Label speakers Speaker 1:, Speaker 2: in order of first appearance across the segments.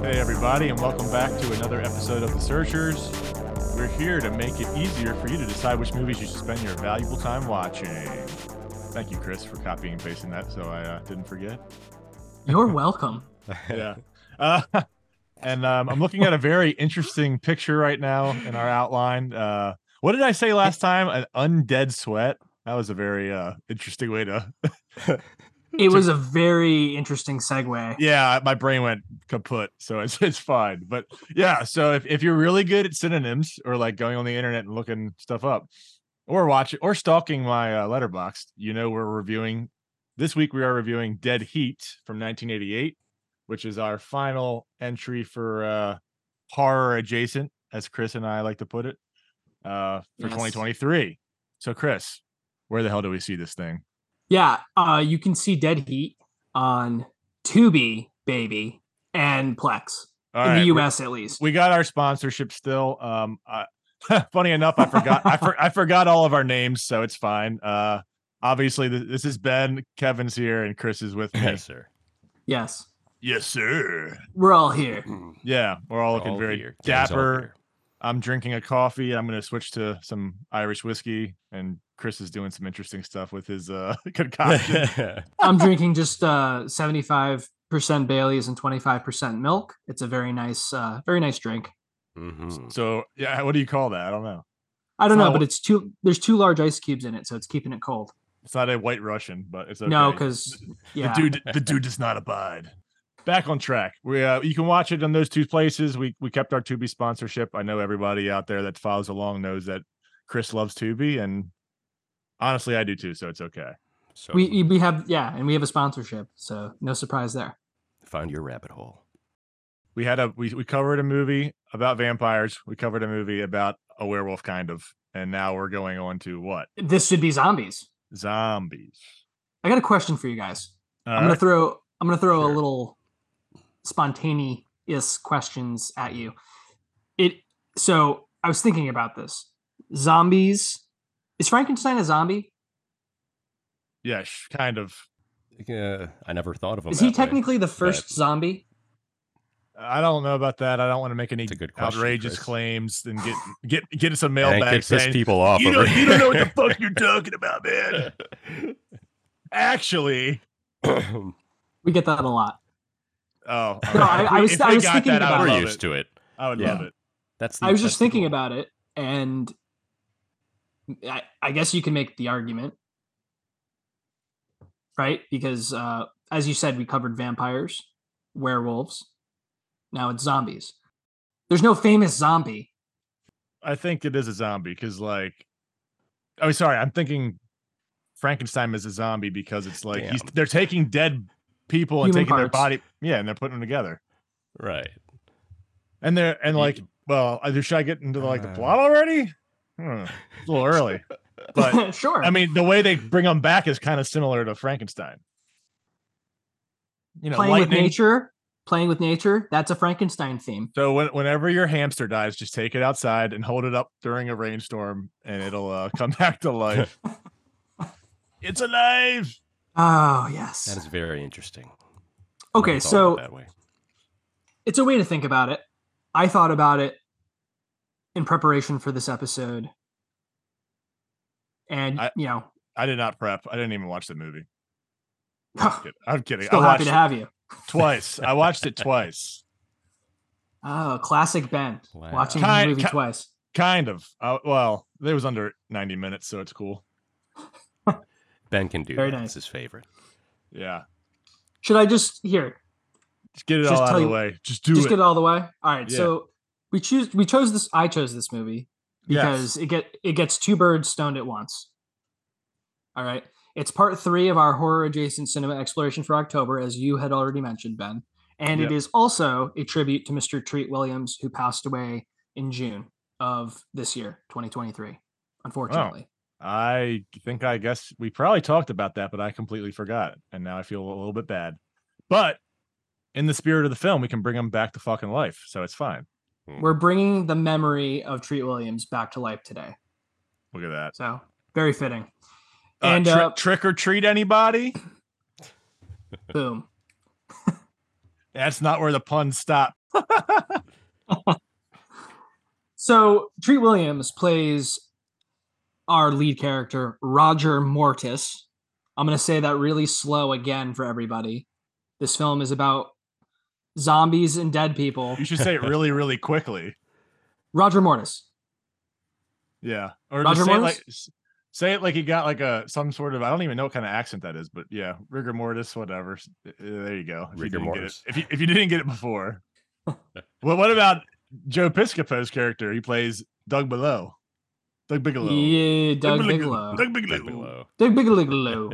Speaker 1: everybody, and welcome back to another episode of The Searchers. We're here to make it easier for you to decide which movies you should spend your valuable time watching. Thank you, Chris, for copying and pasting that so I uh, didn't forget.
Speaker 2: You're welcome.
Speaker 1: Yeah. Uh, and um, I'm looking at a very interesting picture right now in our outline. Uh, what did I say last time? An undead sweat. That was a very uh, interesting way to
Speaker 2: It was a very interesting segue.
Speaker 1: yeah, my brain went kaput, so it's it's fine. But yeah, so if, if you're really good at synonyms or like going on the internet and looking stuff up, or watching or stalking my uh, letterbox, you know we're reviewing this week. We are reviewing Dead Heat from 1988, which is our final entry for uh, horror adjacent, as Chris and I like to put it, uh, for
Speaker 2: Yes.
Speaker 1: 2023. So Chris, where the hell do we see this thing?
Speaker 2: Yeah, uh, you can see Dead Heat on Tubi, baby, and Plex
Speaker 1: All
Speaker 2: in
Speaker 1: right,
Speaker 2: the
Speaker 1: we-
Speaker 2: U.S. at least.
Speaker 1: we got our sponsorship still. Um, I, funny enough, I forgot. I, for, I forgot all of our names, so it's fine. Uh, obviously, th- this is Ben. Kevin's here, and Chris is with me.
Speaker 3: Yes, sir.
Speaker 2: yes,
Speaker 1: Yes, sir.
Speaker 2: we're all here.
Speaker 1: Yeah, we're all looking
Speaker 3: All
Speaker 1: very
Speaker 3: here. Ken's all
Speaker 1: dapper.
Speaker 3: here.
Speaker 1: I'm drinking a coffee. I'm going to switch to some Irish whiskey, and Chris is doing some interesting stuff with his uh, concoction.
Speaker 2: I'm drinking just uh, 75% Bailey's and 25% milk. It's a very nice, uh, very nice drink.
Speaker 3: Mhm.
Speaker 1: so, yeah, what do you call that? I don't know.
Speaker 2: I don't
Speaker 1: It's
Speaker 2: know,
Speaker 1: not-
Speaker 2: but it's two. There's two large ice cubes in it, so it's keeping it cold.
Speaker 1: It's not a white Russian, but it's okay.
Speaker 2: No, because yeah,
Speaker 1: the dude the dude does not abide back on track we uh, you can watch it on those two places we we kept our tubi sponsorship i know everybody out there that follows along knows that chris loves tubi and honestly i do too so it's okay
Speaker 3: So
Speaker 2: we we have yeah, and we have a sponsorship, so no surprise there.
Speaker 3: found your rabbit hole.
Speaker 1: we had a we, we covered a movie about vampires we covered a movie about a werewolf kind of and now we're going on to what
Speaker 2: This should be zombies.
Speaker 1: zombies
Speaker 2: I got a question for you guys.
Speaker 1: All
Speaker 2: I'm gonna
Speaker 1: right.
Speaker 2: throw I'm gonna throw
Speaker 3: Sure.
Speaker 2: a little spontaneous questions at you. It so I was thinking about this. Zombies. Is Frankenstein a zombie?
Speaker 1: yeah sh- kind of
Speaker 3: Uh, I never thought of him.
Speaker 2: Is he
Speaker 3: that way.
Speaker 2: technically the first zombie?
Speaker 1: I don't know about that. I don't want to make any
Speaker 3: It's a good question,
Speaker 1: outrageous
Speaker 3: Chris.
Speaker 1: claims and get get get some
Speaker 3: And it
Speaker 1: mailbag
Speaker 3: could piss
Speaker 1: saying
Speaker 3: people off.
Speaker 1: you
Speaker 3: over
Speaker 1: don't, you don't know what the
Speaker 3: here.
Speaker 1: fuck you're talking about, man. Actually,
Speaker 2: We get that a lot.
Speaker 1: oh,
Speaker 2: No, I- I was-
Speaker 1: If
Speaker 2: I
Speaker 1: we
Speaker 2: was
Speaker 1: got
Speaker 2: thinking
Speaker 1: that, I
Speaker 2: about
Speaker 1: would
Speaker 3: We're
Speaker 1: love
Speaker 3: used
Speaker 1: it.
Speaker 3: to it.
Speaker 1: I would
Speaker 2: Yeah.
Speaker 1: love it.
Speaker 3: That's. The,
Speaker 2: I was
Speaker 3: that's
Speaker 2: just
Speaker 3: the
Speaker 2: thinking
Speaker 3: goal.
Speaker 2: about it, and I, I guess you can make the argument, right? Because uh, as you said, we covered vampires, werewolves. Now it's zombies. There's no famous zombie.
Speaker 1: I think it is a zombie because, like, oh, sorry, I'm thinking Frankenstein is a zombie because it's like he's,
Speaker 3: Damn.
Speaker 1: they're taking dead people and
Speaker 2: Human
Speaker 1: taking their
Speaker 2: parts.
Speaker 1: body, yeah, and they're putting them together.
Speaker 3: Right.
Speaker 1: And they're and
Speaker 3: You-
Speaker 1: like, well, I- should I get into like the
Speaker 3: Uh.
Speaker 1: plot already? Hmm, it's a little early, but
Speaker 2: sure.
Speaker 1: I mean, the way they bring them back is kind of similar to Frankenstein. You know,
Speaker 2: playing with
Speaker 1: lightning.
Speaker 2: nature, playing with nature, that's a Frankenstein theme.
Speaker 1: So when, whenever your hamster dies, just take it outside and hold it up during a rainstorm, and it'll uh, come back to life. it's alive.
Speaker 2: Oh, yes.
Speaker 3: That is very interesting. I
Speaker 2: okay,
Speaker 3: never thought
Speaker 2: so
Speaker 3: of it that way.
Speaker 2: it's a way to think about it. I thought about it in preparation for this episode. And,
Speaker 1: I-
Speaker 2: you know,
Speaker 1: I did not prep. I didn't even watch the movie.
Speaker 2: still
Speaker 1: Kid- I'm kidding. I
Speaker 2: happy
Speaker 1: watched
Speaker 2: to have you.
Speaker 1: it twice. I watched it twice.
Speaker 2: Oh, classic Ben.
Speaker 3: Wow.
Speaker 2: Watching
Speaker 1: Ki-
Speaker 2: the movie
Speaker 1: ki-
Speaker 2: twice.
Speaker 1: Kind of. Uh, well, it was under 90 minutes, so it's cool.
Speaker 3: Ben can do.
Speaker 2: Very
Speaker 3: that.
Speaker 2: nice.
Speaker 3: It's his favorite.
Speaker 1: Yeah.
Speaker 2: Should I just here?
Speaker 1: Just get it
Speaker 2: Just
Speaker 1: all out
Speaker 2: tell
Speaker 1: of the
Speaker 2: you-
Speaker 1: way. Just do
Speaker 2: just
Speaker 1: it.
Speaker 2: get it all the way. All right.
Speaker 1: Yeah.
Speaker 2: So we choose we chose this I chose this movie
Speaker 1: Yes.
Speaker 2: because it get it gets two birds stoned at once. All right. It's part three of our horror adjacent cinema exploration for October, as you had already mentioned, Ben. And
Speaker 1: Yep.
Speaker 2: it is also a tribute to Mr. Treat Williams, who passed away in June of this year, 2023, unfortunately.
Speaker 1: I think I guess we probably talked about that, but I completely forgot. And now I feel a little bit bad. But in the spirit of the film, we can bring them back to fucking life. So it's fine.
Speaker 2: We're bringing the memory of Treat Williams back to life today.
Speaker 1: Look at that.
Speaker 2: So very fitting.
Speaker 1: Uh,
Speaker 2: And
Speaker 1: tri-
Speaker 2: uh,
Speaker 1: trick or treat anybody?
Speaker 2: boom.
Speaker 1: That's not where the puns stop.
Speaker 2: So Treat Williams plays our lead character, Roger Mortis. I'm going to say that really slow again for everybody. This film is about zombies and dead people.
Speaker 1: You should say it really, really quickly.
Speaker 2: Roger Mortis.
Speaker 1: Yeah. Or
Speaker 2: Roger
Speaker 1: just say it
Speaker 2: Morris?
Speaker 1: like s- say it like you got like a some sort of I don't even know what kind of accent that is, but yeah, rigor mortis, whatever. S- uh, There you go. If you
Speaker 3: Rigor
Speaker 1: didn't get it-
Speaker 3: mortis.
Speaker 1: If you if you didn't get it before. well, what about Joe Piscopo's character? He plays Doug Below. Doug Bigelow.
Speaker 2: Yeah, Doug
Speaker 1: Bigelow.
Speaker 2: Bigelow.
Speaker 1: Doug Bigelow.
Speaker 3: Doug Bigelow.
Speaker 2: Doug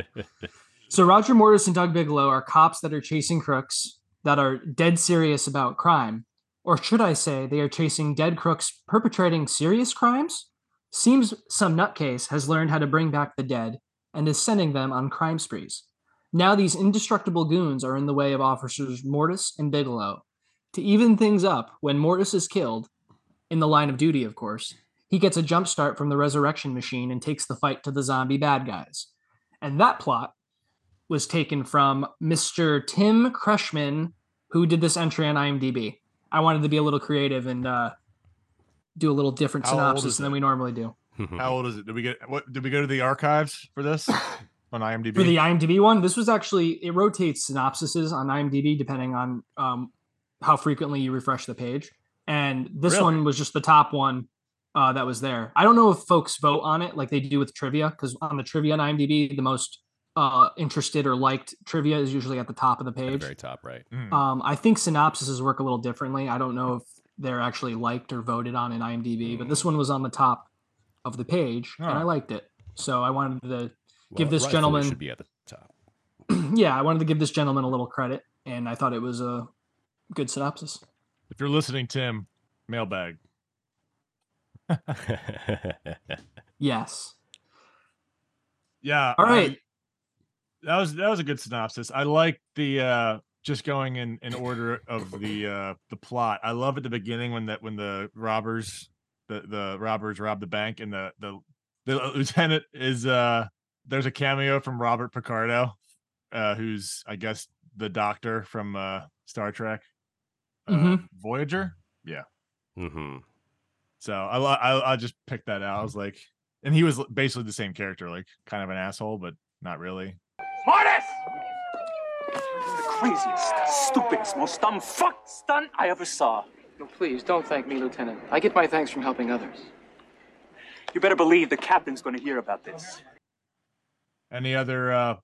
Speaker 2: Bigelow. so Roger Mortis and Doug Bigelow are cops that are chasing crooks that are dead serious about crime. Or should I say, they are chasing dead crooks perpetrating serious crimes? Seems some nutcase has learned how to bring back the dead and is sending them on crime sprees. Now these indestructible goons are in the way of officers Mortis and Bigelow. To even things up, when Mortis is killed, in the line of duty, of course, he gets a jump start from the resurrection machine and takes the fight to the zombie bad guys. And that plot was taken from Mr. Tim Kreshman, who did this entry on IMDb. I wanted to be a little creative and uh, do a little different
Speaker 1: How old is
Speaker 2: synopsis than
Speaker 1: it?
Speaker 2: we normally do.
Speaker 3: Mm-hmm.
Speaker 1: How old is it? Did we get what did we go to the archives for this on IMDb?
Speaker 2: For the IMDb one, this was actually it rotates synopsises on IMDb depending on um, how frequently you refresh the page, and this
Speaker 1: Really?
Speaker 2: one was just the top one uh, that was there. I don't know if folks vote on it like they do with trivia because on the trivia on IMDb, the most uh, interested or liked trivia is usually at the top of the
Speaker 3: At the
Speaker 2: page.
Speaker 3: very top, right?
Speaker 1: Mm.
Speaker 2: Um, I think synopsises work a little differently. I don't know if they're actually liked or voted on in IMDb, but this one was on the top of the page, and I
Speaker 1: Huh.
Speaker 2: liked it, so I wanted to Give
Speaker 3: Well,
Speaker 2: this
Speaker 3: rightfully
Speaker 2: gentleman-
Speaker 3: should be at the top.
Speaker 2: yeah, I wanted to give this gentleman a little credit, and I thought it was a good synopsis.
Speaker 1: if you're listening, Tim, mailbag.
Speaker 3: Mm-hmm.
Speaker 2: Yes.
Speaker 1: Yeah. um,
Speaker 2: All
Speaker 1: I-
Speaker 2: right.
Speaker 1: that was that was a good synopsis. I like the uh just going in in order of the uh the plot. I love at the beginning when that when the robbers the the robbers rob the bank and the the the lieutenant is uh there's a cameo from Robert Picardo uh who's I guess the doctor from uh Star Trek uh,
Speaker 2: Mhm.
Speaker 1: Voyager.
Speaker 3: hmm
Speaker 1: So I, li- I I just picked that out. I was like, and he was basically the same character, like kind of an asshole, but not really.
Speaker 4: Mortis! The craziest, stupidest, most dumb fuck stunt I ever saw.
Speaker 5: No, please don't thank me, Lieutenant. I get my thanks from helping others.
Speaker 4: You better believe the captain's gonna hear about this.
Speaker 1: Any other uh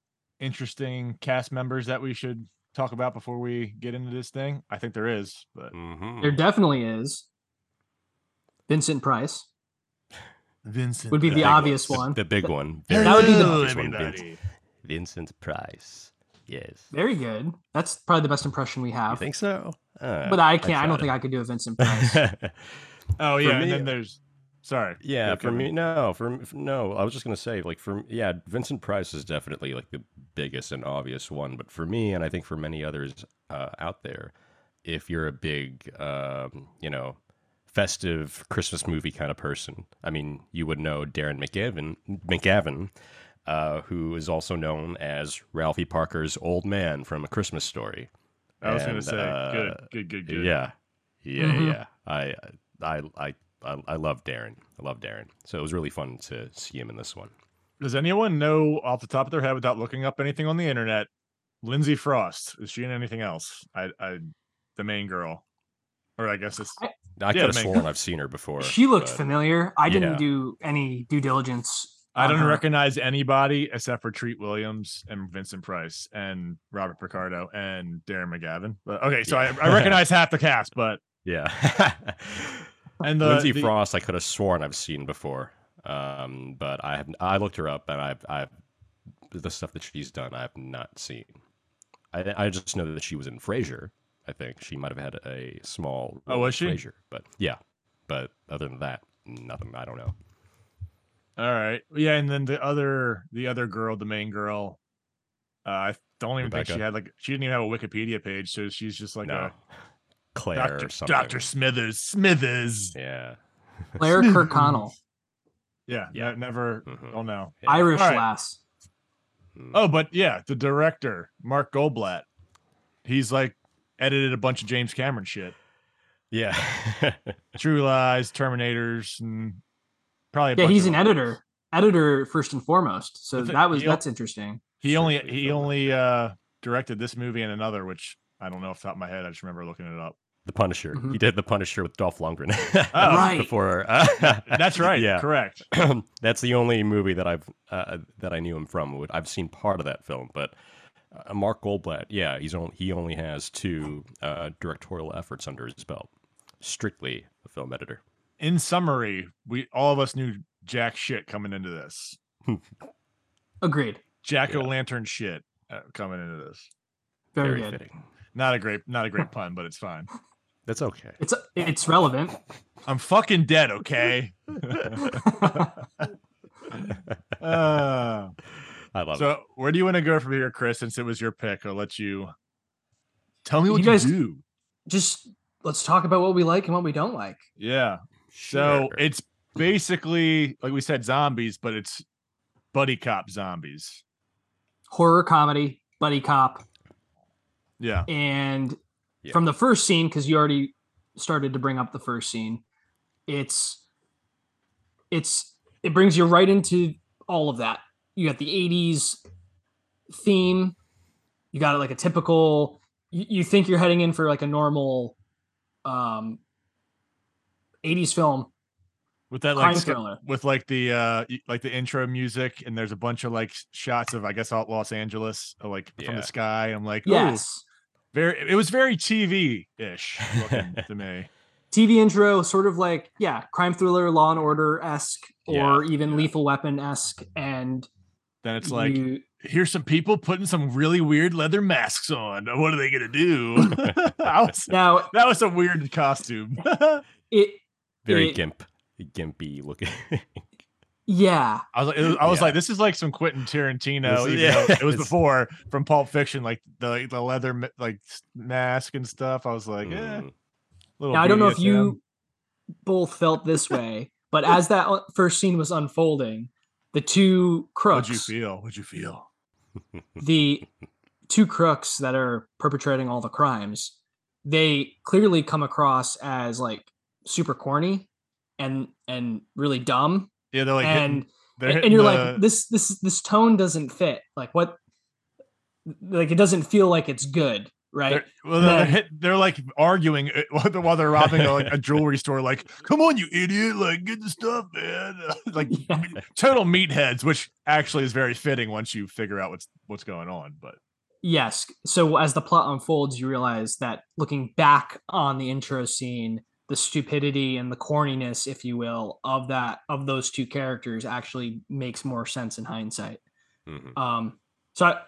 Speaker 1: interesting cast members that we should talk about before we get into this thing? I think there is, but
Speaker 3: hmm
Speaker 2: There definitely is. Vincent Price
Speaker 1: Vincent
Speaker 2: would be the
Speaker 3: big
Speaker 2: obvious
Speaker 3: The,
Speaker 2: one.
Speaker 3: the big one.
Speaker 2: That would be the-
Speaker 3: obvious one, Vince. Vincent Price. Yes.
Speaker 2: Very good. That's probably the best impression we
Speaker 3: You
Speaker 2: have.
Speaker 3: think so? Ah. Uh,
Speaker 2: But I can't. I don't
Speaker 3: tried
Speaker 2: think I could do a Vincent Price.
Speaker 3: it.
Speaker 1: Oh yeah,
Speaker 3: me-
Speaker 1: and then there's sorry.
Speaker 3: yeah,
Speaker 1: you're
Speaker 3: for me,
Speaker 1: coming.
Speaker 3: no, for m- f- no. I was just gonna say, like, for m- yeah, Vincent Price is definitely like the biggest and obvious one. But for me, and I think for many others uh, out there, if you're a big, um, you know, festive Christmas movie kind of person, I mean, you would know Darren McGavin, McGavin, uh, who is also known as Ralphie Parker's old man from A Christmas Story.
Speaker 1: I was gonna
Speaker 3: And,
Speaker 1: say
Speaker 3: uh,
Speaker 1: good, good, good, good.
Speaker 3: Yeah, yeah,
Speaker 1: Mm-hmm.
Speaker 2: Mhm.
Speaker 3: yeah. I, I, I, I, I love Darren. I love Darren. So it was really fun to see him in this one.
Speaker 1: Does anyone know off the top of their head without looking up anything on the internet? Lindsay Frost is she in anything else? I, I, the main girl, or I guess it's
Speaker 3: I could
Speaker 1: Yeah,
Speaker 3: have
Speaker 1: man.
Speaker 3: sworn I've seen her before.
Speaker 2: she looked
Speaker 3: but-
Speaker 2: familiar. I didn't
Speaker 3: yeah.
Speaker 2: do any due diligence.
Speaker 1: I
Speaker 2: on
Speaker 1: don't
Speaker 3: Uh-huh.
Speaker 2: her.
Speaker 1: recognize anybody except for Treat Williams and Vincent Price and Robert Picardo and Darren McGavin. But okay, so
Speaker 3: Yeah.
Speaker 1: I, I recognize half the cast, but
Speaker 3: Yeah.
Speaker 1: and the,
Speaker 3: Lindsay
Speaker 1: the-
Speaker 3: Frost, I could have sworn I've seen before. Um, but I have. I looked her up, and I've, I've the stuff that she's done, I've not seen. I, I just know that she was in Frasier. I think she might have had a small.
Speaker 1: Oh,
Speaker 3: role
Speaker 1: was
Speaker 3: in
Speaker 1: she?
Speaker 3: Frasier, but yeah. But other than that, nothing. I don't know.
Speaker 1: All right, yeah, and then the other the other girl, the main girl. Uh, I don't even think she
Speaker 3: Rebecca?
Speaker 1: had like she didn't even have a Wikipedia page, so she's just like
Speaker 3: no.
Speaker 1: a
Speaker 3: Claire
Speaker 1: Doctor
Speaker 3: or something.
Speaker 1: Doctor Smithers Smithers.
Speaker 3: Yeah.
Speaker 2: Claire Kirkconnell,
Speaker 1: Yeah, yeah,
Speaker 3: Yeah.
Speaker 1: never.
Speaker 3: Mhm.
Speaker 1: Oh no.
Speaker 3: Yeah.
Speaker 2: Irish
Speaker 1: All right.
Speaker 2: lass.
Speaker 3: Mm.
Speaker 1: Oh, but yeah, the director Mark Goldblatt. He's like edited a bunch of James Cameron shit.
Speaker 3: Yeah.
Speaker 1: True Lies, Terminators, and probably. a
Speaker 2: Yeah,
Speaker 1: bunch
Speaker 2: he's
Speaker 1: of
Speaker 2: an
Speaker 1: others.
Speaker 2: editor, editor first and foremost. So
Speaker 1: That's it.
Speaker 2: that was
Speaker 1: Yep.
Speaker 2: that's interesting.
Speaker 1: He only
Speaker 3: Certainly
Speaker 1: he
Speaker 3: so.
Speaker 1: only uh directed this movie and another, which I don't know off the top of my head. I just remember looking it up.
Speaker 3: the Punisher. He
Speaker 2: Mhm.
Speaker 3: did The Punisher with Dolph Lundgren.
Speaker 1: Oh.
Speaker 2: Right.
Speaker 3: Before. uh,
Speaker 1: That's right.
Speaker 3: Yeah.
Speaker 1: correct.
Speaker 3: that's the only movie that I've uh, that I knew him from. Would- I've seen part of that film, but uh, Mark Goldblatt, yeah, he's only he only has two uh, directorial efforts under his belt. Strictly a film editor.
Speaker 1: In summary, we all of us knew jack shit coming into this.
Speaker 2: Agreed.
Speaker 1: Jack o' lantern shit uh, coming into this.
Speaker 2: Very,
Speaker 3: Very
Speaker 2: good.
Speaker 3: fitting.
Speaker 1: Not a great, not a great pun, but it's fine.
Speaker 3: That's okay.
Speaker 2: It's it's relevant.
Speaker 1: I'm fucking dead. Okay. Uh,
Speaker 3: I love it.
Speaker 1: so where do you want to go from here, Chris? Since it was your pick, I'll let you tell me
Speaker 2: You
Speaker 1: what you,
Speaker 2: guys-
Speaker 1: do.
Speaker 2: Just let's talk about what we like and what we don't like.
Speaker 1: Yeah. So
Speaker 3: Sure.
Speaker 1: it's basically like we said, zombies, but it's buddy cop zombies.
Speaker 2: Horror comedy, buddy cop,
Speaker 1: Yeah.
Speaker 2: and
Speaker 3: Yeah.
Speaker 2: from the first scene because you already started to bring up the first scene it's it's it brings you right into all of that you got the 80s theme you got like a typical you, you think you're heading in for like a normal um 80s film
Speaker 1: With that
Speaker 2: crime
Speaker 1: like sc-
Speaker 2: thriller
Speaker 1: with like the uh y- like the intro music and there's a bunch of like s- shots of I guess out Los Angeles uh, like from
Speaker 3: Yeah.
Speaker 1: the sky. I'm like, oh
Speaker 2: yes
Speaker 1: very it was very TV ish looking to me.
Speaker 2: tv intro sort of like yeah crime thriller law and order esque
Speaker 3: Yeah,
Speaker 2: or even lethal weapon esque and
Speaker 1: Then it's like
Speaker 2: you-
Speaker 1: here's some people putting some really weird leather masks on. What are they gonna do? I was
Speaker 2: now
Speaker 1: that was a weird costume. I
Speaker 2: it
Speaker 3: Very
Speaker 2: it-
Speaker 3: gimp, gimpy looking.
Speaker 2: yeah
Speaker 1: was like, it was- I was
Speaker 3: Yeah.
Speaker 1: like, this is like some Quentin Tarantino.
Speaker 3: This is-
Speaker 1: even
Speaker 3: yeah.
Speaker 1: though it was
Speaker 3: It's-
Speaker 1: before from Pulp Fiction, like the the leather ma- like s- mask and stuff. I was like, eh,
Speaker 3: Mm.
Speaker 1: little
Speaker 2: Now, I don't know if
Speaker 1: BDSM.
Speaker 2: you both felt this way, but as that u- first scene was unfolding, the two crooks,
Speaker 1: What'd you feel? What'd you feel?
Speaker 2: the two crooks that are perpetrating all the crimes, they clearly come across as like super corny and and really dumb
Speaker 1: Yeah, they're like, hitting-
Speaker 2: and
Speaker 1: they're
Speaker 2: and,
Speaker 1: hitting
Speaker 2: you're
Speaker 1: the-
Speaker 2: like this this this tone doesn't fit like what like it doesn't feel like it's good right
Speaker 1: They're, well, they're, they're
Speaker 2: Then-
Speaker 1: hit, they're like arguing uh, while they're- while they're robbing a, like a jewelry store. Like, come on, you idiot! Like, get the stuff, man. like,
Speaker 2: Yeah.
Speaker 1: total meatheads, which actually is very fitting once you figure out what's what's going on. But
Speaker 2: Yes. So as the plot unfolds, you realize that looking back on the intro scene, the stupidity and the corniness, if you will, of that of those two characters actually makes more sense in hindsight.
Speaker 3: Mhm.
Speaker 2: Um, so I,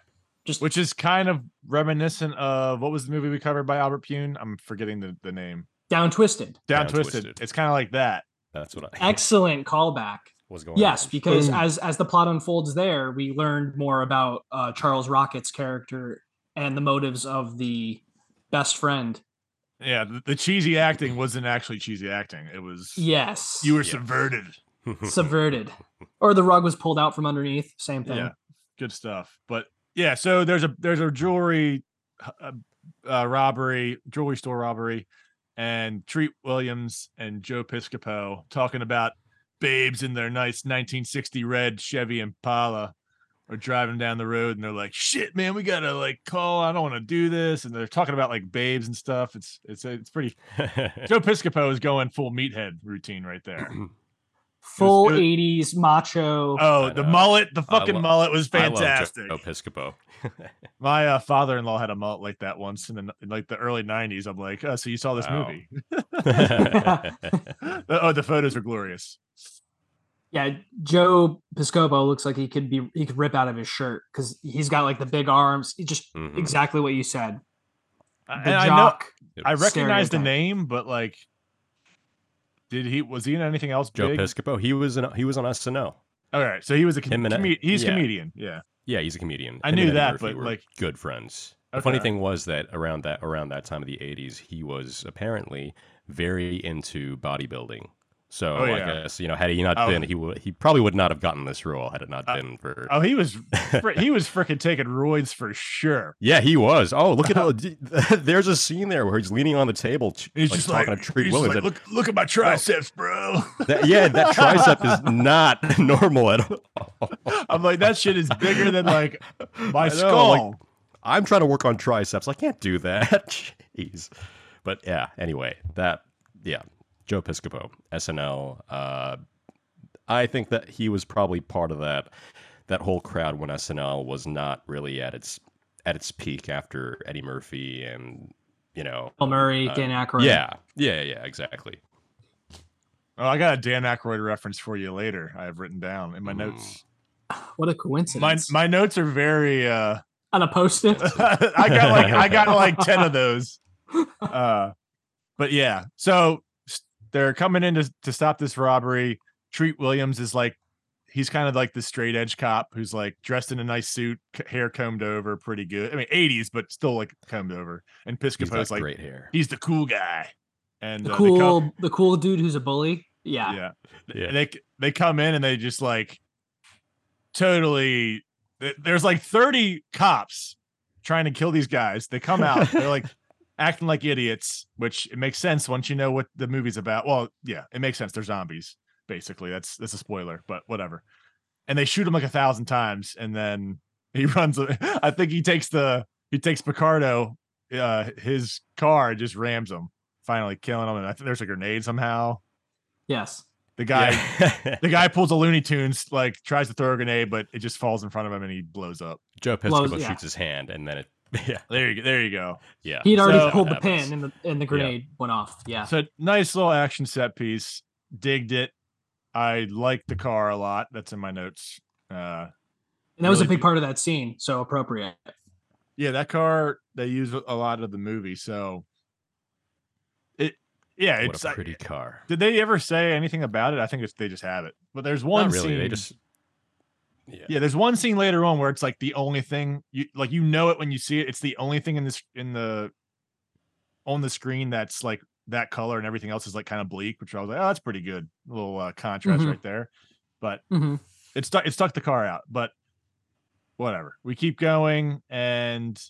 Speaker 2: just
Speaker 1: which is kind of reminiscent of what was the movie we covered by Albert Pune? I'm forgetting the, the name.
Speaker 2: down twisted.
Speaker 1: Down,
Speaker 3: Down
Speaker 1: Twisted.
Speaker 3: Twisted.
Speaker 1: It's kind of like that.
Speaker 3: That's what I
Speaker 2: Excellent callback.
Speaker 3: was going.
Speaker 2: Yes,
Speaker 3: on.
Speaker 2: because
Speaker 1: Boom.
Speaker 2: as as the plot unfolds, there we learned more about uh, Charles Rocket's character and the motives of the best friend.
Speaker 1: Yeah, the, the cheesy acting wasn't actually cheesy acting. It was
Speaker 2: Yes,
Speaker 1: you were
Speaker 3: Yes.
Speaker 1: subverted.
Speaker 2: subverted, or the rug was pulled out from underneath. Same thing.
Speaker 1: Yeah, good stuff. But yeah, so there's a there's a jewelry uh, uh, robbery, jewelry store robbery, and Treat Williams and Joe Piscopo talking about babes in their nice 1960 red Chevy Impala are driving down the road and they're like, "Shit, man, we gotta like call. I don't want to do this." And they're talking about like babes and stuff. It's it's it's pretty. Joe Piscopo is going full meathead routine right there.
Speaker 2: full
Speaker 1: it was-
Speaker 2: 80s macho
Speaker 1: Oh,
Speaker 3: I
Speaker 1: the
Speaker 3: know.
Speaker 1: mullet, the
Speaker 3: I
Speaker 1: fucking
Speaker 3: love-
Speaker 1: mullet was
Speaker 3: I love Joe
Speaker 1: fantastic.
Speaker 3: Piscopo.
Speaker 1: My uh, father-in-law had a mullet like that once in, the, in like the early '90s. I'm like, oh, so you saw this
Speaker 3: Wow.
Speaker 1: movie? oh, the photos are glorious.
Speaker 2: yeah joe piscopo looks like he could be he could rip out of his shirt because he's got like the big arms he just
Speaker 3: Mhm.
Speaker 2: exactly what you said
Speaker 1: I-
Speaker 2: the
Speaker 1: and I know
Speaker 2: jock
Speaker 1: I recognize the
Speaker 2: stereotype.
Speaker 1: name, but like, did he was he in anything else?
Speaker 3: Joe
Speaker 1: big?
Speaker 3: Piscopo. He was in, he was on SNL.
Speaker 1: All right, so he was a com-
Speaker 3: Him and I-
Speaker 1: comed- he's
Speaker 3: yeah.
Speaker 1: comedian. Yeah,
Speaker 3: Yeah, he's a comedian.
Speaker 1: I
Speaker 3: Him
Speaker 1: knew
Speaker 3: and Eddie
Speaker 1: that,
Speaker 3: Murphy
Speaker 1: but,
Speaker 3: were
Speaker 1: like-
Speaker 3: good friends. The funny
Speaker 1: Okay.
Speaker 3: thing was that around that around that time of the '80s, he was apparently very into bodybuilding. So
Speaker 1: Oh,
Speaker 3: I
Speaker 1: yeah.
Speaker 3: guess you know, had he not
Speaker 1: Oh.
Speaker 3: been, he would he probably would not have gotten this role had it not
Speaker 1: Uh,
Speaker 3: been for.
Speaker 1: Oh, he was fr- he was freaking taking roids for sure.
Speaker 3: yeah, he was. Oh, look at all, there's a scene there where he's leaning on the table, ch-
Speaker 1: He's
Speaker 3: like,
Speaker 1: just
Speaker 3: talking
Speaker 1: like,
Speaker 3: to Treat
Speaker 1: he's
Speaker 3: Williams.
Speaker 1: just like,
Speaker 3: and
Speaker 1: look look at my triceps, bro.
Speaker 3: that- yeah, that tricep is not normal at all.
Speaker 1: I'm like that shit is bigger than like my
Speaker 3: I know,
Speaker 1: skull.
Speaker 3: like, I'm trying to work on triceps. I can't do that. Jeez. But yeah, anyway, that yeah, Joe Piscopo, SNL. Uh, I think that he was probably part of that that whole crowd when SNL was not really at its at its peak after Eddie Murphy and you know
Speaker 2: Bill Murray,
Speaker 3: Uh,
Speaker 2: Dan Aykroyd.
Speaker 3: yeah yeah yeah exactly.
Speaker 1: oh, I got a Dan Aykroyd reference for you later. I have written down in my
Speaker 3: Hmm.
Speaker 1: notes.
Speaker 2: What a
Speaker 1: My
Speaker 2: coincidence.
Speaker 1: my notes are very. uh
Speaker 2: On a post-it.
Speaker 1: I got like I got like ten of those. Uh, but yeah, so s- they're coming in to, to stop this robbery. Treat Williams is like he's kind of like the straight edge cop who's like dressed in a nice suit, c- hair combed over, pretty good. I mean, eighties, but still like combed over. And
Speaker 3: He's got
Speaker 1: Piscopo's like
Speaker 3: great hair.
Speaker 1: he's the cool guy, and uh,
Speaker 2: The
Speaker 1: they come-
Speaker 2: cool, the cool dude who's a bully. Yeah.
Speaker 1: yeah.
Speaker 3: Yeah.
Speaker 1: They they come in and they just like totally. th- There's like 30 cops trying to kill these guys. They come out. They're like acting like idiots, which it makes sense once you know what the movie's about. Well, yeah, it makes sense. They're zombies, basically. That's that's a spoiler, but whatever. And they shoot him like a thousand times, and then he runs. a- I think he takes the he takes Picardo, uh, his car, and just rams him, finally killing him. And I think there's a grenade somehow.
Speaker 2: Yes.
Speaker 1: The guy
Speaker 3: Yeah.
Speaker 1: the guy pulls a Looney Tunes, like tries to throw a grenade, but it just falls in front of him and he blows up.
Speaker 3: Joe
Speaker 2: blows-
Speaker 3: Piscopo
Speaker 2: yeah.
Speaker 3: shoots his hand and then it yeah
Speaker 1: There you go. There you go.
Speaker 3: yeah
Speaker 2: He'd already
Speaker 1: So-
Speaker 2: pulled the
Speaker 3: happens.
Speaker 2: pin and the, and the grenade went off. Yeah.
Speaker 1: So nice little action set piece. Digged it. I like the car a lot. That's in my notes. Uh,
Speaker 2: And that was a
Speaker 1: really
Speaker 2: big part of that scene. So appropriate.
Speaker 1: yeah, that car they use a lot of the movie. So it, yeah,
Speaker 3: what
Speaker 1: it's.
Speaker 3: a
Speaker 1: I-
Speaker 3: pretty car.
Speaker 1: did they ever say anything about it? I think it's, they just have it. But there's one
Speaker 3: not really.
Speaker 1: scene.
Speaker 3: They just yeah.
Speaker 1: yeah there's one scene later on where it's like the only thing you like you know it when you see it it's the only thing in this in the on the screen that's like that color and everything else is like kind of bleak which i was like oh that's pretty good little uh, contrast
Speaker 2: Mhm.
Speaker 1: right there but
Speaker 2: hmm
Speaker 1: it stuck it stuck the car out but whatever we keep going and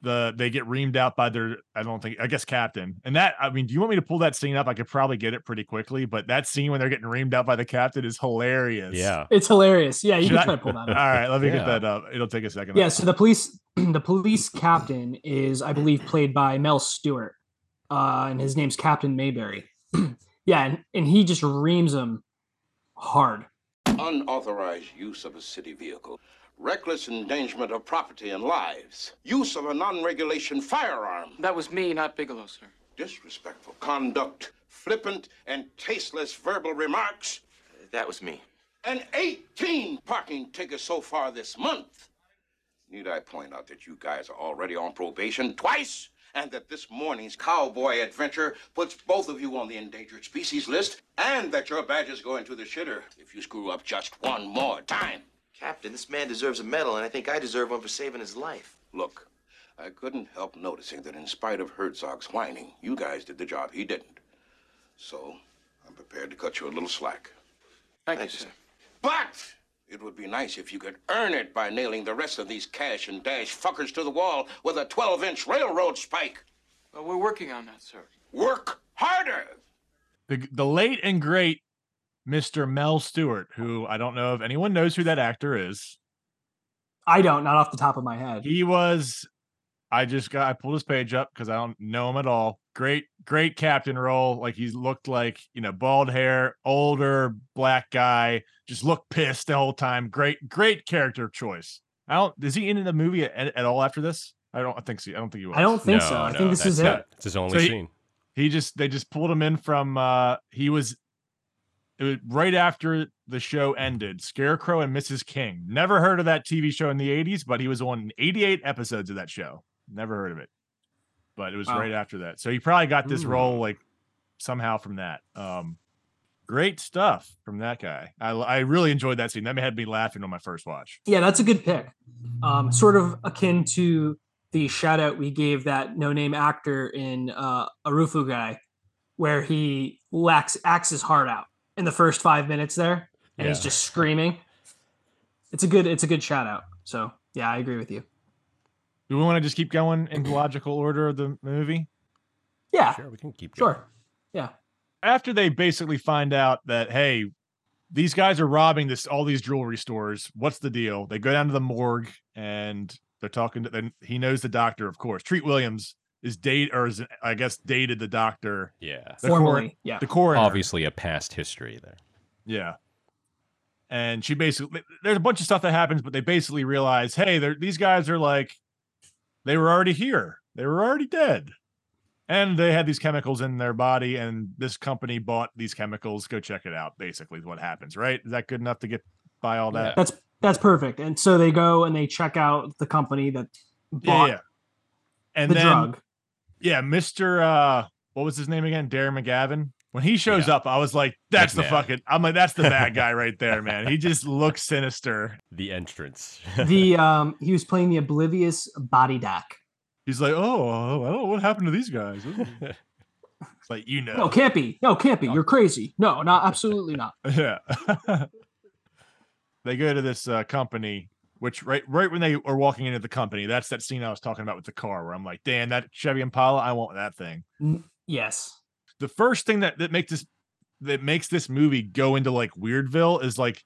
Speaker 1: the they get reamed out by their i don't think i guess captain and that i mean do you want me to pull that scene up i could probably get it pretty quickly but that scene when they're getting reamed out by the captain is hilarious
Speaker 3: Yeah.
Speaker 2: It's hilarious. Yeah. You
Speaker 1: Should
Speaker 2: can
Speaker 1: I-
Speaker 2: try to pull that
Speaker 1: All
Speaker 2: up.
Speaker 1: right, let me
Speaker 3: Yeah.
Speaker 1: get that up. It'll take a second.
Speaker 2: Yeah. So the police, the police captain is, I believe, played by Mel Stewart, uh, and his name's Captain Mayberry. yeah, and, and he just reams them hard.
Speaker 6: unauthorized use of a city vehicle, reckless endangerment of property and lives, use of a non-regulation firearm,
Speaker 5: That was me, not Bigelow, sir.
Speaker 6: disrespectful conduct, flippant and tasteless verbal remarks,
Speaker 7: That was me.
Speaker 6: and 18 parking tickets so far this month. Need I point out that you guys are already on probation twice? And that this morning's cowboy adventure puts both of you on the endangered species list, and that your badges go into the shitter if you screw up just one more time.
Speaker 7: Captain, this man deserves a medal, and I think I deserve one for saving his life.
Speaker 6: Look, I couldn't help noticing that in spite of Herzog's whining, you guys did the job he didn't. So, I'm prepared to cut you a little slack.
Speaker 5: Thank
Speaker 7: Thank
Speaker 5: you,
Speaker 7: you,
Speaker 5: sir.
Speaker 7: sir.
Speaker 6: But it would be nice if you could earn it by nailing the rest of these cash and dash fuckers to the wall with a 12 inch railroad spike.
Speaker 5: Well, we're working on that, sir.
Speaker 6: Work harder!
Speaker 1: the, the late and great Mr. Mel Stewart, who I don't know if anyone knows who that actor is.
Speaker 2: I don't, not off the top of my head.
Speaker 1: He was, I just got, I pulled his page up because I don't know him at all. Great, great captain role. Like he looked like, you know, bald hair, older black guy, just looked pissed the whole time. Great, great character choice. I don't, is he in the movie at, at all after this? I don't I think so. I don't think he was.
Speaker 2: I don't think so. I think this
Speaker 3: that's
Speaker 2: is
Speaker 3: not-
Speaker 2: it.
Speaker 3: It's his only
Speaker 1: So he-
Speaker 3: scene.
Speaker 1: he just they just pulled him in from uh he was it was right after the show ended scarecrow and mrs king never heard of that tv show in the 80s but he was on 88 episodes of that show never heard of it but it was
Speaker 2: Wow.
Speaker 1: right after that so he probably got this
Speaker 3: Hmm.
Speaker 1: role like somehow from that um great stuff from that guy i, I really enjoyed that scene that had me laughing on my first watch
Speaker 2: Yeah, that's a good pick. Um, sort of akin to the shout out we gave that no name actor in uh, Arufu guy where he lacks acts his heart out in the first five minutes there, and he's
Speaker 3: Yeah.
Speaker 2: just screaming. It's a good it's a good shout out. So yeah, I agree with you.
Speaker 1: Do we want to just keep going in logical order of the movie?
Speaker 2: Yeah,
Speaker 3: Sure, we can keep going.
Speaker 2: Ah. sure.
Speaker 1: After they basically find out that, hey, these guys are robbing this all these jewelry stores. What's the deal? They go down to the morgue and they're talking to then he knows the doctor, of course. Treat Williams is date or is I guess dated the doctor,
Speaker 3: Yeah.
Speaker 1: The
Speaker 2: Formally,
Speaker 1: coron-
Speaker 2: yeah.
Speaker 1: the coroner.
Speaker 3: Obviously, a past history there.
Speaker 1: Yeah. And she basically, there's a bunch of stuff that happens, but they basically realize, hey, they're, these guys are like, they were already here, they were already dead, and they had these chemicals in their body, and this company bought these chemicals. Go check it out. Basically, is what happens, right? Is that good enough to get by all that?
Speaker 2: That's that's perfect. And so they go and they check out the company that
Speaker 1: Yeah.
Speaker 2: bought
Speaker 1: yeah. And
Speaker 2: the
Speaker 1: then,
Speaker 2: drug.
Speaker 1: yeah, Mister, uh, what was his name again? Darren McGavin. When he shows up, I was like, "That's the
Speaker 3: McNabb.
Speaker 1: fucking." I'm like, "That's the bad guy right there, man." He just looks sinister.
Speaker 3: The entrance.
Speaker 2: The um he was playing the oblivious body doc.
Speaker 1: He's like, oh, I don't know what happened to these guys. Ooh." it's like you know,
Speaker 2: No, can't be. No, can't be. You're crazy. No, no, absolutely not.
Speaker 1: yeah. they go to this uh, company, which right right when they are walking into the company, that's that scene I was talking about with the car, where I'm like, Dan, that Chevy Impala, I want that thing.
Speaker 2: Yes.
Speaker 1: The first thing that that makes this that makes this movie go into like Weirdville is like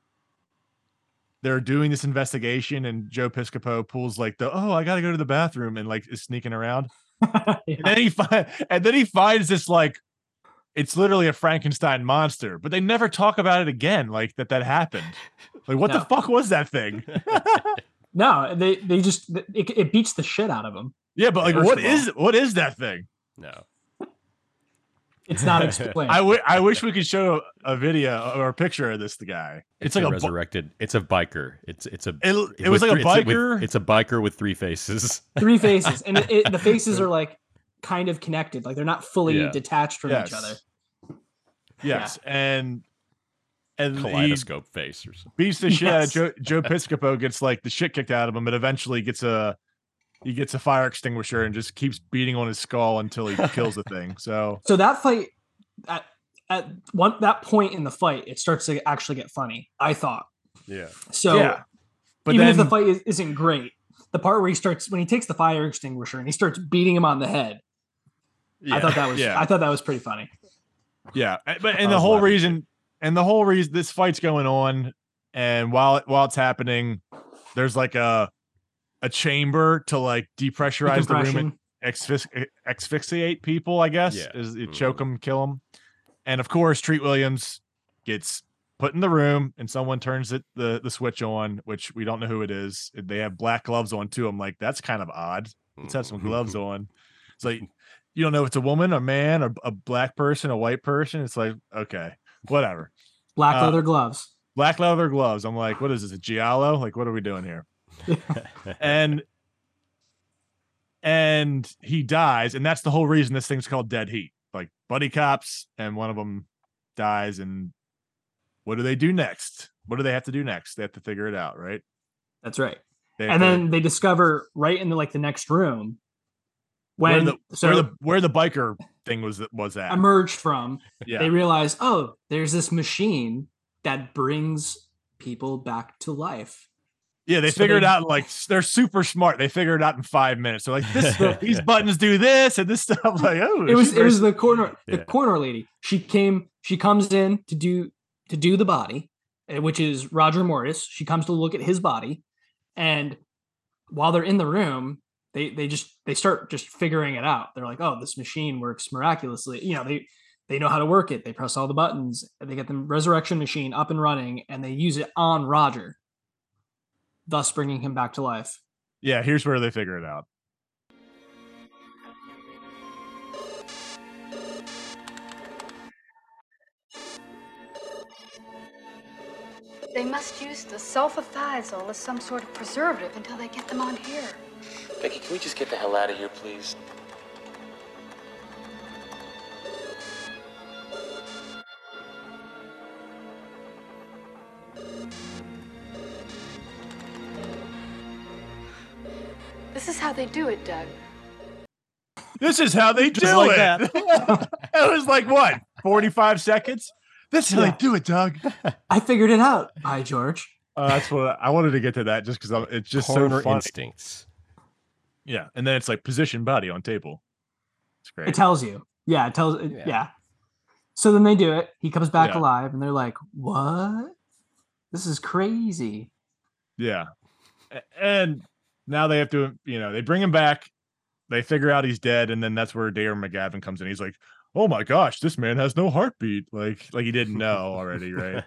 Speaker 1: they're doing this investigation and Joe Piscopo pulls like the oh I gotta go to the bathroom and like is sneaking around. and then he find, and then he finds this like it's literally a Frankenstein monster, but they never talk about it again. Like that that happened. Like what the
Speaker 2: No.
Speaker 1: fuck was that thing?
Speaker 2: No, they they just it, it beats the shit out of them.
Speaker 1: Yeah, but like
Speaker 2: First
Speaker 1: what
Speaker 2: of all-
Speaker 1: is what is that thing?
Speaker 3: no.
Speaker 2: It's not explained.
Speaker 1: I wi- I wish we could show a, a video or a picture of this the guy. It's,
Speaker 3: It's,
Speaker 1: like
Speaker 3: a
Speaker 1: a, bu-
Speaker 3: resurrected. it's a biker. It's it's a.
Speaker 1: it, it was
Speaker 3: with
Speaker 1: like a
Speaker 3: three- it's with-
Speaker 1: biker.
Speaker 3: It's a, biker with three faces.
Speaker 2: Three faces, and it, it, the faces are like kind of connected. Like they're not fully
Speaker 3: Yeah.
Speaker 2: detached from
Speaker 1: yes.
Speaker 2: each other.
Speaker 1: Yes, and and he
Speaker 3: Kaleidoscope face or something.
Speaker 1: beats the shit out of
Speaker 2: Yes.
Speaker 1: Joe, Joe Piscopo gets like the shit kicked out of him, and eventually gets a he gets a fire extinguisher and just keeps beating on his skull until he kills the thing. So
Speaker 2: So that fight at at one that point in the fight, it starts to actually get funny. I thought
Speaker 3: Yeah.
Speaker 2: so.
Speaker 1: yeah, but
Speaker 2: even
Speaker 1: then
Speaker 2: if the fight is, isn't great, the part where he starts when he takes the fire extinguisher and he starts beating him on the head, I thought that was
Speaker 1: yeah.
Speaker 2: I thought that was pretty funny.
Speaker 1: yeah, and- but and
Speaker 3: I
Speaker 1: the
Speaker 3: was
Speaker 1: whole
Speaker 3: laughing too.
Speaker 1: reason and the whole reason this fight's going on, and while it, while it's happening, there's like a a chamber to like
Speaker 2: The
Speaker 1: depressurize the room and-
Speaker 2: compression.
Speaker 1: asphyx- asphyxiate e-, people, I guess,
Speaker 3: Yeah.
Speaker 1: is it choke them, kill them. And of course, Treat Williams gets put in the room and someone turns it the, the switch on, which we don't know who it is. They have black gloves on too. I'm like, that's kind of odd. Let's have
Speaker 3: Mm-hmm.
Speaker 1: some gloves on. It's like, you don't know if it's a woman, a man, a, a black person, a white person. It's like, okay, whatever.
Speaker 2: black
Speaker 1: uh,
Speaker 2: leather gloves.
Speaker 1: Black leather gloves. I'm like, what is this? A Giallo? Like, what are we doing here? and and he dies and that's the whole reason this thing's called dead heat like buddy cops and one of them dies and what do they do next what do they have to do next they have to figure it out right
Speaker 2: That's right.
Speaker 1: They have
Speaker 2: And
Speaker 1: to-
Speaker 2: then they discover right in the, like the next room
Speaker 1: where
Speaker 2: when
Speaker 1: the,
Speaker 2: so
Speaker 1: where the where the biker thing was that was that
Speaker 2: emerged from,
Speaker 1: yeah
Speaker 2: they realize, oh, there's this machine that brings people back to life.
Speaker 1: yeah they
Speaker 2: so
Speaker 1: figured
Speaker 2: they-
Speaker 1: out like s- they're super smart they figured it out in five minutes they're like this these buttons do this and this stuff like oh
Speaker 2: It was
Speaker 1: she's
Speaker 2: it was
Speaker 1: very-
Speaker 2: the corner the
Speaker 3: Yeah.
Speaker 2: corner lady. She came she comes in to do to do the body, eh, which is Roger Morris. She comes to look at his body and while they're in the room, they they just they start just figuring it out. They're like, "Oh, this machine works miraculously." You know, they they know how to work it. They press all the buttons. and They get the resurrection machine up and running and they use it on Roger, thus bringing him back to life.
Speaker 1: yeah here's where they figure it out
Speaker 8: They must use the sulfathiazole as some sort of preservative until they get them on here.
Speaker 9: Becky, can we just get the hell out of here, please?
Speaker 8: This is how they do it, Doug.
Speaker 1: This is how they
Speaker 10: Just
Speaker 1: do
Speaker 10: like
Speaker 1: it.
Speaker 10: that.
Speaker 1: it was like what, 45 seconds? This is how
Speaker 2: Yeah.
Speaker 1: they do it, Doug. Uh,
Speaker 2: I figured it out. By George.
Speaker 1: that's what I wanted to get to that just because it's just
Speaker 3: Corner
Speaker 1: so funny.
Speaker 3: instincts.
Speaker 1: Yeah. And then it's like position body on table. It's great.
Speaker 2: It tells you. Yeah, it tells it,
Speaker 3: Yeah.
Speaker 2: yeah. So then they do it. He comes back
Speaker 1: Yeah.
Speaker 2: alive and they're like, "What? This is crazy."
Speaker 1: Yeah. A- And now they have to, you know, they bring him back. They figure out he's dead, and then that's where Dare McGavin comes in. He's like, "Oh my gosh, this man has no heartbeat!" Like, like he didn't know already, right?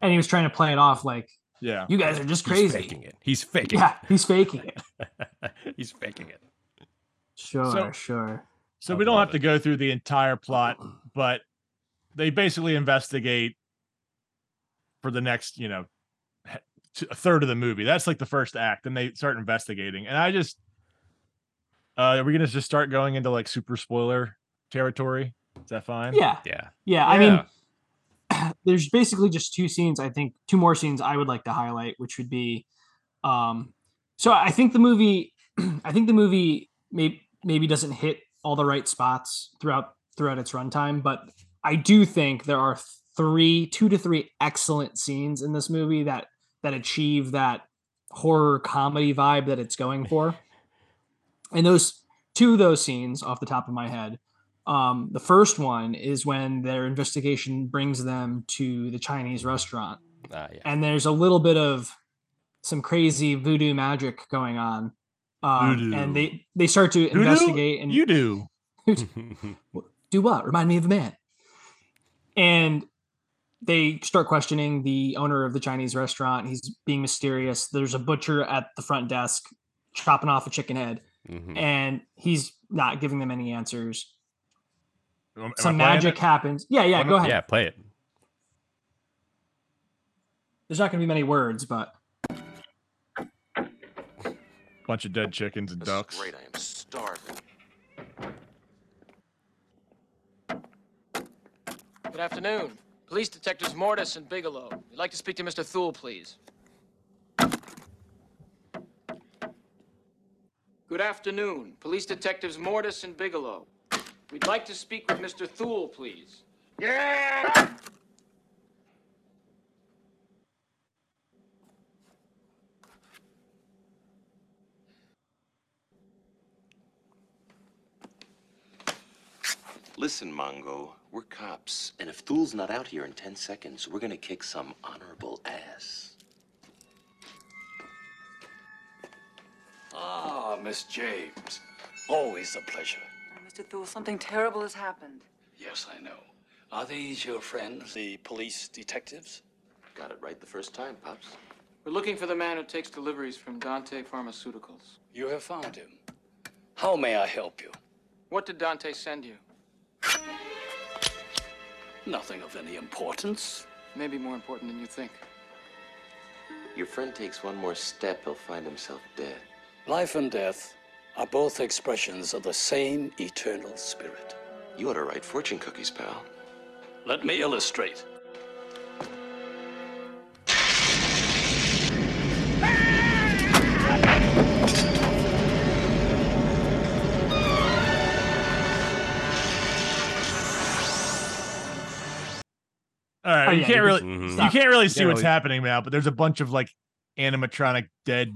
Speaker 2: And he was trying to play it off like,
Speaker 1: Yeah,
Speaker 2: "You guys are just
Speaker 3: He's
Speaker 2: crazy."
Speaker 3: faking it. He's faking
Speaker 2: Yeah, he's faking it.
Speaker 3: it. He's faking it.
Speaker 2: Sure, sure.
Speaker 1: So
Speaker 3: I
Speaker 1: we don't
Speaker 3: love
Speaker 1: have
Speaker 3: it.
Speaker 1: to go through the entire plot, but they basically investigate for the next, you know, h- t- a third of the movie. That's like the first act, and they start investigating. And I just, uh, are we gonna just start going into like super spoiler territory? Is that fine?
Speaker 2: Yeah.
Speaker 3: Yeah.
Speaker 2: Yeah, I mean,
Speaker 3: Yeah.
Speaker 2: there's basically just two scenes. I think two more scenes I would like to highlight, which would be, um, so I think the movie, I think the movie may, maybe doesn't hit all the right spots throughout throughout its runtime, but I do think there are three, two to three excellent scenes in this movie that that achieve that horror comedy vibe that it's going for. And those two of those scenes off the top of my head um, the first one is when their investigation brings them to the Chinese restaurant,
Speaker 3: Ah, yeah.
Speaker 2: and there's a little bit of some crazy voodoo magic going on. Um,
Speaker 1: Voodoo.
Speaker 2: And they they start to
Speaker 1: Voodoo?
Speaker 2: investigate and
Speaker 1: You do.
Speaker 2: do what? Remind me of a man. And they start questioning the owner of the Chinese restaurant. He's being mysterious. There's a butcher at the front desk chopping off a chicken head,
Speaker 3: Mhm.
Speaker 2: and he's not giving them any answers.
Speaker 1: Am- am I playing
Speaker 2: Some magic
Speaker 1: it?
Speaker 2: happens. Yeah, yeah.
Speaker 1: Why
Speaker 2: Go ahead.
Speaker 3: Yeah, play it.
Speaker 2: there's not going to be many words, but
Speaker 1: Bunch of dead chickens and
Speaker 7: This
Speaker 1: ducks.
Speaker 7: is great. I am starving.
Speaker 5: Good afternoon. Police detectives Mortis and Bigelow. We'd like to speak to Mr. Thule, please. Good afternoon. Police detectives Mortis and Bigelow. We'd like to speak with Mr. Thule, please.
Speaker 9: Listen, Mongo, we're cops, and if Thul's not out here in 10 seconds, we're gonna kick some honorable ass.
Speaker 4: Ah, Miss James. Always a pleasure.
Speaker 11: Mr. Thule, something terrible has happened.
Speaker 4: Yes, I know. Are these your friends, the police detectives?
Speaker 9: Got it right the first time, Pops.
Speaker 5: We're looking for the man who takes deliveries from Dante Pharmaceuticals.
Speaker 4: You have found him. How may I help you?
Speaker 5: What did Dante send you?
Speaker 4: Nothing of any importance.
Speaker 5: Maybe more important than you think.
Speaker 9: Your friend takes one more step, he'll find himself dead.
Speaker 4: Life and death are both expressions of the same eternal spirit.
Speaker 9: You ought to write fortune cookies, pal.
Speaker 4: Let me illustrate.
Speaker 1: All right,
Speaker 2: Oh,
Speaker 1: you
Speaker 2: yeah, you
Speaker 1: can't
Speaker 2: can
Speaker 1: really
Speaker 3: Mhm.
Speaker 1: you
Speaker 2: stop.
Speaker 1: can't really see
Speaker 3: Yeah,
Speaker 1: what's
Speaker 3: like-
Speaker 1: happening now, but there's a bunch of like animatronic dead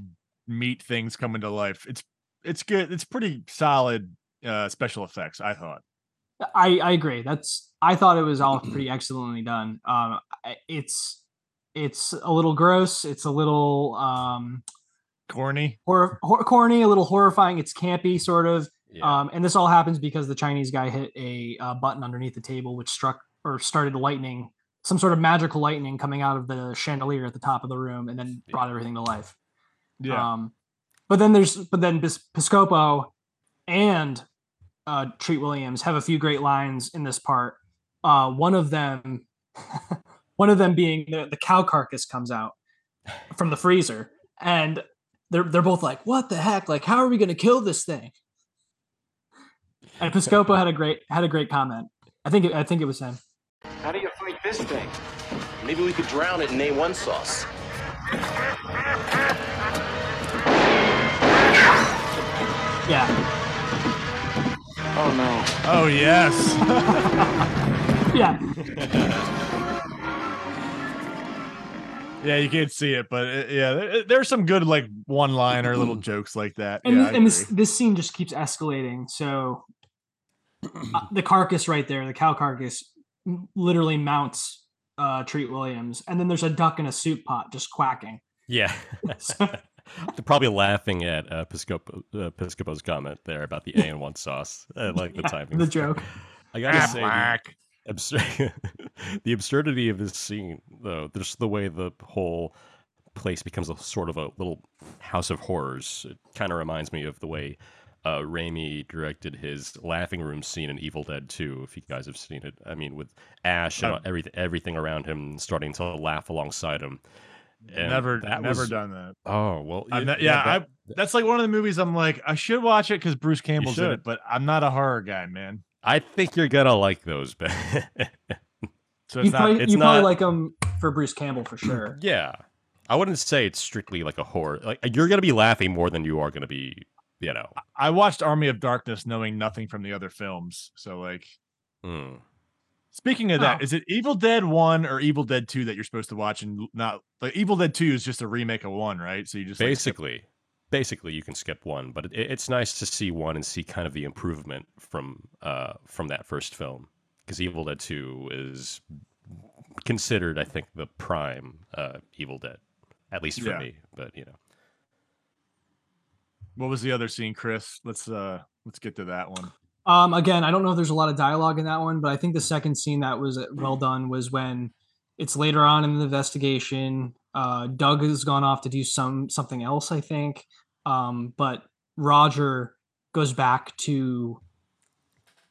Speaker 1: meat things coming to life. It's it's good. It's pretty solid uh special effects, I thought.
Speaker 2: I, I agree. That's I thought it was all pretty excellently done. Um, I- it's it's a little gross. It's a little um,
Speaker 1: Corny.
Speaker 2: horror, hor- corny, a little horrifying. It's campy, sort of.
Speaker 3: Yeah.
Speaker 2: Um, and this all happens because the Chinese guy hit a uh, button underneath the table, which struck or started lightning, some sort of magical lightning coming out of the chandelier at the top of the room, and then brought everything to life.
Speaker 1: Yeah.
Speaker 2: Um, but then there's but then Bis- Piscopo and uh, Treat Williams have a few great lines in this part. Uh, one of them, one of them being the, the cow carcass comes out from the freezer, and they're they're both like, "What the heck? Like, how are we going to kill this thing?" And Piscopo had a great had a great comment. I think it, I think it was him.
Speaker 5: How do you fight this thing?
Speaker 9: Maybe we could drown it in A1 sauce.
Speaker 2: Yeah.
Speaker 1: Oh yes.
Speaker 2: yeah.
Speaker 1: Yeah, you can't see it, but uh, yeah, there- there's some good like one-liner little jokes like that.
Speaker 2: And,
Speaker 1: yeah,
Speaker 2: th-
Speaker 1: I
Speaker 2: and this
Speaker 1: agree.
Speaker 2: this scene just keeps escalating. So uh, the carcass right there, the cow carcass, m- literally mounts uh, Treat Williams, and then there's a duck in a soup pot just quacking.
Speaker 3: Yeah. They're probably laughing at uh, Piscopo, uh, Piscopo's comment there about the A1 sauce. I like the
Speaker 2: Yeah,
Speaker 3: timing.
Speaker 2: the joke.
Speaker 3: I gotta
Speaker 1: Ah,
Speaker 3: say, the,
Speaker 1: whack.
Speaker 3: absur- the absurdity of this scene, though, just the way the whole place becomes a sort of a little house of horrors. It kind of reminds me of the way uh, Raimi directed his laughing room scene in Evil Dead 2, if you guys have seen it. I mean, with Ash and
Speaker 1: I've-
Speaker 3: everything, everything around him starting to laugh alongside him. And
Speaker 1: never
Speaker 3: that
Speaker 1: never
Speaker 3: was-
Speaker 1: done that.
Speaker 3: Oh well,
Speaker 1: I've
Speaker 3: y-
Speaker 1: ne- yeah,
Speaker 3: that-
Speaker 1: I- That's like one of the movies I'm like I should watch it because Bruce Campbell's in
Speaker 3: should.
Speaker 1: it, but I'm not a horror guy, man.
Speaker 3: I think you're gonna like those, but
Speaker 1: So it's
Speaker 2: You
Speaker 1: not.
Speaker 2: probably,
Speaker 3: it's
Speaker 2: you probably
Speaker 3: not-
Speaker 2: like him for Bruce Campbell for sure.
Speaker 3: yeah, I wouldn't say it's strictly like a horror. Like you're gonna be laughing more than you are gonna be, you know.
Speaker 1: I watched Army of Darkness knowing nothing from the other films. So like,
Speaker 3: Mm.
Speaker 1: speaking of that,
Speaker 2: Oh.
Speaker 1: is it Evil Dead One or Evil Dead Two that you're supposed to watch and not like Evil Dead Two is just a remake of one, right? So you just like, skip-
Speaker 3: Basically, basically, you can skip one, but it, it's nice to see one and see kind of the improvement from uh from that first film because Evil Dead Two is considered, I think, the prime uh Evil Dead, at least for
Speaker 1: Yeah.
Speaker 3: me. But you know,
Speaker 1: what was the other scene, Chris? Let's uh let's get to that one.
Speaker 2: Um, again, I don't know if there's a lot of dialogue in that one, but I think the second scene that was uh, well done was when it's later on in the investigation. Uh, Doug has gone off to do some something else, I think, um, but Roger goes back to.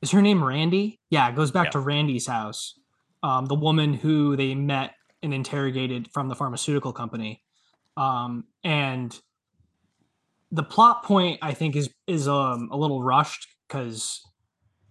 Speaker 2: Is her name Randy? Yeah, goes back
Speaker 3: Yeah.
Speaker 2: to Randy's house. Um, the woman who they met and interrogated from the pharmaceutical company, um, and the plot point I think is is um a little rushed because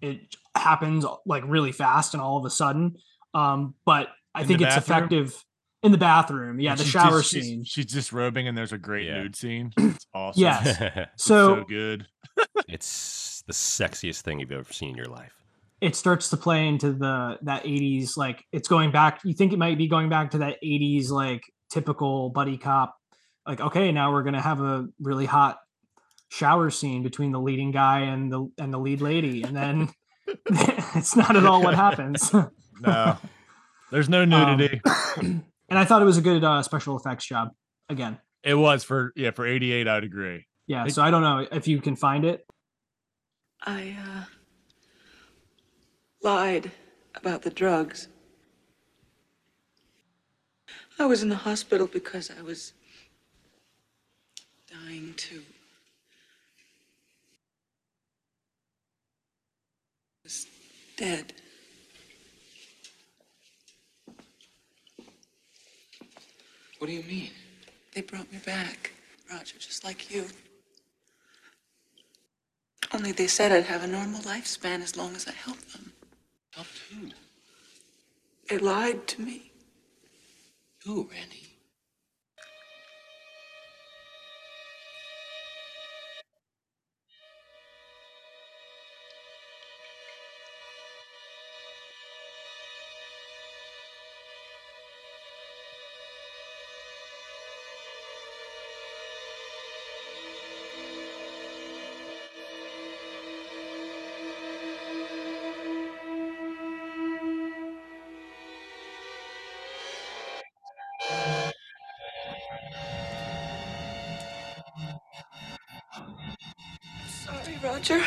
Speaker 2: it happens like really fast and all of a sudden. Um, but I
Speaker 1: In the
Speaker 2: think it's
Speaker 1: bathroom?
Speaker 2: effective in the bathroom. Yeah,
Speaker 1: And
Speaker 2: the
Speaker 1: she's
Speaker 2: shower
Speaker 1: dis- she's-
Speaker 2: scene.
Speaker 1: She's, disrobing, and there's a great
Speaker 3: Yeah.
Speaker 1: nude scene. It's awesome.
Speaker 2: Yes.
Speaker 1: It's so,
Speaker 2: So,
Speaker 1: good.
Speaker 3: it's the sexiest thing you've ever seen in your life.
Speaker 2: it starts to play into the that 80s like it's going back you think it might be going back to that 80s like typical buddy cop like okay now we're going to have a really hot shower scene between the leading guy and the and the lead lady and then it's not at all what happens
Speaker 1: No, there's no
Speaker 2: Um,
Speaker 1: nudity.
Speaker 2: and i thought it was a good uh, special effects job again
Speaker 1: it was for yeah for 88. I'd agree.
Speaker 2: yeah so i don't know if you can find it
Speaker 11: I, uh, lied about the drugs. I was in the hospital because I was dying to. was dead.
Speaker 5: What do you mean?
Speaker 11: They brought me back, Roger, just like you. Only they said I'd have a normal lifespan as long as I helped them.
Speaker 5: Help who?
Speaker 11: They lied to me.
Speaker 5: Who, Randy?
Speaker 11: Sorry, Roger.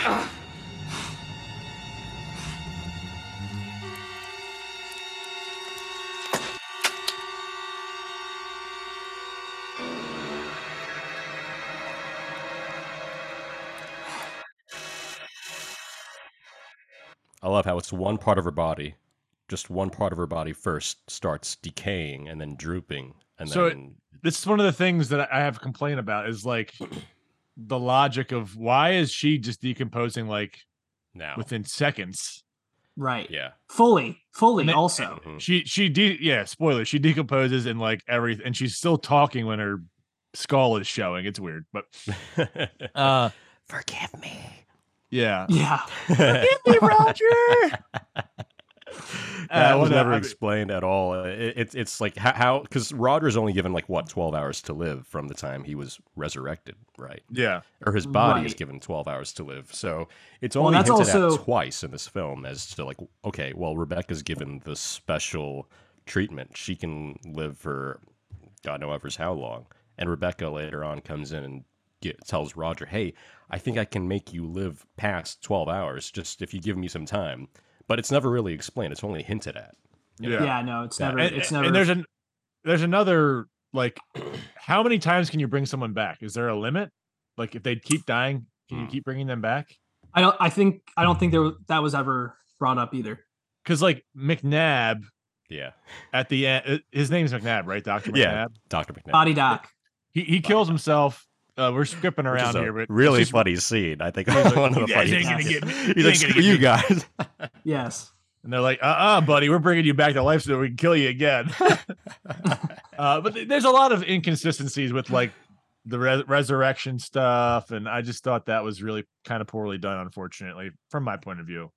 Speaker 3: I love how it's one part of her body, just one part of her body first starts decaying and then drooping, and
Speaker 1: So it-
Speaker 3: then
Speaker 1: This is one of the things that I I have complained about is like the logic of why is she just decomposing like
Speaker 3: now,
Speaker 1: within seconds?
Speaker 2: right
Speaker 3: yeah,
Speaker 2: fully fully
Speaker 1: And then-
Speaker 2: also
Speaker 3: Mhm.
Speaker 1: She she de- yeah spoiler she decomposes and like everything and she's still talking when her skull is showing. It's weird, but
Speaker 3: uh, forgive me.
Speaker 1: Yeah.
Speaker 2: Yeah.
Speaker 1: Forgive me, Roger.
Speaker 3: that
Speaker 1: Uh, well,
Speaker 3: was
Speaker 1: no,
Speaker 3: never
Speaker 1: I mean-
Speaker 3: explained at all. Uh, It, it's it's like ho- how because Roger's only given like what twelve hours to live from the time he was resurrected, right?
Speaker 1: Yeah.
Speaker 3: Or his body is
Speaker 2: Right.
Speaker 3: given twelve hours to live. So it's
Speaker 2: Well,
Speaker 3: only
Speaker 2: that's
Speaker 3: hinted
Speaker 2: also-
Speaker 3: at twice in this film as to like okay, well Rebecca's given the special treatment; she can live for God knows how long. And Rebecca later on comes in and get, tells Roger, "Hey, I think I can make you live past twelve hours just if you give me some time." But it's never really explained; it's only hinted at.
Speaker 1: Yeah.
Speaker 2: Yeah. no, it's
Speaker 3: Yeah.
Speaker 2: never.
Speaker 1: And,
Speaker 2: it's
Speaker 1: and-
Speaker 2: never.
Speaker 1: and there's an there's another like how many times can you bring someone back? Is there a limit? Like if they keep dying, can you
Speaker 3: Hmm.
Speaker 1: keep bringing them back?
Speaker 2: I don't. I think. I don't think there was- that was ever brought up either.
Speaker 1: Because like McNabb
Speaker 3: Yeah,
Speaker 1: at the end, uh, his name's McNabb, right? Doctor McNabb.
Speaker 3: Yeah. Doctor McNabb.
Speaker 2: Body doc.
Speaker 1: He he kills himself. Uh, we're skipping
Speaker 3: which is
Speaker 1: around
Speaker 3: a
Speaker 1: here, but
Speaker 3: really
Speaker 1: it's just-
Speaker 3: funny scene. I think
Speaker 1: like,
Speaker 3: one of
Speaker 1: "You
Speaker 3: the
Speaker 1: guys
Speaker 3: funniest
Speaker 1: ain't gonna
Speaker 3: scenes.
Speaker 1: get me. You
Speaker 3: He's like,
Speaker 1: ain't gonna
Speaker 3: "Screw
Speaker 1: get
Speaker 3: you
Speaker 1: me."
Speaker 3: guys.
Speaker 2: Yes.
Speaker 1: And they're like, uh uh buddy, we're bringing you back to life so that we can kill you again. uh, but th- there's a lot of inconsistencies with like the res- resurrection stuff. And I just thought that was really kind of poorly done, unfortunately, from my point of view.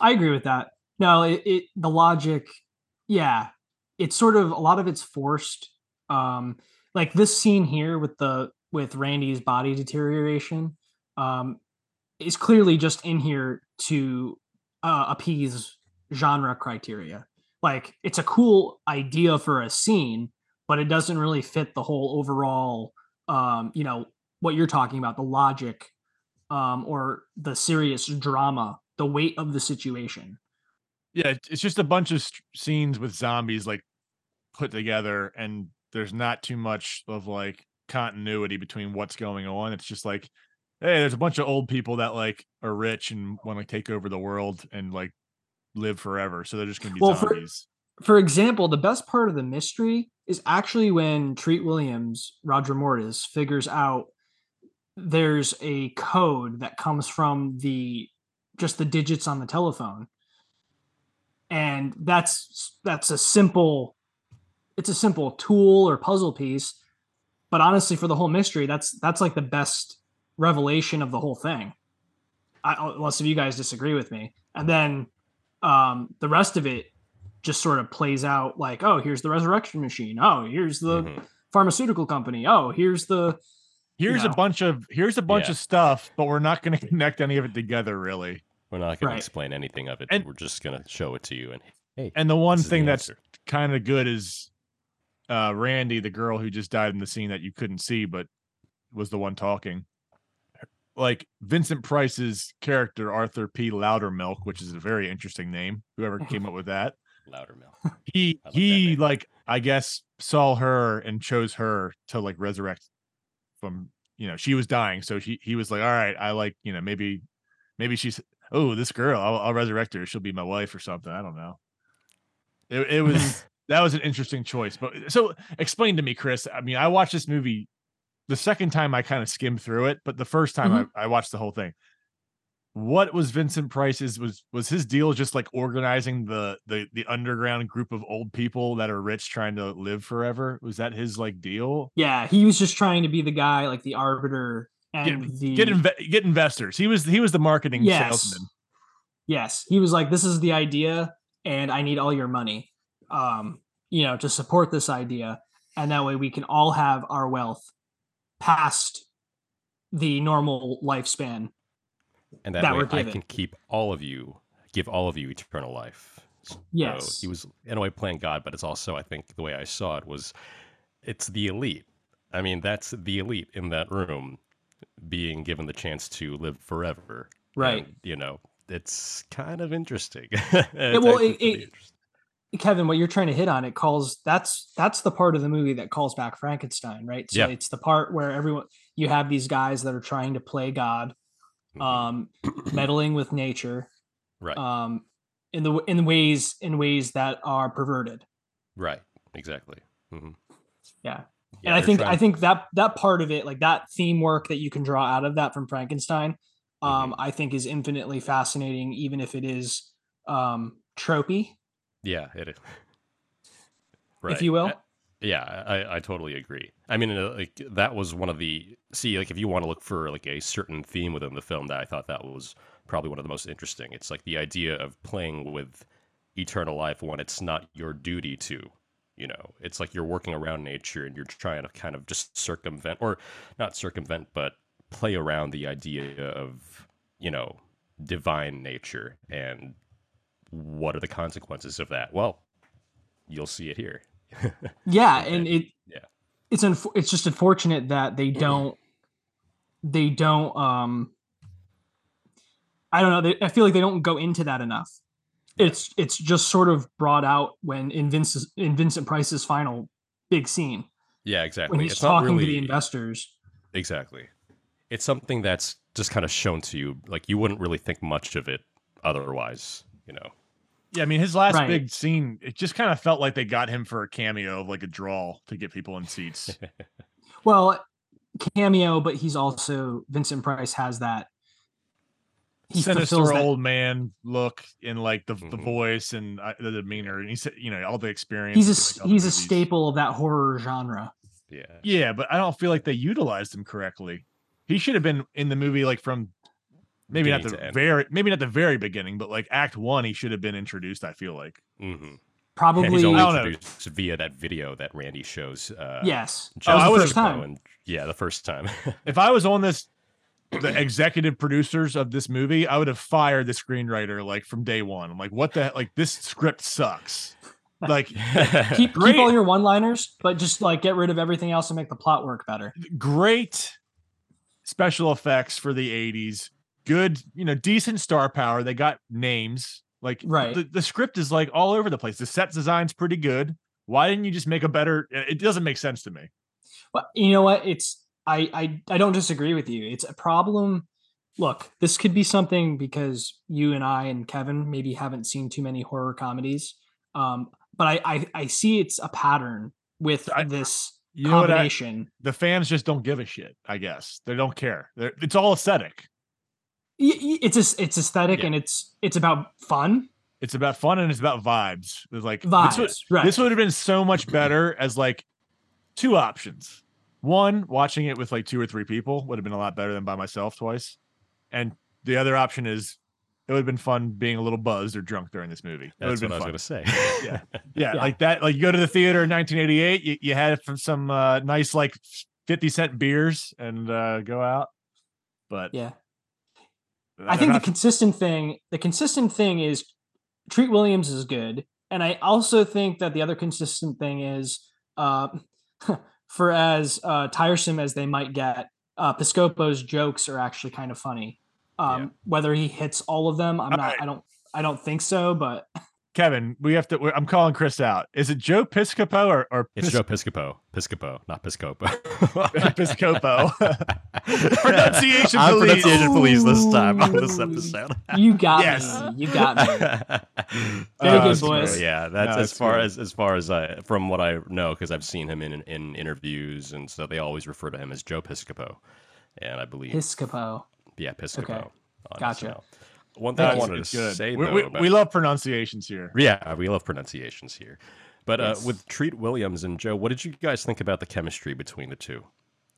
Speaker 2: I agree with that. No, it, it the logic, yeah, it's sort of a lot of it's forced. Um, like this scene here with the with Randy's body deterioration, um, is clearly just in here to uh, appease genre criteria. Like it's a cool idea for a scene, but it doesn't really fit the whole overall, um, you know, what you're talking about, the logic um, or the serious drama, the weight of the situation.
Speaker 1: Yeah, it- it's just a bunch of st- scenes with zombies like put together, and there's not too much of like continuity between what's going on. It's just like, hey, there's a bunch of old people that like are rich and want to take over the world and like live forever, so they're just gonna be
Speaker 2: Well, for-
Speaker 1: zombies.
Speaker 2: For example, the best part of the mystery is actually when Treat Williams, Roger Mortis, figures out there's a code that comes from the just the digits on the telephone. And that's that's a simple it's a simple tool or puzzle piece, but honestly for the whole mystery, that's that's like the best revelation of the whole thing. I, unless if you guys disagree with me. And then um, the rest of it just sort of plays out like, oh, here's the resurrection machine. Oh, here's the
Speaker 3: Mhm.
Speaker 2: pharmaceutical company. Oh, here's the
Speaker 1: Here's a
Speaker 2: know.
Speaker 1: bunch of here's a bunch
Speaker 3: Yeah.
Speaker 1: of stuff, but we're not gonna connect any of it together really.
Speaker 3: We're not going
Speaker 2: Right.
Speaker 3: to explain anything of it.
Speaker 1: And-
Speaker 3: We're just going to show it to you. And hey,
Speaker 1: And the one
Speaker 3: this is the
Speaker 1: thing that's
Speaker 3: answer.
Speaker 1: kind of good is uh Randy, the girl who just died in the scene that you couldn't see but was the one talking. Like Vincent Price's character Arthur P. Loudermilk, which is a very interesting name. Whoever came up with that,
Speaker 3: louder milk.
Speaker 1: he
Speaker 3: I like that
Speaker 1: he
Speaker 3: name.
Speaker 1: like I guess saw her and chose her to like resurrect from you know she was dying, so he he was like, all right, I like you know maybe maybe she's oh this girl I'll, I'll resurrect her she'll be my wife or something I don't know. It it was that was an interesting choice, but uh, so explain to me, Chris. I mean, I watched this movie the second time I kind of skimmed through it, but the first time
Speaker 2: Mm-hmm.
Speaker 1: I, I watched the whole thing. What was Vincent Price's was was his deal just like organizing the the the underground group of old people that are rich trying to live forever? Was that his like deal?
Speaker 2: yeah. He was just trying to be the guy, like the arbiter and Um, the
Speaker 1: Get inve- get investors. He was he was the marketing
Speaker 2: Yes.
Speaker 1: salesman.
Speaker 2: Yes, he was like, "This is the idea, and I need all your money, um, you know, to support this idea, and that way we can all have our wealth past the normal lifespan."
Speaker 3: and that,
Speaker 2: that
Speaker 3: way
Speaker 2: we're
Speaker 3: I
Speaker 2: given.
Speaker 3: can keep all of you, give all of you eternal life. So
Speaker 2: Yes.
Speaker 3: he was in a way playing God, but it's also, I think, the way I saw it was, it's the elite. I mean, that's the elite in that room, being given the chance to live forever.
Speaker 2: Right.
Speaker 3: And, you know, it's kind of interesting.
Speaker 2: well,
Speaker 3: actually
Speaker 2: it-
Speaker 3: pretty
Speaker 2: it- Kevin, what you're trying to hit on, it calls that's that's the part of the movie that calls back Frankenstein, right? So
Speaker 3: Yeah.
Speaker 2: it's the part where everyone you have these guys that are trying to play God,
Speaker 1: Mm-hmm.
Speaker 3: Mhm.
Speaker 2: um, meddling with nature,
Speaker 3: right.
Speaker 2: um, in the in ways in ways that are perverted.
Speaker 3: right. Exactly. hmm
Speaker 2: Yeah. and I think I think that that part of it, like that theme work that you can draw out of that from Frankenstein,
Speaker 3: Mm-hmm.
Speaker 2: um, I think is infinitely fascinating, even if it is um tropey,
Speaker 3: Yeah, it is. Right.
Speaker 2: if you will.
Speaker 3: A- Yeah, I, I totally agree. I mean, uh, like that was one of the see, like if you want to look for like a certain theme within the film, that I thought that was probably one of the most interesting. It's like the idea of playing with eternal life when it's not your duty to. You know, it's like you're working around nature and you're trying to kind of just circumvent, or not circumvent, but play around the idea of you know divine nature and what are the consequences of that. Well, you'll see it here.
Speaker 2: yeah and it
Speaker 3: Yeah.
Speaker 2: it's unf- it's just unfortunate that they
Speaker 1: Mm-hmm.
Speaker 2: don't they don't um i don't know they, i feel like they don't go into that enough it's it's just sort of brought out when in Vince's, in vincent price's final big scene
Speaker 3: Yeah, exactly.
Speaker 2: when he's
Speaker 3: it's not
Speaker 2: talking
Speaker 3: really
Speaker 2: to the investors
Speaker 3: exactly. It's something that's just kind of shown to you. Like you wouldn't really think much of it otherwise, you know.
Speaker 1: Yeah, I mean, his last
Speaker 2: Right.
Speaker 1: big scene, it just kind of felt like they got him for a cameo of like a draw to get people in seats.
Speaker 2: well cameo but he's also vincent price has that he fulfills
Speaker 1: Sinister
Speaker 2: that
Speaker 1: old man look and like the, the
Speaker 3: Mhm.
Speaker 1: voice and uh, the demeanor, and he said, you know, all the experience.
Speaker 2: he's a
Speaker 1: of
Speaker 2: s-
Speaker 1: doing all the
Speaker 2: he's a
Speaker 1: movies.
Speaker 2: staple of that horror genre
Speaker 3: Yeah.
Speaker 1: Yeah, but I don't feel like they utilized him correctly. He should have been in the movie like from maybe not
Speaker 3: Beginning to
Speaker 1: the
Speaker 3: end.
Speaker 1: very maybe not the very beginning, but like Act One, he should have been introduced. I feel like.
Speaker 3: Mm-hmm. And
Speaker 2: probably
Speaker 3: he's only
Speaker 1: I don't know.
Speaker 3: introduced via that video that Randy shows. Uh,
Speaker 2: yes
Speaker 1: Oh,
Speaker 3: Joseph
Speaker 1: I would've-
Speaker 2: first time.
Speaker 3: Cohen. yeah, the first time.
Speaker 1: if I was on this, the executive producers of this movie, I would have fired the screenwriter like from day one. I'm like, what the like this script sucks. Like
Speaker 2: keep, keep
Speaker 1: Great.
Speaker 2: all your one liners, but just like get rid of everything else and make the plot work better.
Speaker 1: great special effects for the 80s, good, you know, decent star power. They got names. Like
Speaker 2: Right.
Speaker 1: the, the script is like all over the place. The set design's pretty good. Why didn't you just make a better uh, it it doesn't make sense to me.
Speaker 2: But you know what? It's I I, I don't disagree with you. It's a problem. Look, this could be something because you and I and Kevin maybe haven't seen too many horror comedies. Um, but I I, I see it's a pattern with
Speaker 1: I-
Speaker 2: this
Speaker 1: You know what I,
Speaker 2: combination.
Speaker 1: the fans just don't give a shit, I guess. They don't care. They're, it's all aesthetic.
Speaker 2: Y- y- It's a, it's aesthetic
Speaker 3: Yeah.
Speaker 2: and it's it's about fun
Speaker 1: It's about fun and it's about vibes. It's like this
Speaker 2: vibes,
Speaker 1: would-
Speaker 2: right?
Speaker 1: this would have been so much better as like two options. One, watching it with like two or three people would have been a lot better than by myself twice. And the other option is it would have been fun being a little buzzed or drunk during this movie. It would
Speaker 3: That's
Speaker 1: have
Speaker 3: what I
Speaker 1: been
Speaker 3: was
Speaker 1: fun.
Speaker 3: going to say.
Speaker 1: Yeah. Yeah,
Speaker 2: Yeah.
Speaker 1: like that. Like you go to the theater in 1988, you, you had from some uh, nice like 50 cent beers and uh, go out. But
Speaker 2: yeah.
Speaker 1: they're
Speaker 2: I think the
Speaker 1: not-
Speaker 2: consistent thing, the consistent thing is Treat Williams is good, and I also think that the other consistent thing is, uh, for as uh, tiresome as they might get, uh, Piscopo's jokes are actually kind of funny. Um, Whether he hits all of them, I'm
Speaker 1: All
Speaker 2: not.
Speaker 1: right.
Speaker 2: I don't. I don't think so. But
Speaker 1: Kevin, we have to. we're- I'm calling Chris out. Is it Joe Piscopo or, or
Speaker 3: It's
Speaker 1: Pis-
Speaker 3: Joe Piscopo. Piscopo, not Piscopo.
Speaker 1: Piscopo? Pronunciation
Speaker 3: I'm
Speaker 1: police.
Speaker 3: pronunciation police this time on this
Speaker 2: Ooh.
Speaker 3: episode.
Speaker 2: you got
Speaker 1: Yes.
Speaker 2: me. You got me.
Speaker 1: Very
Speaker 3: Uh,
Speaker 1: good,
Speaker 3: so,
Speaker 2: boys.
Speaker 3: Yeah, Oh, that's
Speaker 1: No,
Speaker 3: as
Speaker 1: it's
Speaker 3: far
Speaker 1: good.
Speaker 3: as as far as I from what I know because I've seen him in in interviews and so they always refer to him as Joe Piscopo, and I believe
Speaker 2: Piscopo.
Speaker 3: yeah Piscopo.
Speaker 2: Okay.
Speaker 3: on
Speaker 2: Gotcha.
Speaker 3: SNL. One thing
Speaker 1: No,
Speaker 3: I
Speaker 1: it's-
Speaker 3: wanted
Speaker 1: it's
Speaker 3: to say
Speaker 1: we,
Speaker 3: though,
Speaker 1: we,
Speaker 3: about-
Speaker 1: we love pronunciations here.
Speaker 3: yeah, we love pronunciations here, but uh,
Speaker 2: Yes.
Speaker 3: with Treat Williams and Joe, what did you guys think about the chemistry between the two?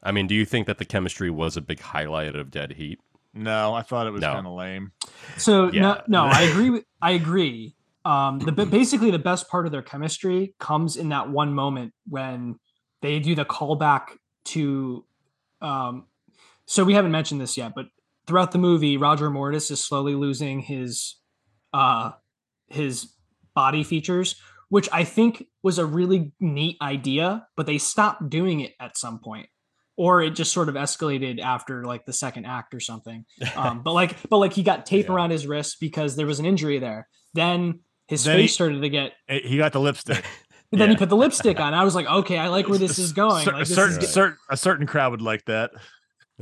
Speaker 3: I mean, do you think that the chemistry was a big highlight of Dead Heat?
Speaker 1: No, I thought it was
Speaker 3: No.
Speaker 1: kind of lame.
Speaker 2: So
Speaker 3: Yeah.
Speaker 2: no, no, I agree. With, I agree. Um, the but basically the best part of their chemistry comes in that one moment when they do the callback to. Um, so we haven't mentioned this yet, but throughout the movie, Roger Mortis is slowly losing his, uh, his body features, which I think was a really neat idea, but they stopped doing it at some point, or it just sort of escalated after like the second act or something um, but like but like he got tape
Speaker 3: Yeah.
Speaker 2: around his wrist because there was an injury there then his
Speaker 1: Then he-
Speaker 2: face started to get
Speaker 1: Eh, He got the lipstick.
Speaker 2: then he
Speaker 3: Yeah.
Speaker 2: put the lipstick on i was like okay i like where this is going
Speaker 1: Cer-
Speaker 2: like, this
Speaker 1: certain,
Speaker 2: is
Speaker 3: good.
Speaker 1: certain, a certain crowd would like that.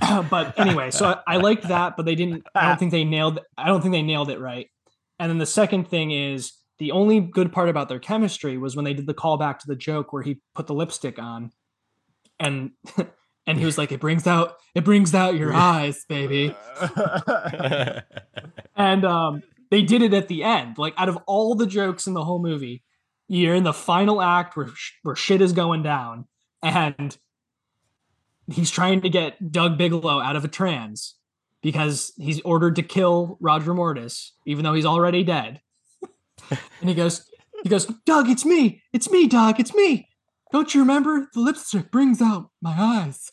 Speaker 2: get- but anyway so I, I liked that but they didn't i don't think they nailed i don't think they nailed it right and then the second thing is the only good part about their chemistry was when they did the callback to the joke where he put the lipstick on and and he was like it brings out it brings out your eyes baby and um, they did it at the end. Like out of all the jokes in the whole movie, You're in the final act where sh- where shit is going down, and he's trying to get Doug Bigelow out of a trance because he's ordered to kill Roger Mortis, even though he's already dead. and he goes, he goes, Doug, it's me, it's me, Doug, it's me. Don't you remember? The lipstick brings out my eyes.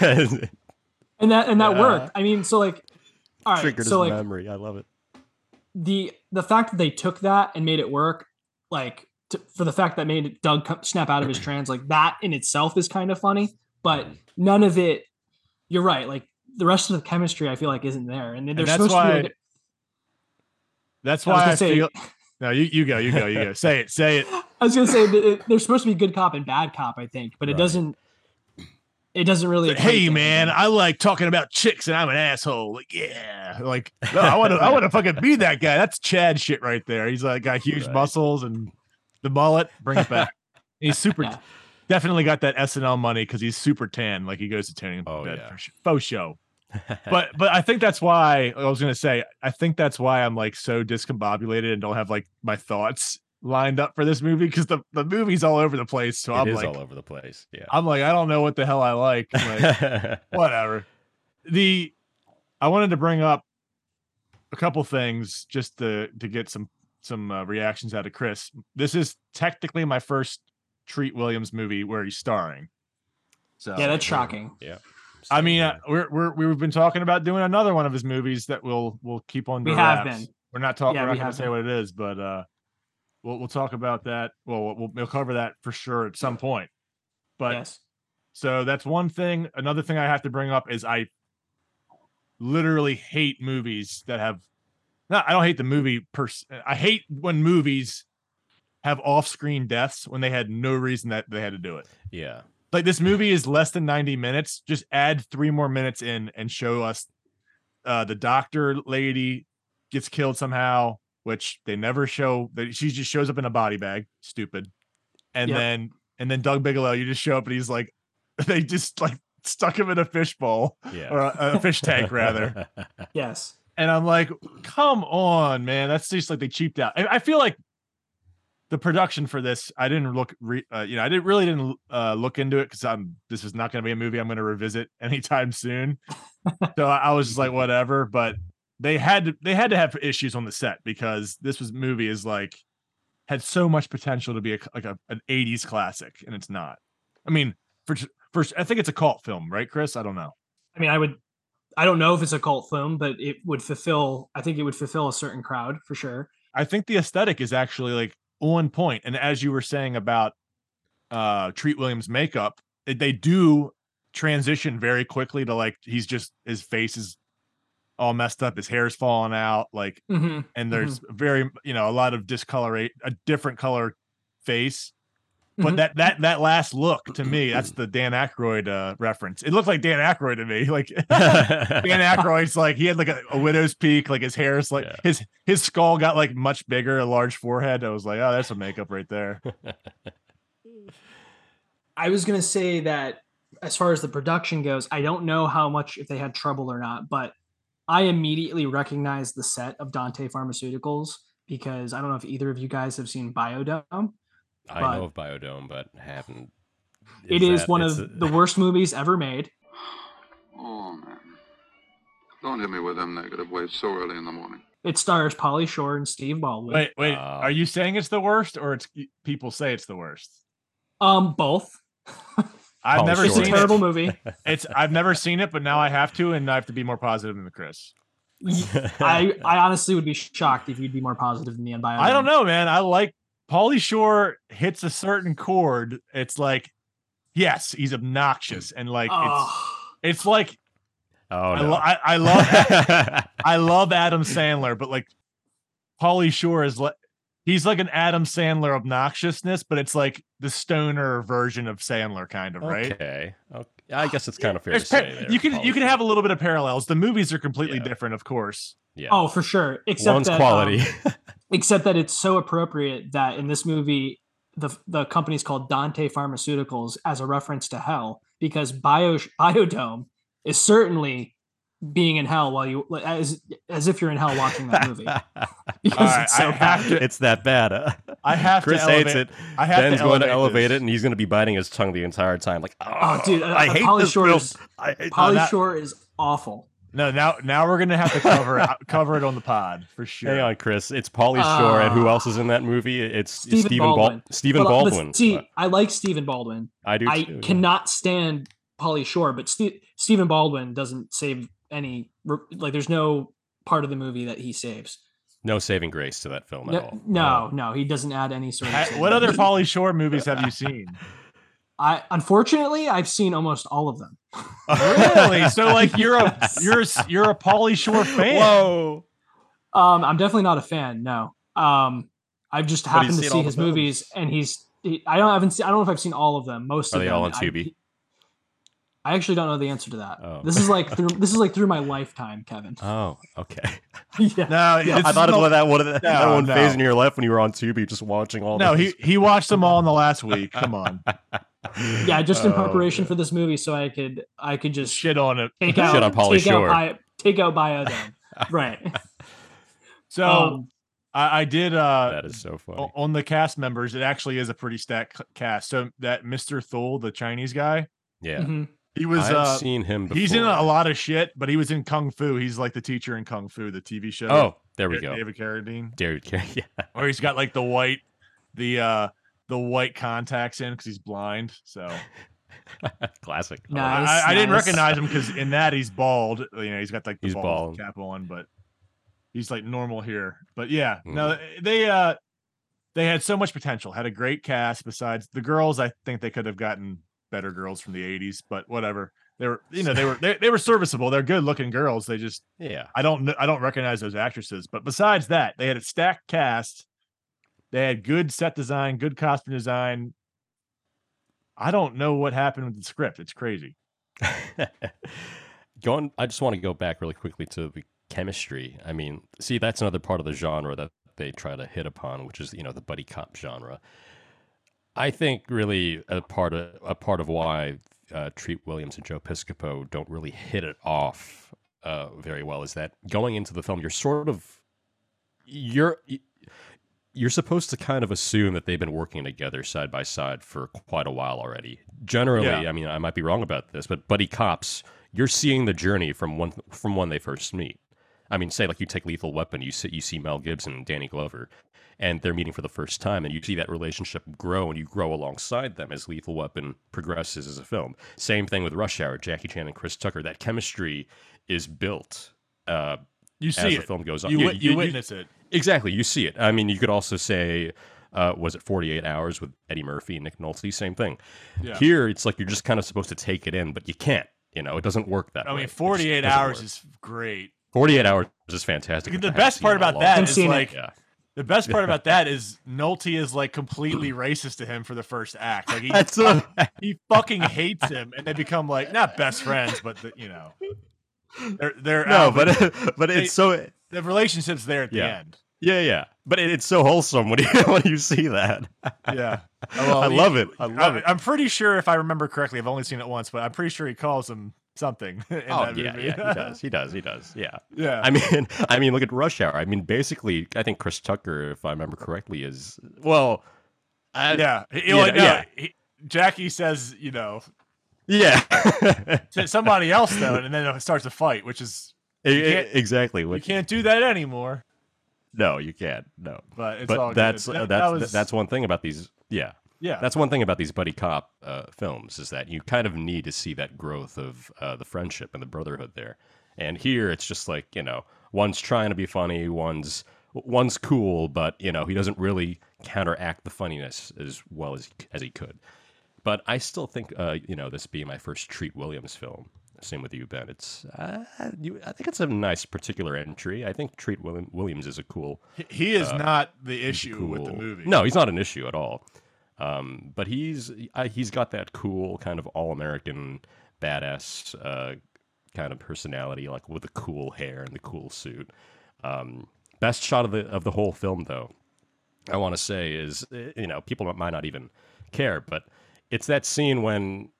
Speaker 2: and that and that
Speaker 3: Yeah.
Speaker 2: worked. I mean, so like, all right,
Speaker 3: Triggered his
Speaker 2: so like
Speaker 3: memory. I love it.
Speaker 2: the the fact that they took that and made it work, like t for the fact that made it Doug co- snap out of his trance, like that in itself is kind of funny. But
Speaker 1: Mm-hmm.
Speaker 2: none of it, you're right. Like the rest of the chemistry, I feel like isn't there, and they're
Speaker 1: that's
Speaker 2: supposed to. Be
Speaker 1: why-
Speaker 2: able to-
Speaker 1: That's
Speaker 2: I was
Speaker 1: why I,
Speaker 2: gonna say-
Speaker 1: feel. No, you you go, you go, you go. Say it, say it.
Speaker 2: I was gonna say that it- they're supposed to be good cop and bad cop, I think, but it
Speaker 1: Right.
Speaker 2: doesn't. It doesn't really. equate
Speaker 1: hey
Speaker 2: to
Speaker 1: man,
Speaker 2: anything.
Speaker 1: I like talking about chicks and I'm an asshole. Like, yeah. Like, no, I want to I want to fucking be that guy. That's Chad shit right there. He's like got huge
Speaker 3: Right.
Speaker 1: muscles and the mullet. Bring it back. he's super
Speaker 2: Yeah.
Speaker 1: definitely got that SNL money because he's super tan. Like he goes to tanning
Speaker 3: Oh,
Speaker 1: bed
Speaker 3: yeah.
Speaker 1: for sh- faux show. but but I think that's why I was gonna say I think that's why I'm like so discombobulated and don't have like my thoughts lined up for this movie because the, the movie's all over the place. So
Speaker 3: it
Speaker 1: I'm
Speaker 3: is
Speaker 1: like
Speaker 3: all over the place. Yeah.
Speaker 1: I'm like I don't know what the hell I like. Like whatever. The I wanted to bring up a couple things just to to get some some uh, reactions out of Chris. This is technically my first Treat Williams movie where he's starring. So
Speaker 2: Yeah, that's shocking.
Speaker 3: yeah.
Speaker 1: I mean, uh,
Speaker 3: Same
Speaker 1: we're we're we've been talking about doing another one of his movies that we'll we'll keep on.
Speaker 2: We
Speaker 1: the
Speaker 2: have
Speaker 1: wraps.
Speaker 2: been.
Speaker 1: We're not talking.
Speaker 2: Yeah,
Speaker 1: we're
Speaker 2: we
Speaker 1: not going
Speaker 2: have
Speaker 1: to say what it is, but uh, we'll we'll talk about that. Well, we'll- we'll we'll cover that for sure at some point. But
Speaker 2: yes.
Speaker 1: so that's one thing. Another thing I have to bring up is I literally hate movies that have. No, I don't hate the movie. Pers- I hate when movies have off-screen deaths when they had no reason that they had to do it.
Speaker 3: yeah.
Speaker 1: Like this movie is less than ninety minutes. Just add three more minutes in and show us uh, the doctor lady gets killed somehow, which they never show. That she just shows up in a body bag. Stupid. And
Speaker 2: Yep.
Speaker 1: then and then Doug Bigelow, you just show up and he's like, they just like stuck him in a fish bowl
Speaker 3: Yeah.
Speaker 1: or a, a fish tank rather.
Speaker 2: Yes.
Speaker 1: And I'm like, come on, man. That's just like they cheaped out. I, I feel like the production for this, I didn't look, re, uh, you know, I didn't really didn't uh, look into it because I'm this is not going to be a movie I'm going to revisit anytime soon. so I, I was just like, whatever. But they had to, they had to have issues on the set because this was movie is like had so much potential to be a, like a, an 80s classic, and it's not. I mean, for for I think it's a cult film, right, Chris? I don't know.
Speaker 2: I mean, I would. I don't know if it's a cult film, but it would fulfill. I think it would fulfill a certain crowd for sure.
Speaker 1: I think the aesthetic is actually like on point. And as you were saying about uh Treat Williams makeup, it- they do transition very quickly to like he's just his face is all messed up, his hair's falling out, like
Speaker 2: Mm-hmm.
Speaker 1: and there's very you know a lot of discolorate a different color face. But
Speaker 2: Mhm.
Speaker 1: that that that last look to me, that's the Dan Aykroyd uh, reference. It looked like Dan Aykroyd to me. Like Dan Aykroyd's like he had like a, a widow's peak, like his hair's like
Speaker 3: Yeah.
Speaker 1: his his skull got like much bigger, a large forehead. I was like, oh, that's some makeup right there.
Speaker 2: I was gonna say that as far as the production goes, I don't know how much if they had trouble or not, but I immediately recognized the set of Dante Pharmaceuticals because I don't know if either of you guys have seen Biodome.
Speaker 3: I know of Biodome, but haven't.
Speaker 2: it is
Speaker 3: that-
Speaker 2: one
Speaker 3: it's
Speaker 2: of
Speaker 3: a-
Speaker 2: the worst movies ever made.
Speaker 10: Oh, man. Don't hit me with them negative waves so early in the morning.
Speaker 2: It stars Polly Shore and Steve Baldwin.
Speaker 1: Wait, wait, are
Speaker 3: Um,
Speaker 1: you saying it's the worst, or it's people say it's the worst?
Speaker 2: Um, both.
Speaker 1: I've
Speaker 3: Oh,
Speaker 1: never
Speaker 2: It's a
Speaker 3: sure.
Speaker 1: seen
Speaker 2: terrible
Speaker 1: it.
Speaker 2: movie.
Speaker 1: It's I've never seen it, but now I have to, and I have to be more positive than the Chris.
Speaker 2: I, I honestly would be shocked if you'd be more positive than me on Biodome.
Speaker 1: I don't
Speaker 3: Um,
Speaker 1: know, man. I like Pauly Shore hits a certain chord. It's like, yes, he's obnoxious, and like
Speaker 2: Oh.
Speaker 1: it's it's like
Speaker 3: Ah. oh
Speaker 1: I,
Speaker 3: no.
Speaker 1: lo- I, I love I love Adam Sandler, but like Pauly Shore is like he's like an Adam Sandler obnoxiousness, but it's like the stoner version of Sandler, kind of right.
Speaker 3: Okay. okay. I guess it's kind of fair
Speaker 1: There's
Speaker 3: to
Speaker 1: par-
Speaker 3: say. there,
Speaker 1: you can you
Speaker 3: probably.
Speaker 1: can have a little bit of parallels. The movies are completely
Speaker 3: Yeah.
Speaker 1: different, of course.
Speaker 3: Yeah.
Speaker 2: Oh, for sure. Except
Speaker 3: One's
Speaker 2: that,
Speaker 3: quality.
Speaker 2: um, except that it's so appropriate that in this movie, the the company's called Dante Pharmaceuticals as a reference to hell because Bio Biodome is certainly being in hell while you as as if you're in hell watching that movie.
Speaker 1: All
Speaker 2: because
Speaker 1: right,
Speaker 2: it's so
Speaker 1: I
Speaker 2: bad.
Speaker 1: have to-
Speaker 3: it's that bad. huh?
Speaker 1: I have to
Speaker 3: Chris hates
Speaker 1: elevate-
Speaker 3: it.
Speaker 1: I have to
Speaker 3: Ben's going to
Speaker 1: elevate
Speaker 3: elevate
Speaker 1: this.
Speaker 3: it, and he's going to be biting his tongue the entire time. Like, oh,
Speaker 2: Oh, dude, uh,
Speaker 3: I hate
Speaker 2: Polly
Speaker 3: this
Speaker 2: Shore.
Speaker 3: film.
Speaker 2: Is,
Speaker 3: I hate
Speaker 2: Polly
Speaker 1: that-
Speaker 2: Shore is awful.
Speaker 1: No, now now we're gonna have to cover it- cover it on the pod for sure.
Speaker 3: Hang on, Chris. It's Polly Shore, and who
Speaker 2: Ah.
Speaker 3: else is in that movie? It's it's
Speaker 2: Stephen
Speaker 3: Stephen
Speaker 2: Baldwin.
Speaker 3: Bal- Stephen
Speaker 2: But, uh, but
Speaker 3: Baldwin.
Speaker 2: see, I like Stephen Baldwin.
Speaker 3: I do.
Speaker 2: I
Speaker 3: too, yeah.
Speaker 2: cannot stand Polly Shore, but Ste Stephen Baldwin doesn't save any. Like, there's no part of the movie that he saves.
Speaker 3: No saving grace to that film at all.
Speaker 2: No, no, no, he doesn't add any sort of.
Speaker 1: Oh. Ha-
Speaker 2: saving
Speaker 1: What other
Speaker 2: grace.
Speaker 1: Polly Shore movies have you seen?
Speaker 2: I unfortunately, I've seen almost all of them.
Speaker 1: really? So like you're a you're a, you're a Polly Shore fan.
Speaker 3: Oh. Whoa.
Speaker 2: Um, I'm definitely not a fan. No. Um, I've just
Speaker 3: But he's
Speaker 2: happened to
Speaker 3: seen
Speaker 2: see
Speaker 3: all the
Speaker 2: his movies, and he's. He, I don't haven't. Seen, I don't know if I've seen all of them. Most
Speaker 3: Are
Speaker 2: of
Speaker 3: they
Speaker 2: them,
Speaker 3: all on
Speaker 2: I-
Speaker 3: Tubi?
Speaker 2: I, actually don't know the answer to that.
Speaker 3: Oh.
Speaker 2: This is like through. this is like through my lifetime, Kevin.
Speaker 3: Oh, okay.
Speaker 2: yeah.
Speaker 1: Uh, No, it's
Speaker 3: I thought it
Speaker 1: not-
Speaker 3: was that one of the, that
Speaker 1: No,
Speaker 3: one
Speaker 1: no.
Speaker 3: phase in your life when you were on Tubi, just watching all.
Speaker 1: No,
Speaker 3: those.
Speaker 1: he he watched them all in the last week. Come on,
Speaker 2: yeah just in
Speaker 3: Oh,
Speaker 2: preparation for this movie so i could i could just
Speaker 1: shit on it.
Speaker 2: take
Speaker 3: Shit
Speaker 2: out
Speaker 3: on Pauly
Speaker 2: take
Speaker 3: Shore.
Speaker 2: out bio, take out bio then right
Speaker 1: So
Speaker 2: um,
Speaker 1: I, I did uh
Speaker 3: That is so funny.
Speaker 1: o- on the cast members. It actually is a pretty stacked c- cast. So that Mr. Thole, the Chinese guy,
Speaker 3: yeah,
Speaker 2: mhm.
Speaker 1: Mm-hmm. he was
Speaker 3: I've
Speaker 1: uh,
Speaker 3: seen him. Before.
Speaker 1: he's in a lot of shit, but he was in Kung Fu. He's like the teacher in Kung Fu, the TV show.
Speaker 3: Oh, there we
Speaker 1: Da-
Speaker 3: go.
Speaker 1: David Carradine,
Speaker 3: David Carradine. Yeah.
Speaker 1: or he's got like the white the uh the white contacts in because he's blind. So.
Speaker 3: Classic.
Speaker 1: I-
Speaker 2: Nice,
Speaker 1: I, I didn't
Speaker 2: nice.
Speaker 1: recognize him because in that he's bald. You know, he's got like the
Speaker 3: He's
Speaker 1: bald
Speaker 3: bald.
Speaker 1: cap on, but he's like normal here. But yeah, no,
Speaker 3: Mm-hmm.
Speaker 1: they uh they had so much potential. Had a great cast. Besides the girls, I think they could have gotten better girls from the '80s, but whatever. They were, you know, they were they, they were serviceable. They're good looking girls. They just
Speaker 3: Yeah.
Speaker 1: I don't kn- I don't recognize those actresses. But besides that, they had a stacked cast. They had good set design, good costume design. I don't know what happened with the script. It's crazy.
Speaker 3: Going, I just want to go back really quickly to the chemistry. I mean, see, that's another part of the genre that they try to hit upon, which is you know the buddy cop genre. I think really a part of a part of why uh, Treat Williams and Joe Piscopo don't really hit it off uh, very well is that going into the film, you're sort of you're you're supposed to kind of assume that they've been working together side by side for quite a while already. Generally,
Speaker 1: Yeah.
Speaker 3: I mean, I might be wrong about this, but buddy cops, you're seeing the journey from when from when they first meet. I mean, say like you take Lethal Weapon, you see, you see Mel Gibson and Danny Glover, and they're meeting for the first time, and you see that relationship grow, and you grow alongside them as Lethal Weapon progresses as a film. Same thing with Rush Hour, Jackie Chan and Chris Tucker. That chemistry is built uh,
Speaker 1: You
Speaker 3: as
Speaker 1: see
Speaker 3: the
Speaker 1: it.
Speaker 3: film goes on.
Speaker 1: You,
Speaker 3: Yeah,
Speaker 1: wit- you witness it.
Speaker 3: Exactly, you see it. I mean, you could also say, uh, was it Forty Eight Hours with Eddie Murphy and Nick Nolte? Same thing.
Speaker 1: Yeah.
Speaker 3: Here, it's like you're just kind of supposed to take it in, but you can't. You know, it doesn't work that
Speaker 1: I
Speaker 3: way.
Speaker 1: mean,
Speaker 3: It just
Speaker 1: 48
Speaker 3: doesn't
Speaker 1: hours
Speaker 3: work.
Speaker 1: is great.
Speaker 3: Forty Eight Hours is fantastic.
Speaker 1: The
Speaker 3: which I haven't
Speaker 1: best part
Speaker 3: seen in a
Speaker 1: about
Speaker 3: long
Speaker 1: that
Speaker 3: time.
Speaker 1: is, Seen it. like,
Speaker 3: yeah.
Speaker 1: The best part about that is Nolte is like completely racist to him for the first act. Like he,
Speaker 3: That's a,
Speaker 1: he fucking hates him, and they become like not best friends, but the, you know, they're they're
Speaker 3: no,
Speaker 1: out,
Speaker 3: but but it's so
Speaker 1: the relationship's there at the
Speaker 3: Yeah.
Speaker 1: end.
Speaker 3: yeah yeah. But it, it's so wholesome when you when you see that.
Speaker 1: Yeah,
Speaker 3: I
Speaker 1: he-
Speaker 3: love it. I love it.
Speaker 1: I'm pretty sure if I remember correctly, I've only seen it once, but I'm pretty sure he calls him something. In
Speaker 3: Oh
Speaker 1: that
Speaker 3: yeah,
Speaker 1: movie.
Speaker 3: yeah, he does, he does, he does. Yeah.
Speaker 1: yeah.
Speaker 3: I mean, I mean, look at Rush Hour. I mean, basically, I think Chris Tucker, if I remember correctly, is well, I,
Speaker 1: yeah, He- he
Speaker 3: you
Speaker 1: like,
Speaker 3: know,
Speaker 1: no,
Speaker 3: yeah.
Speaker 1: he- Jackie says, you know,
Speaker 3: yeah,
Speaker 1: to somebody else though, and then it starts a fight, which is
Speaker 3: E-
Speaker 1: You can't-
Speaker 3: exactly.
Speaker 1: you
Speaker 3: Which,
Speaker 1: can't do that anymore.
Speaker 3: no, you can't. No,
Speaker 1: But it's all
Speaker 3: but
Speaker 1: good.
Speaker 3: that's
Speaker 1: That-
Speaker 3: uh,
Speaker 1: that
Speaker 3: that's
Speaker 1: was-
Speaker 3: that's one thing about these. Yeah,
Speaker 1: yeah.
Speaker 3: that's one thing about these buddy cop uh, films is that you kind of need to see that growth of uh, the friendship and the brotherhood there. And here, it's just like you know, one's trying to be funny, one's one's cool, but you know, he doesn't really counteract the funniness as well as as he could. But I still think, uh, you know, this being my first Treat Williams film. Same with you, Ben. It's uh, you, I think it's a nice particular entry. I think Treat William, Williams is a cool
Speaker 1: He- He is
Speaker 3: uh,
Speaker 1: not the issue with the
Speaker 3: cool-
Speaker 1: movie.
Speaker 3: No, he's not an issue at all. Um, but he's I, he's got that cool kind of all American badass uh, kind of personality, like with the cool hair and the cool suit. Um, best shot of the of the whole film, though, I want to say is eh, you know people might not even care, but it's that scene when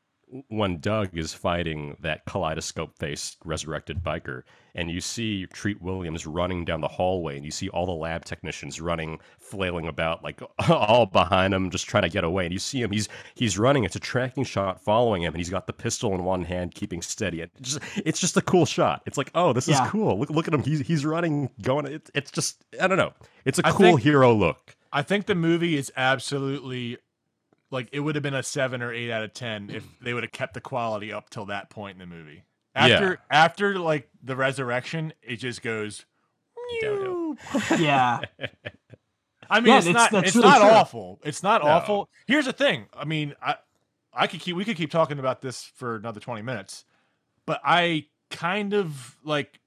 Speaker 3: when Doug is fighting that kaleidoscope faced resurrected biker, and you see Treat Williams running down the hallway, and you see all the lab technicians running, flailing about, like all behind him, just trying to get away. And you see him; he's he's running. It's a tracking shot following him, and he's got the pistol in one hand, keeping steady. It just, it's just a cool shot. It's like, oh, this
Speaker 2: Yeah.
Speaker 3: is cool. Look, look at him. He's he's running, going. It, it's just, I don't know. It's a
Speaker 1: I
Speaker 3: cool
Speaker 1: think-
Speaker 3: hero look.
Speaker 1: I think the movie is absolutely like it would have been a seven or eight out of ten if they would have kept the quality up till that point in the movie.
Speaker 3: Yeah.
Speaker 1: After after like the resurrection, it just goes.
Speaker 3: Dodo.
Speaker 2: yeah.
Speaker 1: I mean,
Speaker 2: Yeah,
Speaker 1: it's
Speaker 2: that's-
Speaker 1: not
Speaker 2: that's
Speaker 1: it's
Speaker 2: really
Speaker 1: not
Speaker 2: true.
Speaker 1: awful. It's not
Speaker 3: No.
Speaker 1: awful. Here's the thing. I mean, I I could keep we could keep talking about this for another twenty minutes, but I kind of like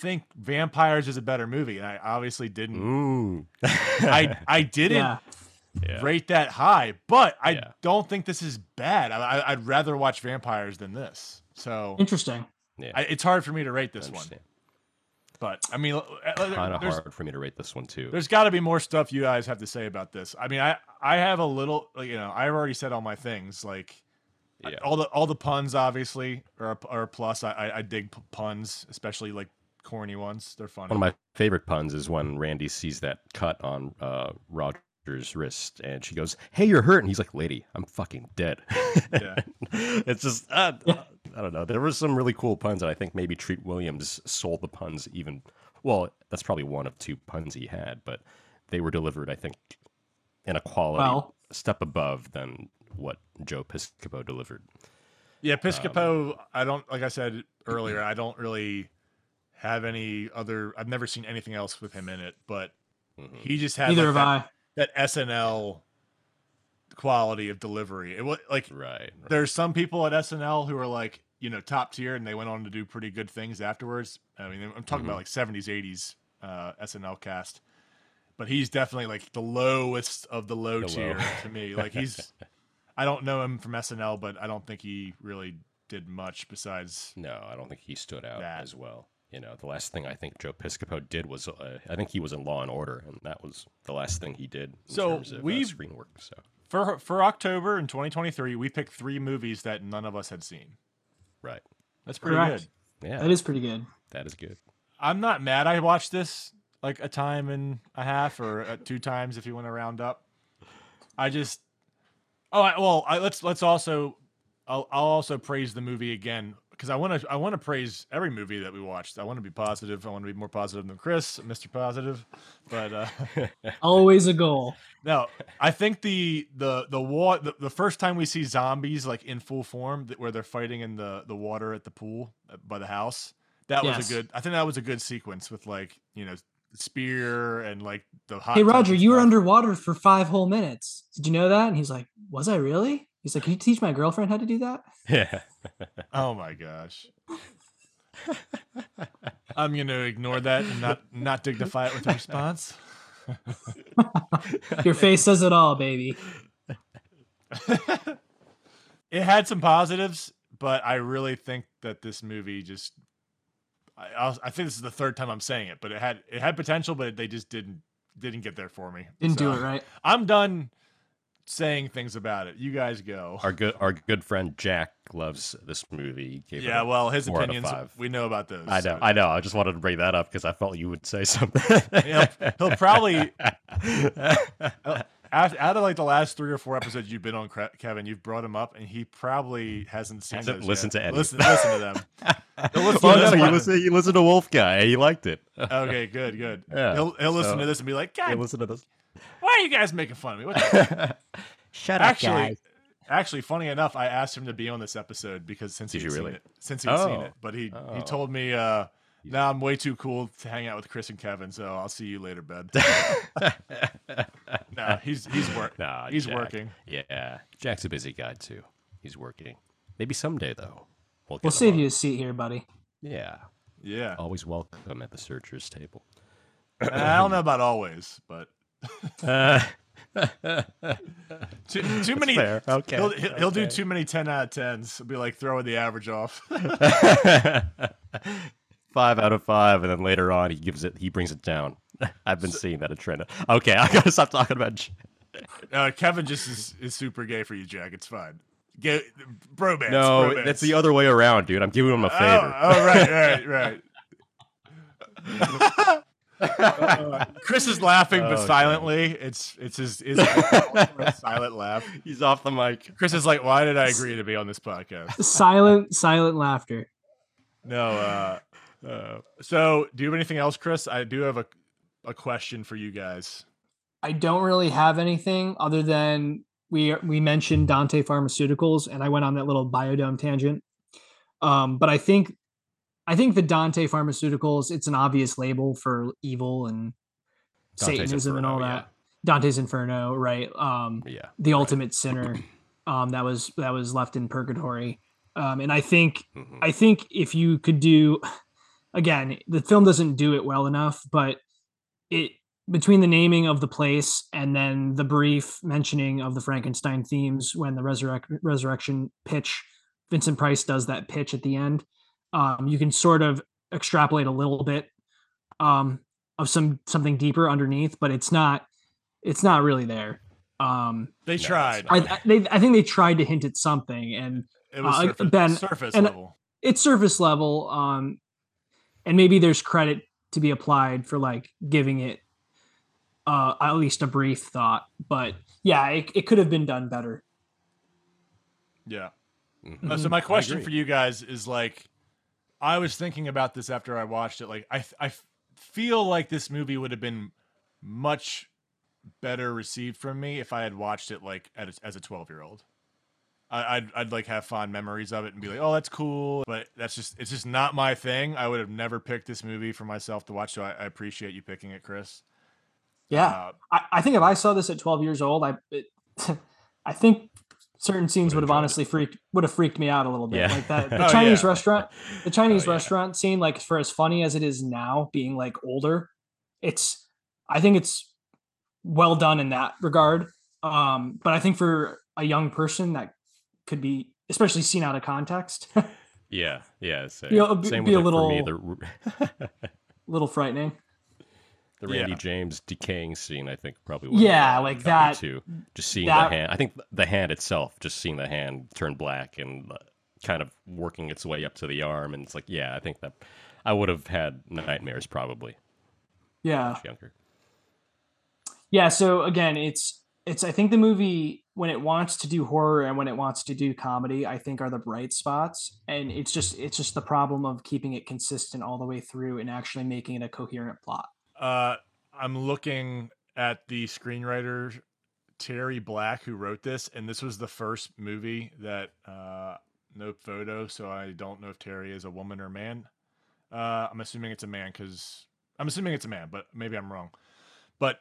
Speaker 1: think Vampires is a better movie, and I obviously didn't.
Speaker 3: Ooh.
Speaker 1: I I didn't
Speaker 2: Yeah.
Speaker 3: Yeah.
Speaker 1: rate that high, but I
Speaker 3: Yeah.
Speaker 1: don't think this is bad. I, I, I'd rather watch Vampires than this. So
Speaker 2: Interesting.
Speaker 3: Yeah,
Speaker 1: I, it's hard for me to rate
Speaker 3: I
Speaker 1: this one.
Speaker 3: understand.
Speaker 1: But I mean, uh, uh,
Speaker 3: Kind
Speaker 1: there-
Speaker 3: of
Speaker 1: there's,
Speaker 3: hard for me to rate this one too.
Speaker 1: there's got to be more stuff you guys have to say about this. I mean, I I have a little, like, you know, I've already said all my things. Like I-
Speaker 3: Yeah.
Speaker 1: all the all the puns, obviously, are a, are a plus. I, I I dig p- puns, especially like corny ones. They're funny.
Speaker 3: One of my favorite puns is when Randy sees that cut on uh, Roger's wrist, and she goes, "Hey, you're hurt," and he's like, "Lady, I'm fucking dead."
Speaker 1: Yeah.
Speaker 3: it's just uh, I don't know. There were some really cool puns, and I think maybe Treat Williams sold the puns even. Well, that's probably one of two puns he had, but they were delivered, I think, in a quality
Speaker 2: Well-
Speaker 3: step above than what Joe Piscopo delivered.
Speaker 1: Yeah,
Speaker 3: Um,
Speaker 1: Piscopo. I don't like I said earlier. I don't really have any other. I've never seen anything else with him in it, but
Speaker 3: Mhm.
Speaker 1: he just had
Speaker 2: Neither
Speaker 1: like,
Speaker 2: have I.
Speaker 1: that, that SNL quality of delivery. It was like
Speaker 3: Right. right.
Speaker 1: there's some people at SNL who are like you know top tier, and they went on to do pretty good things afterwards. I mean, I'm talking
Speaker 3: Mhm.
Speaker 1: about like 70s, 80s uh, SNL cast, but he's definitely like the lowest of the low
Speaker 3: The low.
Speaker 1: tier to me. Like he's, I don't know him from SNL, but I don't think he really did much besides
Speaker 3: No, I don't think he stood out
Speaker 1: That.
Speaker 3: as well. You know, the last thing I think Joe Piscopo did was uh, I think he was in Law and Order, and that was the last thing he did in
Speaker 1: So
Speaker 3: terms of uh,
Speaker 1: we've-
Speaker 3: screen work. So
Speaker 1: for for October in 2023. We picked three movies that none of us had seen.
Speaker 3: right,
Speaker 1: That's pretty
Speaker 2: Correct.
Speaker 1: good.
Speaker 3: yeah,
Speaker 2: That is pretty good.
Speaker 3: that is good.
Speaker 1: I'm not mad. I watched this like a time and a half or uh, two times if you want to round up. I just oh I, well I, let's let's also I'll, I'll also praise the movie again because I want to I want to praise every movie that we watched. I want to be positive. I want to be more positive than Chris, Mister Positive. But uh,
Speaker 2: Always a goal.
Speaker 1: no, I think the the the wa- the, the first time we see zombies like in full form that where they're fighting in the the water at the pool uh, by the house. That was
Speaker 2: Yes.
Speaker 1: a good. I think that was a good sequence with like you know spear and like the hot.
Speaker 2: Hey
Speaker 1: tub
Speaker 2: Roger,
Speaker 1: and
Speaker 2: you were
Speaker 1: stuff.
Speaker 2: underwater for five whole minutes. Did you know that? And he's like, Was I really? He's like, Can you teach my girlfriend how to do that?
Speaker 3: Yeah,
Speaker 1: Oh my gosh. I'm going to ignore that and not not dignify it with a response.
Speaker 2: Your face says it all, baby.
Speaker 1: it had some positives, but I really think that this movie just. I, I'll, I think this is the third time I'm saying it, but it had it had potential, but they just didn't didn't get there for me.
Speaker 2: Didn't do
Speaker 1: So,
Speaker 2: it right.
Speaker 1: I'm done saying things about it. You guys go.
Speaker 3: our good our good friend Jack loves this movie. He Gave it
Speaker 1: Yeah,
Speaker 3: a
Speaker 1: well, his
Speaker 3: four out of
Speaker 1: opinions
Speaker 3: five.
Speaker 1: we know about those.
Speaker 3: I
Speaker 1: so-
Speaker 3: know, I know. I just wanted to bring that up because I felt you would say something.
Speaker 1: He'll- he'll probably- Af- out of like the last three or four episodes you've been on, Cre- Kevin, you've brought him up, and he probably hasn't seen.
Speaker 3: Hasn't
Speaker 1: those
Speaker 3: listened
Speaker 1: yet.
Speaker 3: to any.
Speaker 1: Listen, listen to them. He'll listen to
Speaker 3: Well,
Speaker 1: this one.
Speaker 3: no, you listen, you listen to Wolf Guy. He liked it.
Speaker 1: Okay, good, good.
Speaker 3: Yeah,
Speaker 1: he'll he'll listen
Speaker 3: so-
Speaker 1: to this and be like,
Speaker 3: You
Speaker 1: "God,
Speaker 3: listen to this.
Speaker 1: why are you guys making fun of me?" What the-"
Speaker 3: Shut
Speaker 1: actually, actually, funny enough, I asked him to be on this episode because since
Speaker 3: Did
Speaker 1: he'd
Speaker 3: you
Speaker 1: seen
Speaker 3: really?
Speaker 1: it, since he'd seen
Speaker 3: Oh.
Speaker 1: it, but he he
Speaker 3: Oh.
Speaker 1: told me, uh, "No, I'm way too cool to hang out with Chris and Kevin, so I'll see you later, bud." no, he's he's working.
Speaker 3: Nah,
Speaker 1: he's
Speaker 3: Jack.
Speaker 1: working.
Speaker 3: Yeah, Jack's a busy guy too. He's working. Maybe someday though. We'll,
Speaker 2: We'll
Speaker 3: get him
Speaker 2: save
Speaker 3: on.
Speaker 2: you a seat here, buddy.
Speaker 3: Yeah,
Speaker 1: Yeah,
Speaker 3: always welcome at the searchers table.
Speaker 1: I don't know about always, but.
Speaker 3: Uh,
Speaker 1: Too, too many.
Speaker 3: fair. Okay.
Speaker 1: He'll, he'll, he'll do
Speaker 3: Okay.
Speaker 1: too many 10 out of 10s. It'll be like throwing the average off.
Speaker 3: five out of five, and then later on he gives it. He brings it down. I've been seeing that a trend. Okay, I gotta stop talking about. J-
Speaker 1: uh, Kevin just is, is super gay for you, Jack. It's fine. Go, bromance.
Speaker 3: no,
Speaker 1: bromance.
Speaker 3: that's the other way around, dude. I'm giving him a
Speaker 1: Oh,
Speaker 3: favor.
Speaker 1: oh, right, right, right. Uh, Chris is laughing,
Speaker 3: Oh,
Speaker 1: but
Speaker 3: God.
Speaker 1: silently. It's it's his, his silent laugh.
Speaker 3: He's off the mic.
Speaker 1: Chris is like, "Why did I agree to be on this podcast?"
Speaker 2: silent, silent laughter.
Speaker 1: No. Uh, uh, so, do you have anything else, Chris? I do have a a question for you guys.
Speaker 2: I don't really have anything other than we we mentioned Dante Pharmaceuticals, and I went on that little biodome tangent. Um, but I think I think the Dante Pharmaceuticals it's an obvious label for evil and
Speaker 3: Dante's
Speaker 2: Satanism and
Speaker 3: Inferno,
Speaker 2: all that.
Speaker 3: yeah.
Speaker 2: Dante's Inferno, right? Um,
Speaker 3: Yeah,
Speaker 2: the ultimate sinner um, that was that was left in purgatory. Um, and I think
Speaker 3: Mm-hmm.
Speaker 2: I think if you could do again, the film doesn't do it well enough, but it between the naming of the place and then the brief mentioning of the Frankenstein themes when the resurrect, resurrection pitch, Vincent Price does that pitch at the end. Um, you can sort of extrapolate a little bit um, of some something deeper underneath, but it's not it's not really there. Um,
Speaker 1: They tried.
Speaker 2: I, I- they, I think they tried to hint at something, and
Speaker 1: It was
Speaker 2: uh,
Speaker 1: surface-
Speaker 2: Ben-
Speaker 1: surface
Speaker 2: and
Speaker 1: level.
Speaker 2: It's surface level, um, and maybe there's credit to be applied for like giving it uh, at least a brief thought. But yeah, it, it could have been done better.
Speaker 1: Yeah.
Speaker 2: Mhm.
Speaker 1: Uh, so
Speaker 2: Mhm.
Speaker 1: my
Speaker 2: I
Speaker 1: question
Speaker 2: agree.
Speaker 1: for you guys is like, I was thinking about this after I watched it. Like, I th- I f- feel like this movie would have been much better received from me if I had watched it like at a, as a twelve year old. I'd I'd like have fond memories of it and be like, oh, that's cool. But that's just it's just not my thing. I would have never picked this movie for myself to watch. So I, I appreciate you picking it, Chris.
Speaker 2: Yeah,
Speaker 1: Uh,
Speaker 2: I, I think if I saw this at 12 years old, I it, I think certain scenes would have honestly freaked would have freaked me out a little bit.
Speaker 3: Yeah.
Speaker 2: Like that the
Speaker 3: Oh,
Speaker 2: Chinese
Speaker 3: yeah. Oh,
Speaker 2: restaurant, the Chinese restaurant scene, like for as funny as it is now, being like older, it's I think it's well done in that regard. Um, but I think for a young person that could be especially seen out of context, a
Speaker 3: Yeah, yeah. Same,
Speaker 2: Be a- be-
Speaker 3: same
Speaker 2: be
Speaker 3: with
Speaker 2: a
Speaker 3: like, for me, the,
Speaker 2: little frightening.
Speaker 3: the
Speaker 2: Yeah.
Speaker 3: Randy James decaying scene. I think probably.
Speaker 2: Yeah, like
Speaker 3: got me
Speaker 2: that-
Speaker 3: too. Just seeing
Speaker 2: that-
Speaker 3: the hand. I think the hand itself, just seeing the hand turn black and uh, kind of working its way up to the arm, and it's like, yeah, I think that I would have had nightmares probably.
Speaker 2: Yeah.
Speaker 3: much Younger.
Speaker 2: Yeah, so again, it's it's I think the movie when it wants to do horror and when it wants to do comedy, I think are the bright spots. And it's just it's just the problem of keeping it consistent all the way through and actually making it a coherent plot.
Speaker 1: Uh, I'm looking at the screenwriter Terry Black who wrote this, and this was the first movie that uh, no photo, so I don't know if Terry is a woman or man. Uh, I'm assuming it's a man because I'm assuming it's a man, but maybe I'm wrong. But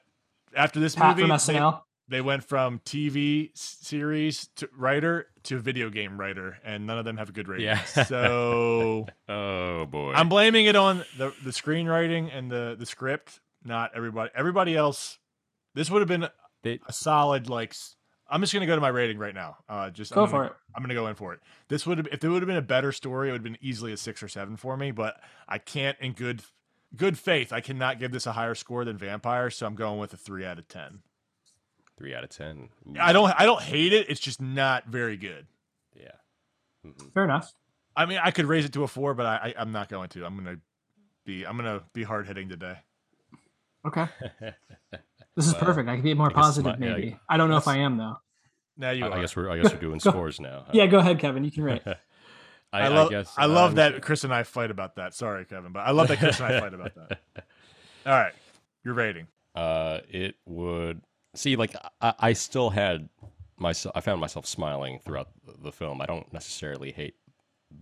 Speaker 1: after this
Speaker 2: Pat
Speaker 1: movie,
Speaker 2: from
Speaker 1: they-
Speaker 2: SNL?
Speaker 1: They, went from TV s- series to writer to video game writer, and none of them have good ratings.
Speaker 3: Yeah.
Speaker 1: So
Speaker 3: Oh boy.
Speaker 1: I'm blaming it on the the screenwriting and the the script, not everybody. Everybody else, this would have been a solid like. s- I'm just gonna go to my rating right now. Uh, just
Speaker 2: Go
Speaker 1: I'm gonna,
Speaker 2: for it.
Speaker 1: I'm gonna go in for it. This would have if there would have been a better story, it would have been easily a six or seven for me. But I can't in good good faith. I cannot give this a higher score than Vampire, so I'm going with a three out of ten.
Speaker 3: Three out of ten. Ooh.
Speaker 1: I don't I don't hate it. It's just not very good.
Speaker 3: Yeah.
Speaker 2: Fair enough.
Speaker 1: I mean, I could raise it to a four, but I, I I'm not going to. I'm gonna be I'm gonna be hard hitting today.
Speaker 2: Okay. This is
Speaker 3: Well,
Speaker 2: perfect. I could be more
Speaker 3: I guess
Speaker 2: positive
Speaker 3: my- yeah,
Speaker 2: maybe. I don't know if
Speaker 3: that's-
Speaker 2: I am though.
Speaker 1: Now you.
Speaker 3: I, I
Speaker 1: are.
Speaker 3: guess we're. I guess we're doing
Speaker 2: Go-
Speaker 3: scores now. huh?
Speaker 2: Yeah, go ahead, Kevin. You can rate.
Speaker 1: I,
Speaker 3: I
Speaker 1: love. I,
Speaker 3: guess uh,
Speaker 1: love
Speaker 3: I'm-
Speaker 1: that Chris and I fight about that. Sorry, Kevin, but I love that Chris and I fight about that. All right, your rating.
Speaker 3: uh, it would see like I, I still had myself. I found myself smiling throughout the- the film. I don't necessarily hate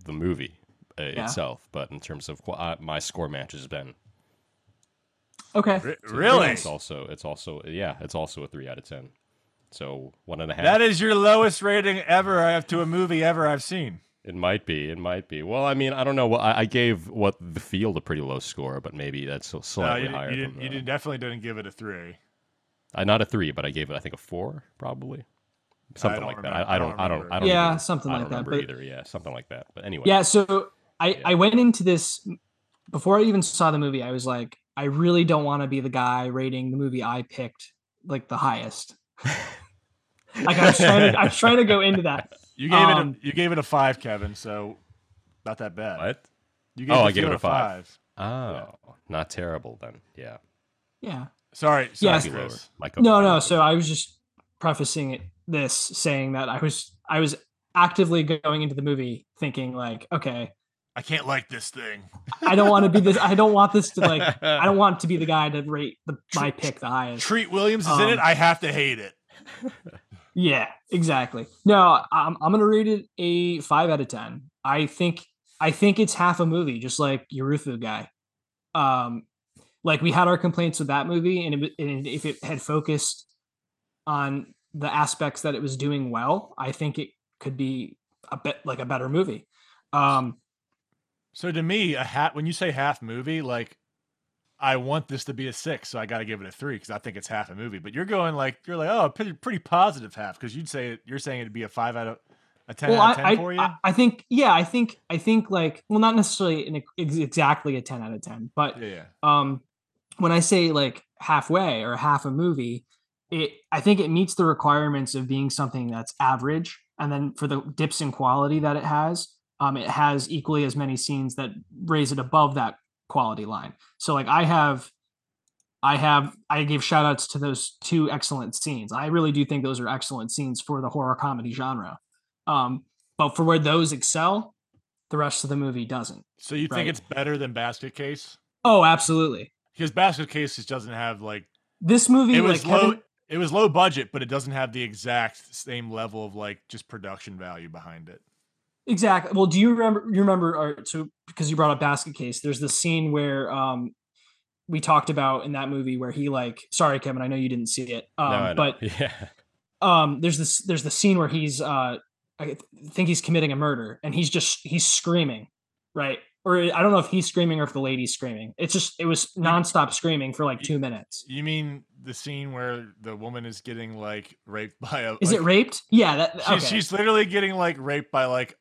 Speaker 3: the movie uh,
Speaker 2: Yeah.
Speaker 3: itself, but in terms of qu- uh, my score match has been
Speaker 2: Okay.
Speaker 3: so It's also it's also yeah, it's also a three out of ten. So one and a half.
Speaker 1: That is your lowest rating ever I have to a movie ever I've seen.
Speaker 3: It might be. It might be. Well, I mean, I don't know. Well, I, I gave what the field a pretty low score, but maybe that's so-
Speaker 1: No,
Speaker 3: slightly
Speaker 1: Uh, you,
Speaker 3: higher.
Speaker 1: you,
Speaker 3: than
Speaker 1: didn't, you didn't- definitely didn't give it a three.
Speaker 3: I Uh, not a three, but I gave it I think a four probably, something
Speaker 1: don't
Speaker 3: like that.
Speaker 1: remember-
Speaker 3: I,
Speaker 1: I
Speaker 3: I
Speaker 1: don't
Speaker 3: don't. I don't.
Speaker 1: remember.
Speaker 3: I don't.
Speaker 2: Yeah,
Speaker 3: even-
Speaker 2: something
Speaker 3: I
Speaker 2: like
Speaker 3: don't
Speaker 2: that,
Speaker 3: remember
Speaker 2: but-
Speaker 3: either. Yeah, something like that. But anyway.
Speaker 2: Yeah, so I I went into this before I even saw the movie. I was like, I really don't want to be the guy rating the movie I picked like the highest. like I was trying to I was trying to go into that,
Speaker 1: You gave
Speaker 2: Um,
Speaker 1: it a, you gave it a five, Kevin. So not that bad.
Speaker 3: What?
Speaker 1: You gave
Speaker 3: oh,
Speaker 1: the
Speaker 3: I gave
Speaker 1: field
Speaker 3: it
Speaker 1: a
Speaker 3: a five.
Speaker 1: five.
Speaker 3: Oh, not terrible then. Yeah.
Speaker 2: Yeah.
Speaker 1: Sorry. sorry
Speaker 2: Yes.
Speaker 1: Chris.
Speaker 3: Lower. My cup-
Speaker 2: No, no. So I was just prefacing it this saying that I was I was actively going into the movie thinking like, okay,
Speaker 1: I can't like this thing.
Speaker 2: I don't want to be this. I don't want this to like. I don't want to be the guy to rate the my pick the highest.
Speaker 1: Treat Williams is in
Speaker 2: Um,
Speaker 1: it. I have to hate it.
Speaker 2: Yeah, exactly. No, I'm I'm gonna rate it a five out of ten. I think I think it's half a movie, just like Yorufu guy. Um, like we had our complaints with that movie, and, it, wa- and if it had focused on the aspects that it was doing well, I think it could be a bit like a better movie. Um,
Speaker 1: So to me, a hat when you say half movie, like I want this to be a six, so I got to give it a three because I think it's half a movie. But you're going like you're like oh, a pretty, pretty positive half because you'd say you're saying it'd be a five out of a ten
Speaker 2: well,
Speaker 1: out of
Speaker 2: I,
Speaker 1: ten
Speaker 2: I,
Speaker 1: for you.
Speaker 2: I I think yeah, I think I think like well, not necessarily an, ex- exactly a ten out of ten, but
Speaker 1: yeah, yeah.
Speaker 2: um when i say like halfway or half a movie it i think it meets the requirements of being something that's average and then for the dips in quality that it has um it has equally as many scenes that raise it above that quality line so like i have i have i give shout outs to those two excellent scenes i really do think those are excellent scenes for the horror comedy genre um but for where those excel the rest of the movie doesn't
Speaker 1: So you
Speaker 2: Right.
Speaker 1: think it's better than Basket Case
Speaker 2: oh absolutely
Speaker 1: because Basket Case just doesn't have like
Speaker 2: this movie
Speaker 1: it
Speaker 2: like
Speaker 1: was low.
Speaker 2: Kevin-
Speaker 1: It was low budget, but it doesn't have the exact same level of like just production value behind it.
Speaker 2: Exactly. Well, do you remember? You remember? Or, so because you brought up basket case, there's the scene where um we talked about in that movie where he like, sorry, Kevin, I know you didn't see it, um,
Speaker 3: no, I know.
Speaker 2: but
Speaker 3: yeah.
Speaker 2: um there's this there's the scene where he's uh I th- think he's committing a murder and he's just he's screaming, right? Or I don't know if he's screaming or if the lady's screaming. It's just it was nonstop screaming for like two minutes.
Speaker 1: You mean the scene where the woman is getting like raped by a?
Speaker 2: Is
Speaker 1: like,
Speaker 2: it raped? Yeah, that
Speaker 1: She's,
Speaker 2: okay.
Speaker 1: she's literally getting like raped by like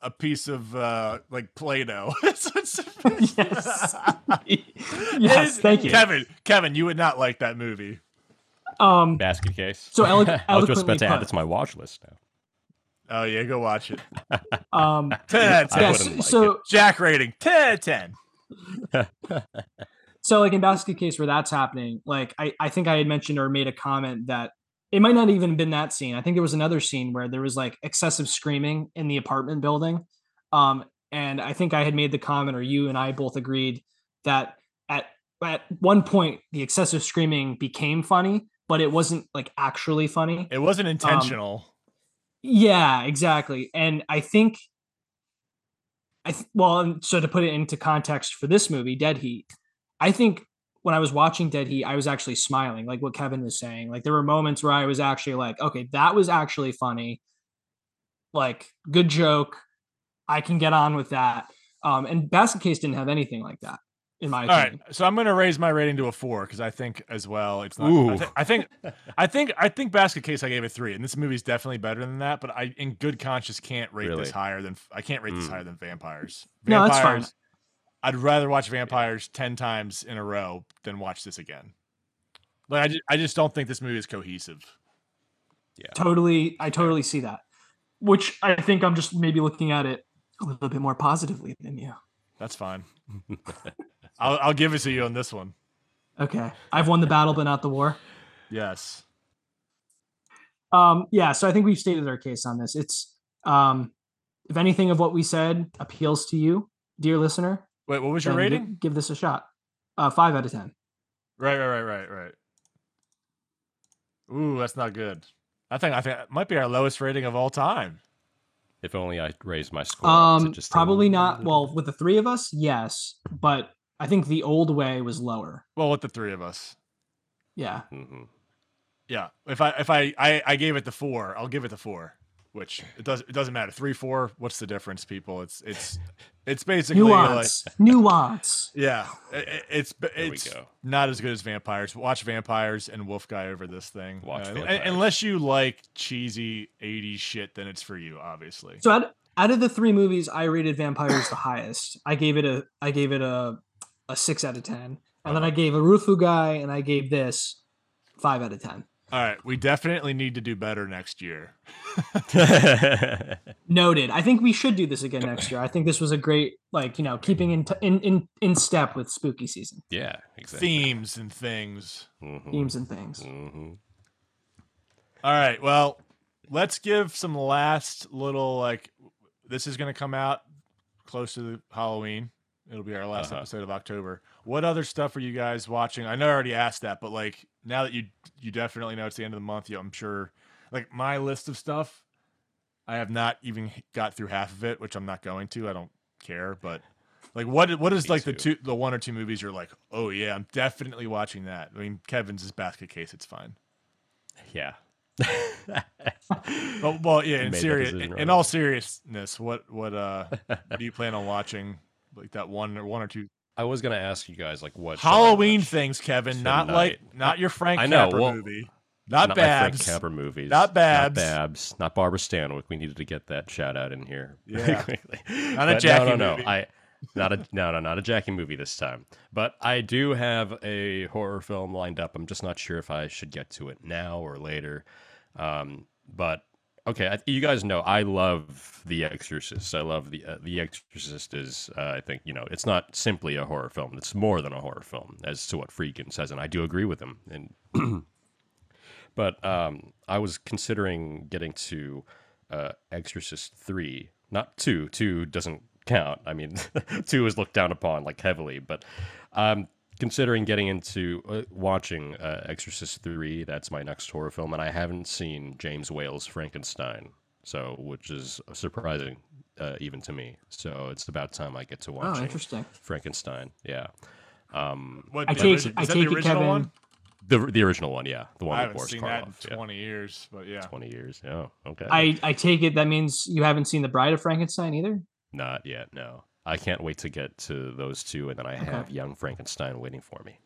Speaker 1: a piece of uh like play-doh. It's- it's-
Speaker 2: yes. yes,
Speaker 1: It-
Speaker 2: thank you.
Speaker 1: Kevin. Kevin, you would not like that movie.
Speaker 2: Um
Speaker 3: Basket case.
Speaker 2: so elo-
Speaker 3: I was just
Speaker 2: eloquently
Speaker 3: about to
Speaker 2: put.
Speaker 3: add that to my watch list now.
Speaker 1: Oh yeah, go watch it.
Speaker 2: um
Speaker 1: Ten out of
Speaker 3: I
Speaker 1: ten.
Speaker 2: yeah,
Speaker 3: wouldn't
Speaker 2: so, so
Speaker 3: like
Speaker 1: Jack rating ten out of ten.
Speaker 2: so like in basket case where that's happening like I, I think i had mentioned or made a comment that it might not even been that scene i think there was another scene where there was like excessive screaming in the apartment building um and i think i had made the comment or you and i both agreed that at at one point the excessive screaming became funny but it wasn't like actually funny
Speaker 1: It wasn't intentional.
Speaker 2: yeah, exactly. And I think I th- well, and so to put it into context for this movie, Dead Heat, I think when I was watching Dead Heat, I was actually smiling, like what Kevin was saying. Like there were moments where I was actually like, okay, that was actually funny. Like good joke. I can get on with that. Um and Basket Case didn't have anything like that in my
Speaker 1: All
Speaker 2: opinion.
Speaker 1: right, so I'm going to raise my rating to a four because I think as well it's not. I,
Speaker 3: Ooh.
Speaker 1: thi- I think, I think, I think Basket Case I gave it three, and this movie's definitely better than that. But I, in good conscience, can't rate
Speaker 3: Really?
Speaker 1: this higher than I can't rate this
Speaker 3: Mm.
Speaker 1: higher than Vampires.
Speaker 2: No, that's fine.
Speaker 1: Vampires- I'd rather watch Vampires ten times in a row than watch this again. Like I just, I just don't think this movie is cohesive.
Speaker 2: Totally I totally see that. Which I think I'm just maybe looking at it a little bit more positively than you.
Speaker 1: That's fine. I'll, I'll give it to you on this one.
Speaker 2: Okay. I've won the battle, but not the war.
Speaker 1: Yes.
Speaker 2: Um, yeah. So I think we've stated our case on this. It's, um, if anything of what we said appeals to you, dear listener,
Speaker 1: Wait, what was your
Speaker 2: then gi-
Speaker 1: rating?
Speaker 2: Give, this a shot. Uh, five out of 10.
Speaker 1: Right, right, right, right, right. Ooh, that's not good. I think I think it might be our lowest rating of all time.
Speaker 3: If only I raised my score. up to
Speaker 2: Um,
Speaker 3: just a
Speaker 2: probably not.
Speaker 3: little
Speaker 2: Well, with the three of us, yes. But I think the old way was lower.
Speaker 1: Well, with the three of us.
Speaker 2: Yeah.
Speaker 3: bit. Mhm.
Speaker 1: Yeah. If I if I I, I gave it the four, I'll give it the four. Which it does it doesn't matter. Three, four, what's the difference, people? It's it's it's basically like
Speaker 2: Nuance. nuance.
Speaker 1: yeah, i- i- it's b-
Speaker 3: There we
Speaker 1: it's
Speaker 3: go.
Speaker 1: not as good as vampires. Watch vampires and Wolf Guy over this thing.
Speaker 3: Watch
Speaker 1: Uh, un-
Speaker 3: Vampires.
Speaker 1: unless you like cheesy '80s shit, then it's for you, obviously.
Speaker 2: So out, out of the three movies, I rated Vampires the highest. I gave it a I gave it a a six out of ten, and then I gave a Rufu guy, and I gave this five out of ten.
Speaker 1: All right, we definitely need to do better next year.
Speaker 2: Noted. I think we should do this again next year. I think this was a great, like you know, keeping in t- in, in in step with spooky season
Speaker 3: Yeah,
Speaker 1: Themes and things.
Speaker 2: themes and things.
Speaker 3: Mm, Mm-hmm.
Speaker 1: All right. Well, let's give some last little like this is going to come out close to the Halloween. It'll be our last
Speaker 3: Uh-huh.
Speaker 1: episode of October. What other stuff are you guys watching? I know I already asked that, but like now that you you definitely know it's the end of the month, you, I'm sure like my list of stuff I have not even got through half of it, which I'm not going to. I don't care, but like what what is
Speaker 3: Me
Speaker 1: like the
Speaker 3: too.
Speaker 1: two the one or two movies you're like, "Oh yeah, I'm definitely watching that." I mean, Kevin's is basket case, it's fine.
Speaker 3: Yeah.
Speaker 1: Well, well yeah, in
Speaker 3: made that
Speaker 1: serious,
Speaker 3: decision
Speaker 1: in
Speaker 3: early.
Speaker 1: all seriousness, what what uh what do you plan on watching? Like that one or one or two
Speaker 3: I was gonna ask you guys like what shall I
Speaker 1: Halloween
Speaker 3: watch
Speaker 1: things, Kevin. Not
Speaker 3: tonight?
Speaker 1: like not your Frank
Speaker 3: I know,
Speaker 1: Capra
Speaker 3: well,
Speaker 1: movie. Not,
Speaker 3: my
Speaker 1: Babs.
Speaker 3: Frank Capra movies.
Speaker 1: Not Babs.
Speaker 3: Not Babs. Not Barbara Stanwyck. We needed to get that shout out in here.
Speaker 1: Yeah.
Speaker 3: quickly.
Speaker 1: Not a
Speaker 3: But
Speaker 1: Jackie
Speaker 3: No, no,
Speaker 1: movie.
Speaker 3: no. I not a no, no, not a Jackie movie this time. But I do have a horror film lined up. I'm just not sure if I should get to it now or later. Um, but okay, I, you guys know I love The Exorcist. I love the uh, The Exorcist is uh, I think you know it's not simply a horror film. It's more than a horror film as to what Friedkin says, and I do agree with him. And but um, I was considering getting to uh, Exorcist three, not two. Two doesn't count. I mean, two is looked down upon like heavily, but I'm considering getting into uh, watching uh, Exorcist three. That's my next horror film, and I haven't seen James Whale's Frankenstein, so which is surprising uh, even to me. So it's about time I
Speaker 1: Oh,
Speaker 3: get to watch.
Speaker 2: Oh, interesting.
Speaker 3: Frankenstein. Yeah. Um,
Speaker 1: What
Speaker 2: I
Speaker 1: the
Speaker 2: take-
Speaker 1: origi-
Speaker 2: I
Speaker 1: is that
Speaker 2: take
Speaker 1: the
Speaker 2: it,
Speaker 1: original
Speaker 2: Kevin.
Speaker 1: one?
Speaker 3: the the original one, yeah, the one
Speaker 1: I
Speaker 3: with
Speaker 1: haven't
Speaker 3: Boris
Speaker 1: seen
Speaker 3: Karloff.
Speaker 1: that in
Speaker 3: yeah.
Speaker 1: twenty years, but yeah.
Speaker 3: 20 years. Yeah. Okay.
Speaker 2: I I take it that means you haven't seen The Bride of Frankenstein either.
Speaker 3: Not yet. No. I can't wait to get to those two, and then I
Speaker 2: Okay.
Speaker 3: have Young Frankenstein waiting for me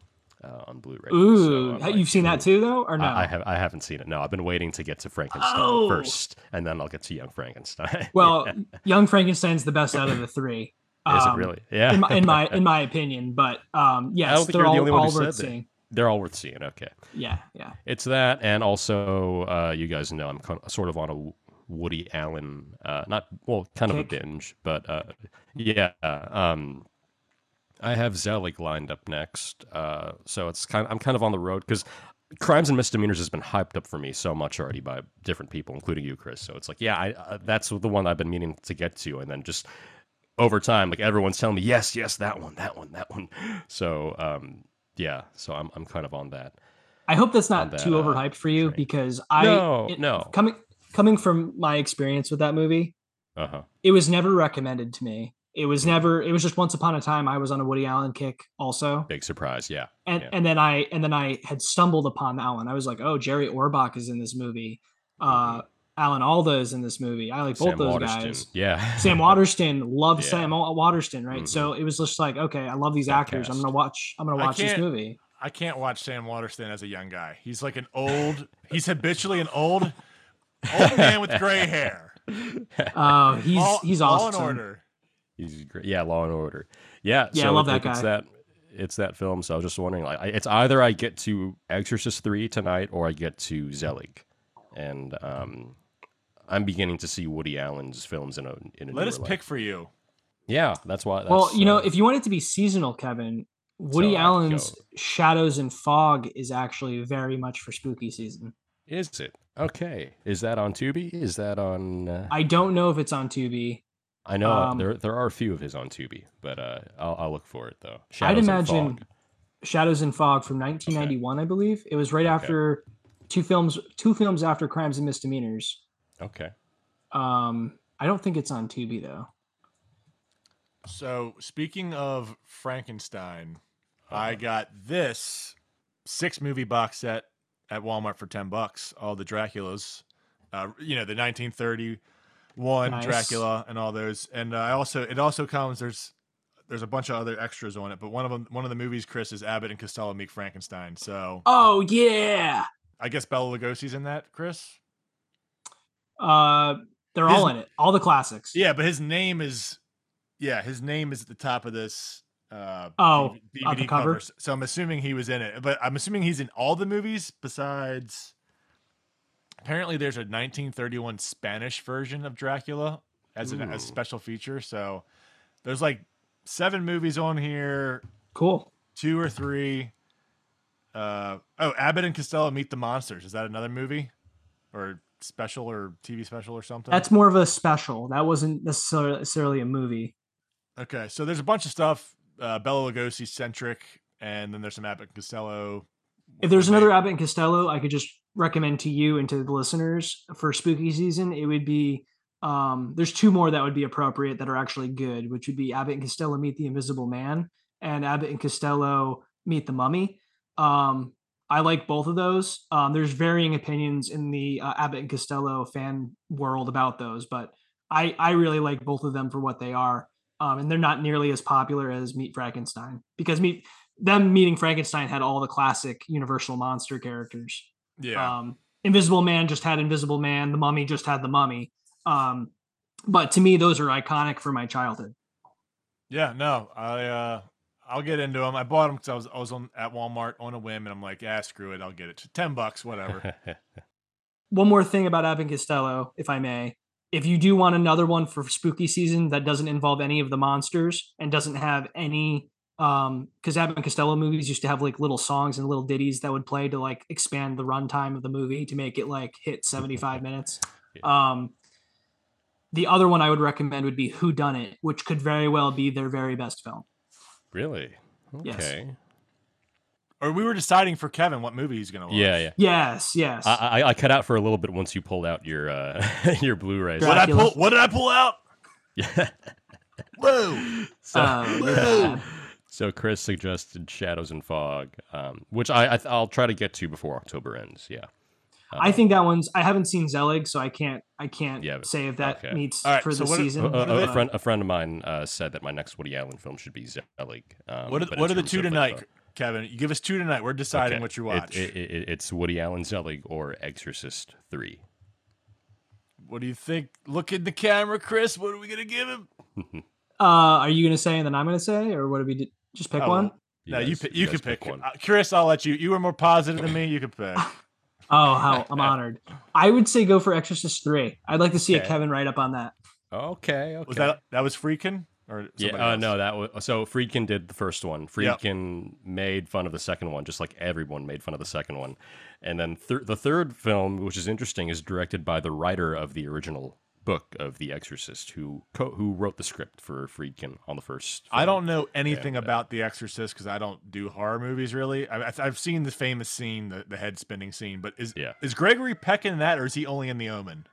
Speaker 3: uh, on Blu-ray. so
Speaker 2: Ooh,
Speaker 3: I'm
Speaker 2: ha-
Speaker 3: like,
Speaker 2: you've seen that too though, or no?
Speaker 3: I, I have. I haven't seen it. No, I've been waiting to get to Frankenstein
Speaker 2: Oh.
Speaker 3: first, and then I'll get to Young Frankenstein.
Speaker 2: Well, Young Frankenstein's the best out of the three.
Speaker 3: Is it really? Yeah.
Speaker 2: um, In my in my, in my opinion, but um, yes,
Speaker 3: I don't think
Speaker 2: they're
Speaker 3: you're
Speaker 2: all,
Speaker 3: the only one
Speaker 2: all
Speaker 3: who
Speaker 2: worth
Speaker 3: said that.
Speaker 2: seeing.
Speaker 3: They're all worth seeing. Okay.
Speaker 2: Yeah, yeah.
Speaker 3: It's that, and also uh, you guys know I'm kind of- sort of on a Woody Allen, uh, not well, kind of a
Speaker 2: Kick.
Speaker 3: binge, but uh, yeah. Um, I have Zelig lined up next, uh, so it's kind. I'm kind of on the road because Crimes and Misdemeanors has been hyped up for me so much already by different people, including you, Chris. So it's like, yeah, I, uh, that's the one I've been meaning to get to, and then just over time, like everyone's telling me, yes, yes, that one, that one, that one. So um, yeah, so I'm I'm kind of on that.
Speaker 2: I hope that's not
Speaker 3: that,
Speaker 2: too
Speaker 3: uh,
Speaker 2: overhyped for you because I
Speaker 3: No, no.
Speaker 2: coming coming from my experience with that movie,
Speaker 3: Uh huh.
Speaker 2: it was never recommended to me. It was never. It was just once upon a time I was on a Woody Allen kick also,
Speaker 3: Big surprise. Yeah.
Speaker 2: and
Speaker 3: yeah.
Speaker 2: and then I and then I had stumbled upon that one. I was like, oh, Jerry Orbach is in this movie. Uh, Alan Alda is in this movie. I like both
Speaker 3: Mm-hmm. Sam
Speaker 2: those
Speaker 3: Waterston.
Speaker 2: guys.
Speaker 3: Yeah.
Speaker 2: Sam Waterston, love
Speaker 3: Yeah.
Speaker 2: Sam Wa- Waterston, right? So it was just like, okay, I love these actors. I'm
Speaker 3: cast.
Speaker 2: gonna watch. I'm gonna
Speaker 1: Mm-hmm. I
Speaker 2: watch this
Speaker 1: can't-
Speaker 2: movie.
Speaker 1: I can't watch Sam Waterston as a young guy. He's like an old he's habitually an old old man with gray hair.
Speaker 2: Oh, he's
Speaker 1: Law-
Speaker 2: he's
Speaker 1: Law
Speaker 2: awesome.
Speaker 1: and order.
Speaker 3: He's great. Yeah, Law and Order. Yeah,
Speaker 2: Yeah, I
Speaker 3: so
Speaker 2: love
Speaker 3: it's
Speaker 2: that
Speaker 3: like It's
Speaker 2: guy.
Speaker 3: that it's that film. So I was just wondering, like, I, it's either I get to Exorcist three tonight or I get to Zelig, and um, I'm beginning to see Woody Allen's films in a in a
Speaker 1: Let
Speaker 3: newer
Speaker 1: us
Speaker 3: light.
Speaker 1: pick for you.
Speaker 3: Yeah, that's why. That's,
Speaker 2: Well, you know,
Speaker 3: uh,
Speaker 2: if you want it to be seasonal, Kevin, Woody
Speaker 3: So I'd
Speaker 2: Allen's
Speaker 3: go-
Speaker 2: Shadows and Fog is actually very much for spooky season.
Speaker 3: is it okay? Is that on Tubi? Is that on? Uh,
Speaker 2: I don't know if it's on Tubi.
Speaker 3: I know uh
Speaker 2: um,
Speaker 3: there there are a few of his on Tubi, but uh, I'll, I'll look for it though.
Speaker 2: I'd
Speaker 3: Shadows and
Speaker 2: imagine
Speaker 3: Fog.
Speaker 2: Shadows and Fog from 1991, I believe. It was right after two films, two films after Crimes and Misdemeanors.
Speaker 3: Okay.
Speaker 2: Um, I don't think it's on Tubi though.
Speaker 1: So speaking of Frankenstein,
Speaker 2: Uh-huh.
Speaker 1: I got this six movie box set at Walmart for ten bucks. All the Draculas, uh, you know, the nineteen thirty one
Speaker 2: Nice.
Speaker 1: Dracula and all those. And uh, I also it also comes there's there's a bunch of other extras on it, but one of them one of the movies Chris is Abbott and Costello Meet Frankenstein. So
Speaker 2: Oh yeah,
Speaker 1: I guess Bella Lugosi's in that, Chris.
Speaker 2: uh, they're all
Speaker 1: His-
Speaker 2: in it. All the classics.
Speaker 1: Yeah, but his name is yeah, his name is at the top of this uh
Speaker 2: Oh,
Speaker 1: DV-
Speaker 2: on the cover?
Speaker 1: So I'm assuming he was in it. But I'm assuming he's in all the movies besides apparently there's a 1931 Spanish version of Dracula as an, a
Speaker 2: Ooh.
Speaker 1: special feature. So there's like seven movies on here.
Speaker 2: Cool.
Speaker 1: Two or three. Uh, oh, Abbott and Costello Meet the Monsters. Is that another movie or special or TV special or something?
Speaker 2: That's more of a special. That wasn't necessarily necessarily a movie.
Speaker 1: Okay, so there's a bunch of stuff uh, Bella Lugosi centric, and then there's some Abbott and Costello.
Speaker 2: If there's another Abbott and Costello, I could just recommend to you and to the listeners for spooky season. It would be um, there's two more that would be appropriate that are actually good, which would be Abbott and Costello Meet the Invisible Man and Abbott and Costello Meet the Mummy. Um, I like both of those. Um, there's varying opinions in the uh, Abbott and Costello fan world about those, but I I really like both of them for what they are. Um, and they're not nearly as popular as Meet Frankenstein because Meet them meeting Frankenstein had all the classic Universal monster characters.
Speaker 3: uh,
Speaker 1: Yeah.
Speaker 2: Um, Invisible Man just had Invisible Man. The Mummy just had the Mummy. Um, but to me, those are iconic for my childhood.
Speaker 1: Yeah, no, I uh, I'll get into them. I bought them because I was I was on at Walmart on a whim, and I'm like, ah, screw it, I'll get it. Ten bucks, whatever.
Speaker 2: One more thing about Abbott and Costello, if I may. If you do want another one for spooky season that doesn't involve any of the monsters and doesn't have any, um, because Abbott and Costello movies used to have like little songs and little ditties that would play to like expand the runtime of the movie to make it like hit 75 minutes. Um, the other one I would recommend would be Who Done It, which could very well be their very best film.
Speaker 3: Really?
Speaker 2: Yes.
Speaker 3: Okay.
Speaker 1: or we were deciding for Kevin what movie he's gonna watch.
Speaker 3: Yeah, yeah.
Speaker 2: Yes, yes.
Speaker 3: I, I, I cut out for a little bit once you pulled out your uh, your Blu-ray.
Speaker 1: What I pull? What did I pull out?
Speaker 3: Yeah.
Speaker 1: Whoa.
Speaker 3: So,
Speaker 2: Oh, you're bad.
Speaker 3: so Chris suggested Shadows and Fog, um, which I, I I'll try to get to before October ends. Yeah.
Speaker 2: I think that one's. I haven't seen Zelig, so I can't. I can't
Speaker 3: Yeah, but-
Speaker 2: say if that
Speaker 3: okay.
Speaker 2: meets
Speaker 1: All right,
Speaker 2: for
Speaker 1: so
Speaker 2: the
Speaker 1: what are-
Speaker 2: season.
Speaker 3: A, a- a
Speaker 2: but-
Speaker 3: friend a friend of mine uh, said that my next Woody Allen film should be Zelig. Um,
Speaker 1: What are
Speaker 3: but
Speaker 1: the,
Speaker 3: in
Speaker 1: what are the
Speaker 3: terms
Speaker 1: two
Speaker 3: of, like,
Speaker 1: tonight,
Speaker 3: the-
Speaker 1: Kevin? You give us two tonight. We're deciding
Speaker 3: okay,
Speaker 1: what you
Speaker 3: it-
Speaker 1: watch.
Speaker 3: It, it, it's Woody Allen Zelig or Exorcist Three.
Speaker 1: what do you think? Look in the camera, Chris. What are we gonna give him?
Speaker 2: uh, are you going to say and then I'm going to say, or what do we do? just pick
Speaker 1: Oh,
Speaker 2: one?
Speaker 1: well, no, you
Speaker 3: guys-
Speaker 1: pi-
Speaker 3: you
Speaker 1: you can
Speaker 3: guys
Speaker 1: pick,
Speaker 3: pick one.
Speaker 1: Uh, Chris. I'll let you. You were more positive than me. You could pick.
Speaker 2: Oh, how I'm honored. I would say go for Exorcist three. I'd like to see a
Speaker 3: Okay.
Speaker 2: Kevin write up on that.
Speaker 3: Okay. Okay.
Speaker 1: Was that that was freaking or
Speaker 3: Yeah,
Speaker 1: somebody
Speaker 3: uh,
Speaker 1: else?
Speaker 3: no, that was so. Friedkin did the first one.
Speaker 1: Yep.
Speaker 3: Friedkin made fun of the second one, just like everyone made fun of the second one. And then thir- the third film, which is interesting, is directed by the writer of the original book of The Exorcist, who co- who wrote the script for Friedkin on the first.
Speaker 1: I
Speaker 3: film.
Speaker 1: don't know anything about The Exorcist because I don't do horror movies really. I, I- I've seen the famous scene, the, the head spinning scene, but is
Speaker 3: Yeah.
Speaker 1: is Gregory Peck in that, or is he only in The Omen?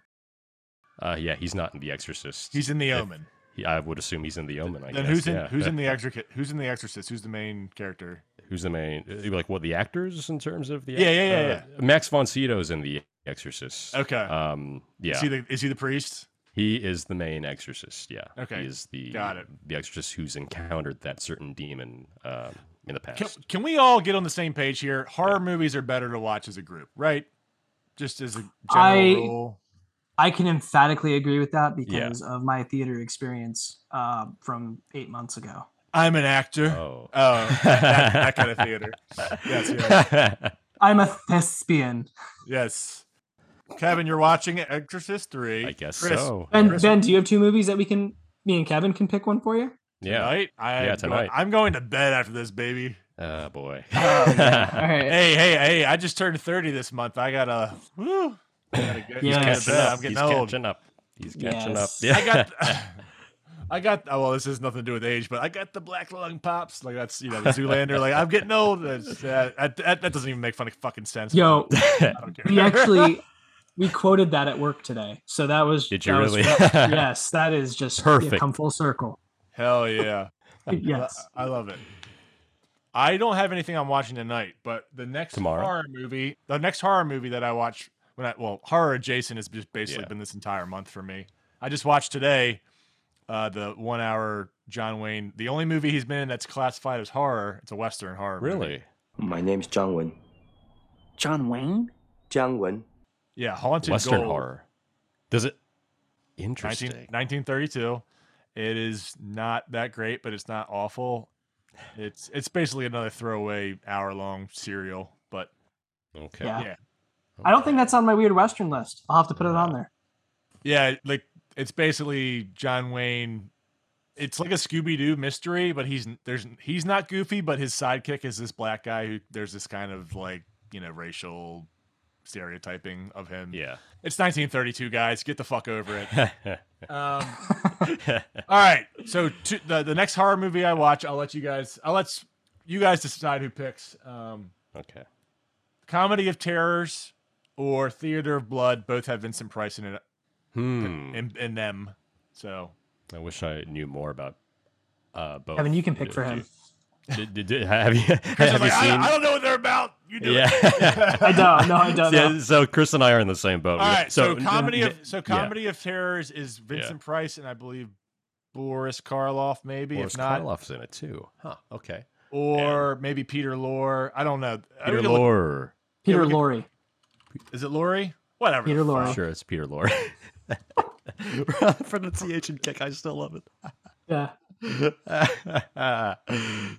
Speaker 3: Uh, yeah, he's not in The Exorcist.
Speaker 1: He's in The
Speaker 3: If-
Speaker 1: Omen.
Speaker 3: he- I would assume he's in The Omen. I
Speaker 1: then
Speaker 3: guess.
Speaker 1: who's in
Speaker 3: yeah.
Speaker 1: who's in The Exorcist? Who's in The Exorcist? Who's the main character?
Speaker 3: Who's the main? uh, Like what the actors in terms of the?
Speaker 1: Yeah, yeah, yeah,
Speaker 3: yeah. Max von Sydow's in The Exorcist.
Speaker 1: Okay.
Speaker 3: Um. Yeah.
Speaker 1: Is he the is he the priest?
Speaker 3: He is the main exorcist. Yeah.
Speaker 1: Okay,
Speaker 3: He is the
Speaker 1: got it.
Speaker 3: the exorcist who's encountered that certain demon um, in the past.
Speaker 1: Can, can we all get on the same page here? Horror movies are better to watch as a group, right? Just as a general
Speaker 2: I-
Speaker 1: rule.
Speaker 2: I can emphatically agree with that because of my theater experience uh, from eight months ago.
Speaker 1: I'm an actor.
Speaker 3: Oh.
Speaker 1: that, that- that kind of theater. Yes, yes,
Speaker 2: I'm a thespian.
Speaker 1: yes. Kevin, you're watching Exorcist three.
Speaker 3: I guess
Speaker 1: Chris,
Speaker 3: so.
Speaker 2: Ben,
Speaker 1: Chris-
Speaker 2: Ben, do you have two movies that we can? Me and Kevin can pick one for you.
Speaker 3: Yeah.
Speaker 1: Tonight? I
Speaker 3: Yeah,
Speaker 1: am
Speaker 3: tonight.
Speaker 1: Going, I'm going to bed after this, baby.
Speaker 3: Oh boy.
Speaker 2: All right.
Speaker 1: Hey, hey, hey! I just turned 30 this month. I gotta, woo, I gotta get,
Speaker 2: He's
Speaker 1: gotta get to
Speaker 3: catching
Speaker 1: bed.
Speaker 3: up.
Speaker 1: I'm getting
Speaker 3: He's
Speaker 1: old.
Speaker 3: catching up. He's catching
Speaker 2: Yes.
Speaker 3: up. Yeah.
Speaker 1: I got, I got. Oh, well, this has nothing to do with age, but I got the black lung pops. Like that's you know the Zoolander. like I'm getting old. That's- uh, that, that, that doesn't even make fun fucking sense.
Speaker 2: Yo,
Speaker 1: I don't care.
Speaker 2: we actually we quoted that at work today. So that was
Speaker 3: Did you
Speaker 2: that was-
Speaker 3: really?
Speaker 2: yes, that is just yeah,
Speaker 3: Perfect.
Speaker 2: come full circle.
Speaker 1: Hell yeah.
Speaker 2: Yes.
Speaker 1: I love it. I don't have anything I'm watching tonight, but the next
Speaker 3: Tomorrow?
Speaker 1: horror movie, the next horror movie that I watch when I well, horror adjacent has just basically
Speaker 3: Yeah.
Speaker 1: been this entire month for me. I just watched today uh, the one hour John Wayne, the only movie he's been in that's classified as horror. It's a Western horror. movie.
Speaker 3: really?
Speaker 12: My name's Zhang Wen.
Speaker 11: John Wayne?
Speaker 12: Zhang Wen.
Speaker 1: Yeah, Haunted
Speaker 3: Western
Speaker 1: Gold,
Speaker 3: horror. Does it?
Speaker 1: 19
Speaker 3: Interesting.
Speaker 1: 1932. It is not that great, but it's not awful. It's it's basically another throwaway hour long serial, but
Speaker 3: Okay.
Speaker 2: Yeah.
Speaker 1: yeah.
Speaker 2: I don't think that's on my weird Western list. I'll have to put it on there.
Speaker 1: Yeah, like it's basically John Wayne. It's like a Scooby Doo mystery, but he's there's he's not goofy, but his sidekick is this black guy who there's this kind of like you know racial stereotyping of him.
Speaker 3: Yeah,
Speaker 1: it's 1932, guys. Get the fuck over it. um, all right, so to, the the next horror movie I watch, I'll let you guys. I'll let s- you guys decide who picks. Um,
Speaker 3: okay.
Speaker 1: Comedy of Terrors or Theater of Blood both have Vincent Price in it
Speaker 3: Hmm.
Speaker 1: in, in them. So
Speaker 3: I wish I knew more about uh, both.
Speaker 2: Kevin, you can pick
Speaker 3: Did-
Speaker 2: for
Speaker 3: do-
Speaker 2: him.
Speaker 3: Did, did, did- have you,
Speaker 1: Chris is
Speaker 3: have you
Speaker 1: like, I,
Speaker 3: seen?
Speaker 1: I don't know what they're about. You do
Speaker 3: yeah,
Speaker 1: it.
Speaker 2: I don't. No, I don't know.
Speaker 3: Yeah, so Chris and I are in the same boat.
Speaker 1: All
Speaker 3: We-
Speaker 1: right. So, comedy of
Speaker 3: yeah,
Speaker 1: so comedy of terrors is Vincent Price and I believe Boris Karloff maybe
Speaker 3: Boris
Speaker 1: if not
Speaker 3: Karloff's in it too. Huh. Okay.
Speaker 1: or maybe Peter Lorre. I don't know. I
Speaker 3: Peter
Speaker 1: really look-
Speaker 3: Lorre.
Speaker 2: Peter
Speaker 1: we can-
Speaker 2: Lorre.
Speaker 1: Is it Lorre? Whatever.
Speaker 2: Peter
Speaker 1: the fuck.
Speaker 2: Lorre.
Speaker 3: Sure, it's Peter Lorre. Pronunciation kick. I still love
Speaker 2: Yeah.
Speaker 3: it.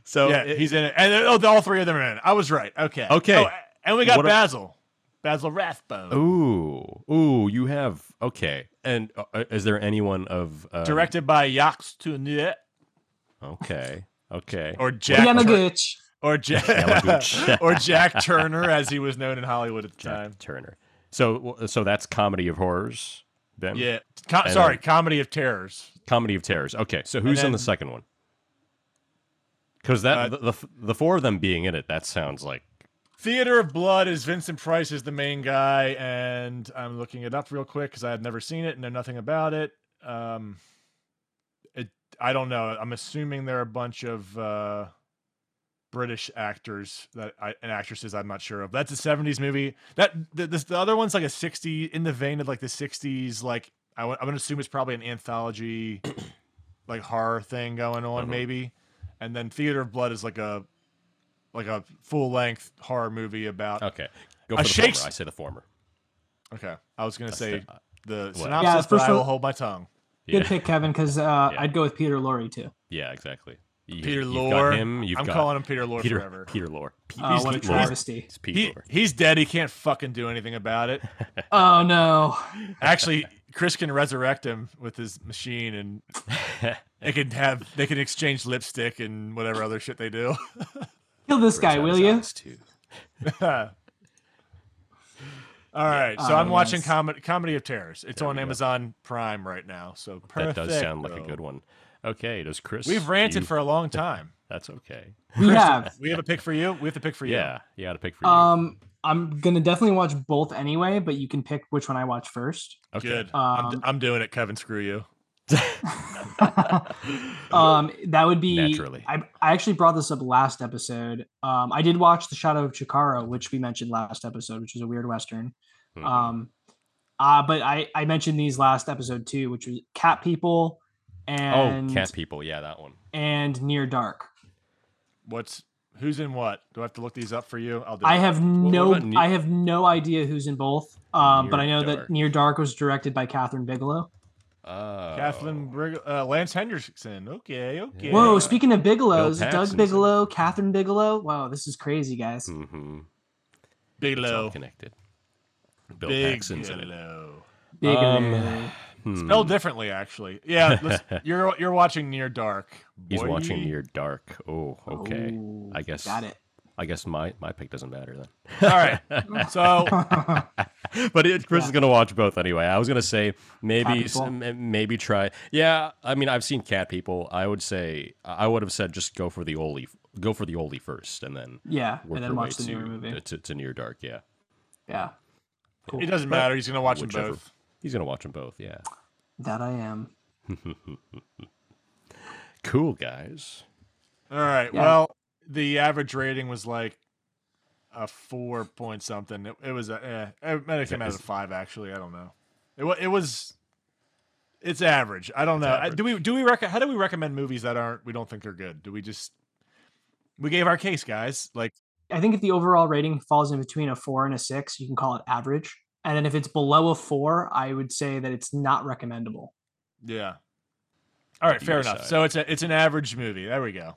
Speaker 3: so
Speaker 1: yeah,
Speaker 3: it-
Speaker 1: he's in it. And oh, the- all three of them are in it. I was right. Okay.
Speaker 3: Okay.
Speaker 1: Oh, and we got
Speaker 3: What a- Oh,
Speaker 1: Basil. Basil Rathbone.
Speaker 3: Ooh, ooh, you have okay. And uh, is there anyone of um,
Speaker 1: Directed by Jacques Tourneur
Speaker 3: Okay, okay.
Speaker 1: or Jack Tur-
Speaker 2: Yamaguchi.
Speaker 1: or Jack
Speaker 3: Yamaguchi.
Speaker 1: or Jack Turner as he was known in Hollywood at the
Speaker 3: Jack
Speaker 1: time.
Speaker 3: Turner. So, so that's comedy of horrors. Then,
Speaker 1: Yeah. Co-
Speaker 3: And uh,
Speaker 1: sorry,
Speaker 3: then-
Speaker 1: comedy of terrors.
Speaker 3: comedy of terrors. Okay, so who's in
Speaker 1: then-
Speaker 3: the second one? Because that
Speaker 1: Uh,
Speaker 3: the, the f- the four of them being in it, that sounds like
Speaker 1: Theater of Blood is Vincent Price is the main guy, and I'm looking it up real quick because I had never seen it and know nothing about it. Um, it I don't know. I'm assuming there are a bunch of uh, British actors that I, and actresses I'm not sure of. That's a '70s movie. That the, this, the other one's like a '60 in the vein of like the '60s. Like I, am gonna assume it's probably an anthology, like horror thing going
Speaker 3: Uh-huh.
Speaker 1: on maybe. And then Theater of Blood is like a like a full length horror movie about.
Speaker 3: okay. Go
Speaker 1: A
Speaker 3: for the
Speaker 1: Shakes-
Speaker 3: former. I say the former.
Speaker 1: Okay, I was gonna
Speaker 3: That's
Speaker 1: say
Speaker 3: the- uh,
Speaker 1: the
Speaker 3: Yeah,
Speaker 1: synopsis,
Speaker 2: that's
Speaker 1: but
Speaker 2: first
Speaker 1: I will
Speaker 2: one-
Speaker 1: hold my tongue.
Speaker 2: Good
Speaker 3: Yeah.
Speaker 2: pick, Kevin, because uh, I'd go with Peter Lorre too.
Speaker 3: Yeah, exactly. You,
Speaker 1: Peter
Speaker 3: you've
Speaker 1: Lorre.
Speaker 3: Got him. You've
Speaker 1: I'm
Speaker 3: got
Speaker 1: calling him Peter Lorre
Speaker 3: Peter
Speaker 1: forever.
Speaker 3: Peter Lorre. Pe-
Speaker 2: Oh,
Speaker 3: he's
Speaker 2: what a
Speaker 3: Pete Lorre.
Speaker 2: travesty.
Speaker 3: It's Pete
Speaker 1: He,
Speaker 3: Lorre.
Speaker 1: he's dead. He can't fucking do anything about it.
Speaker 2: Oh no.
Speaker 1: Actually, Chris can resurrect him with his machine, and they can have they can exchange lipstick and whatever other shit they do.
Speaker 2: Kill this guy, will you?
Speaker 3: Too.
Speaker 1: All right, so
Speaker 2: Oh,
Speaker 1: I'm watching
Speaker 2: nice.
Speaker 1: comedy Comedy of Terrors. It's
Speaker 3: There
Speaker 1: on
Speaker 3: we go.
Speaker 1: Amazon Prime right now. So
Speaker 3: That does sound like a
Speaker 1: perfecto.
Speaker 3: good one. Okay, does Chris?
Speaker 1: We've ranted
Speaker 3: you-
Speaker 1: for a long time.
Speaker 3: That's okay.
Speaker 2: We have.
Speaker 1: We have a pick for you. We have to pick for you.
Speaker 3: Yeah, you got to pick for you.
Speaker 2: Um, I'm gonna definitely watch both anyway, but you can pick which one I watch first.
Speaker 3: okay.
Speaker 1: Good. I'm,
Speaker 2: Um,
Speaker 1: I'm doing it, Kevin. Screw you.
Speaker 2: um, that would be
Speaker 3: Naturally.
Speaker 2: I, I actually brought this up last episode. Um, I did watch The Shadow of Chikara, which we mentioned last episode, which was a weird western.
Speaker 3: Mhm.
Speaker 2: Um, uh, but I I mentioned these last episode too, which was Cat People
Speaker 3: oh,
Speaker 2: and
Speaker 3: cat people. Yeah, that one.
Speaker 2: and Near Dark.
Speaker 1: What's who's in what? Do I have to look these up for you? I'll do.
Speaker 2: I
Speaker 1: it.
Speaker 2: have
Speaker 3: what
Speaker 2: no
Speaker 3: about Ne-
Speaker 2: I have no idea who's in both. Um, but
Speaker 3: Near
Speaker 2: I know
Speaker 3: Dark.
Speaker 2: that Near Dark was directed by Catherine Bigelow.
Speaker 3: Oh,
Speaker 1: Kathleen Brig- uh, Lance Henderson. Okay, okay.
Speaker 2: Whoa,
Speaker 3: Yeah.
Speaker 2: speaking of Bigelows,
Speaker 3: Paxton's
Speaker 2: Doug
Speaker 3: in-
Speaker 2: Bigelow, Catherine Bigelow. Wow, this is crazy, guys.
Speaker 3: Mm-hmm. It's all
Speaker 1: Bigelow.
Speaker 3: connected. Bill Paxton's in it.
Speaker 1: Bigelow.
Speaker 2: Big
Speaker 3: Um,
Speaker 2: man.
Speaker 3: Hmm.
Speaker 1: Spelled differently, actually. Yeah, listen, you're you're watching Near Dark.
Speaker 3: He's
Speaker 1: boy.
Speaker 3: watching Near Dark. Oh, okay.
Speaker 2: Ooh,
Speaker 3: I guess.
Speaker 2: Got it.
Speaker 3: I guess my my pick doesn't matter then.
Speaker 1: All right. So
Speaker 3: but it, Chris is
Speaker 2: Yeah.
Speaker 3: gonna watch both anyway. I was gonna say maybe
Speaker 2: Cat People.
Speaker 3: some- maybe try. Yeah, I mean I've seen Cat People. I would say I would have said just go for the Oli, go for the Oli first, and then
Speaker 2: yeah,
Speaker 3: work
Speaker 2: and then
Speaker 3: your
Speaker 2: watch the
Speaker 3: way
Speaker 2: newer
Speaker 3: to,
Speaker 2: movie.
Speaker 3: To, to Near Dark. Yeah,
Speaker 2: Yeah,
Speaker 1: it doesn't matter. He's gonna watch them
Speaker 3: Whichever.
Speaker 1: both.
Speaker 3: he's gonna watch them both. Yeah,
Speaker 2: that I am.
Speaker 3: cool guys.
Speaker 1: All right.
Speaker 2: Yeah.
Speaker 1: Well, the average rating was like a four point something. It, it was a. Eh, it might have come out
Speaker 3: Is-
Speaker 1: of five actually. I don't know. It was. It was. It's average. I don't
Speaker 3: It's
Speaker 1: know. I- Do we do we rec- How do we recommend movies that aren't we don't think are good? Do we just we gave our case, guys? Like
Speaker 2: I think if the overall rating falls in between a four and a six, you can call it average. And then if it's below a four, I would say that it's not recommendable.
Speaker 1: yeah. All right,
Speaker 3: you
Speaker 1: fair
Speaker 3: decide.
Speaker 1: enough. So it's a it's an average movie. There we go.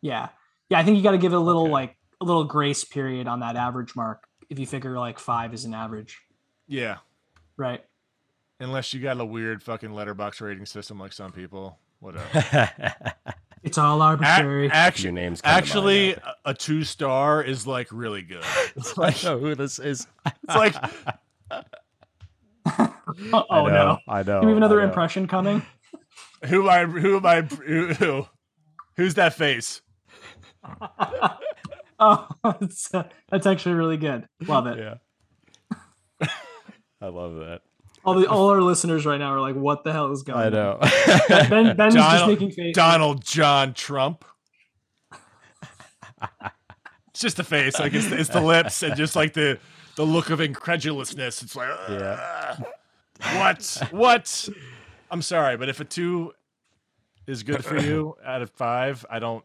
Speaker 2: Yeah, yeah. I think you got to give it a little
Speaker 3: Okay.
Speaker 2: like a little grace period on that average mark if you figure like five is an average,
Speaker 1: Yeah.
Speaker 2: right?
Speaker 1: Unless you got a weird fucking letterbox rating system like some people. Whatever.
Speaker 2: It's all arbitrary.
Speaker 1: actually,
Speaker 3: Your name's kinda mine
Speaker 1: actually a- a two star is like really good. It's
Speaker 3: I
Speaker 1: like,
Speaker 3: know who this is.
Speaker 1: it's like
Speaker 2: oh
Speaker 3: I know,
Speaker 2: no!
Speaker 3: I know.
Speaker 2: Do we have another
Speaker 3: I know.
Speaker 2: impression coming?
Speaker 1: who am I? Who am I? Who, who- who's that face?
Speaker 2: Oh, that's, that's actually really good. Love it.
Speaker 3: Yeah. I love that.
Speaker 2: All the all our listeners right now are like, "What the hell is going?"
Speaker 3: I
Speaker 2: on?
Speaker 3: know.
Speaker 2: Ben, Ben's just
Speaker 1: Donald-
Speaker 2: making faces.
Speaker 1: Donald John Trump. it's just the face, like it's, it's the lips and just like the the look of incredulousness. It's like,
Speaker 3: Yeah.
Speaker 1: "Ugh, what? What? I'm sorry, but if a two is good for you out of five, I don't.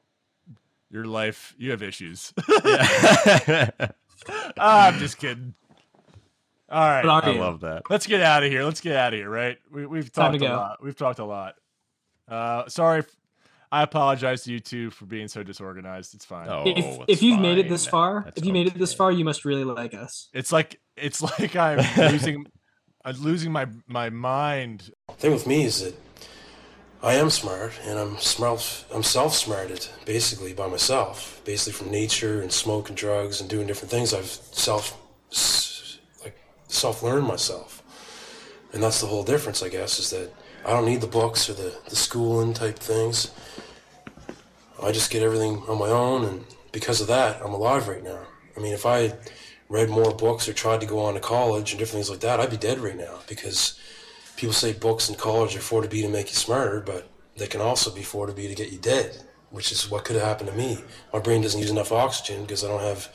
Speaker 1: Your life, you have issues. Ah, I'm just kidding. All right,
Speaker 2: But are
Speaker 3: I
Speaker 2: you?
Speaker 3: love that.
Speaker 1: Let's get out of here. Let's get out of here, right? We, we've
Speaker 2: Time to
Speaker 1: talked a
Speaker 2: go.
Speaker 1: lot. We've talked a lot. Uh, sorry. If, I apologize to you two for being so disorganized. It's fine.
Speaker 3: Oh,
Speaker 2: if,
Speaker 3: it's
Speaker 2: if you've made it this
Speaker 3: fine.
Speaker 2: far,
Speaker 3: That's
Speaker 2: if you made it this
Speaker 3: okay.
Speaker 2: far, you must really like us.
Speaker 1: It's like it's like I'm losing I'm losing my my mind.
Speaker 13: thing with me is that I am smart, and I'm smart. I'm self-smarted basically by myself, basically from nature and smoke and drugs and doing different things. I've self s- like self-learned myself, and that's the whole difference, I guess, is that I don't need the books or the the schooling type things. I just get everything on my own, and because of that, I'm alive right now. I mean, if I had read more books or tried to go on to college and different things like that, I'd be dead right now because people say books and college are for to be to make you smarter, but they can also be for to be to get you dead, which is what could have happened to me. My brain doesn't use enough oxygen because I don't have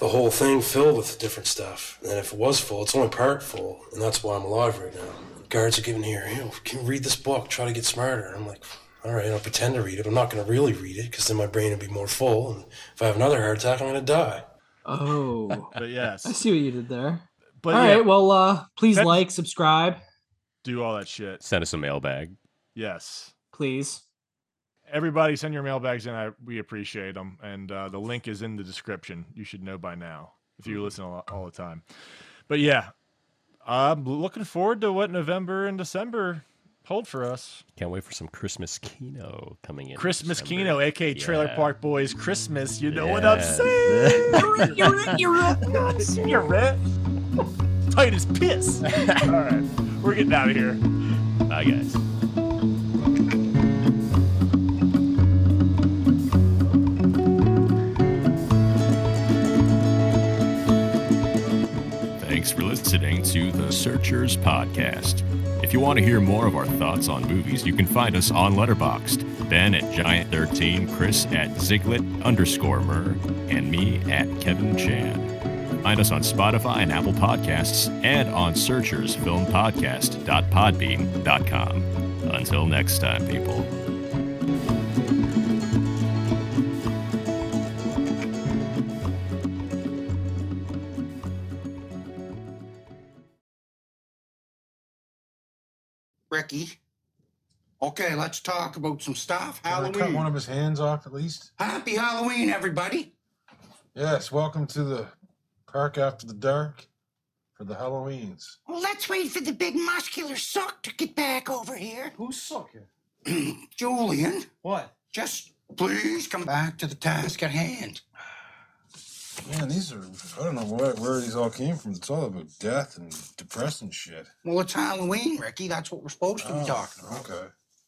Speaker 13: the whole thing filled with different stuff. And if it was full, it's only part full, and that's why I'm alive right now. Guards are giving here, you know, can you read this book, try to get smarter. I'm like, all right, I'll pretend to read it, but I'm not going to really read it because then my brain will be more full, and if I have another heart attack, I'm going to die.
Speaker 2: Oh,
Speaker 1: But
Speaker 2: I
Speaker 1: yes.
Speaker 2: see what you did there. All
Speaker 1: But
Speaker 2: right,
Speaker 1: yeah,
Speaker 2: well, uh, please
Speaker 1: That's-
Speaker 2: like, subscribe,
Speaker 1: do all that shit.
Speaker 3: Send us a mailbag.
Speaker 1: Yes.
Speaker 2: please.
Speaker 1: Everybody send your mailbags in. I we appreciate them. And uh, the link is in the description. You should know by now if you listen all, all the time. But yeah, I'm looking forward to what November and December hold for us.
Speaker 3: Can't wait for some Christmas Kino coming in.
Speaker 1: Christmas
Speaker 3: December.
Speaker 1: Kino, aka Trailer
Speaker 3: Yeah.
Speaker 1: Park Boys Christmas. You know what I'm
Speaker 3: Yeah.
Speaker 1: saying? You're it, you're it, you're it. You're it. Tight as piss. All right, we're getting out of here.
Speaker 3: Bye, guys. Thanks for listening to the Searchers Podcast. If you want to hear more of our thoughts on movies, you can find us on Letterboxd. Ben at Giant13, Chris at Ziglet underscore Murr, and me at Kevin Chan. Find us on Spotify and Apple Podcasts, and on searchersfilmpodcast.podbean.com. Until next time, people.
Speaker 14: Ricky. Okay, let's talk about some stuff.
Speaker 15: Can I
Speaker 14: Halloween.
Speaker 15: cut one of his hands off at least?
Speaker 14: Happy Halloween, everybody.
Speaker 15: Yes, welcome to the park after the dark for the Halloweens.
Speaker 14: Well, let's wait for the big muscular suck to get back over here. Who's sucking? Julian. What? Just please come back to the task at hand.
Speaker 15: Man, these are, I don't know where, where these all came from. It's all about death and depressing shit.
Speaker 14: Well, it's Halloween, Ricky. That's what we're supposed to be
Speaker 15: Oh,
Speaker 14: talking about.
Speaker 15: Okay.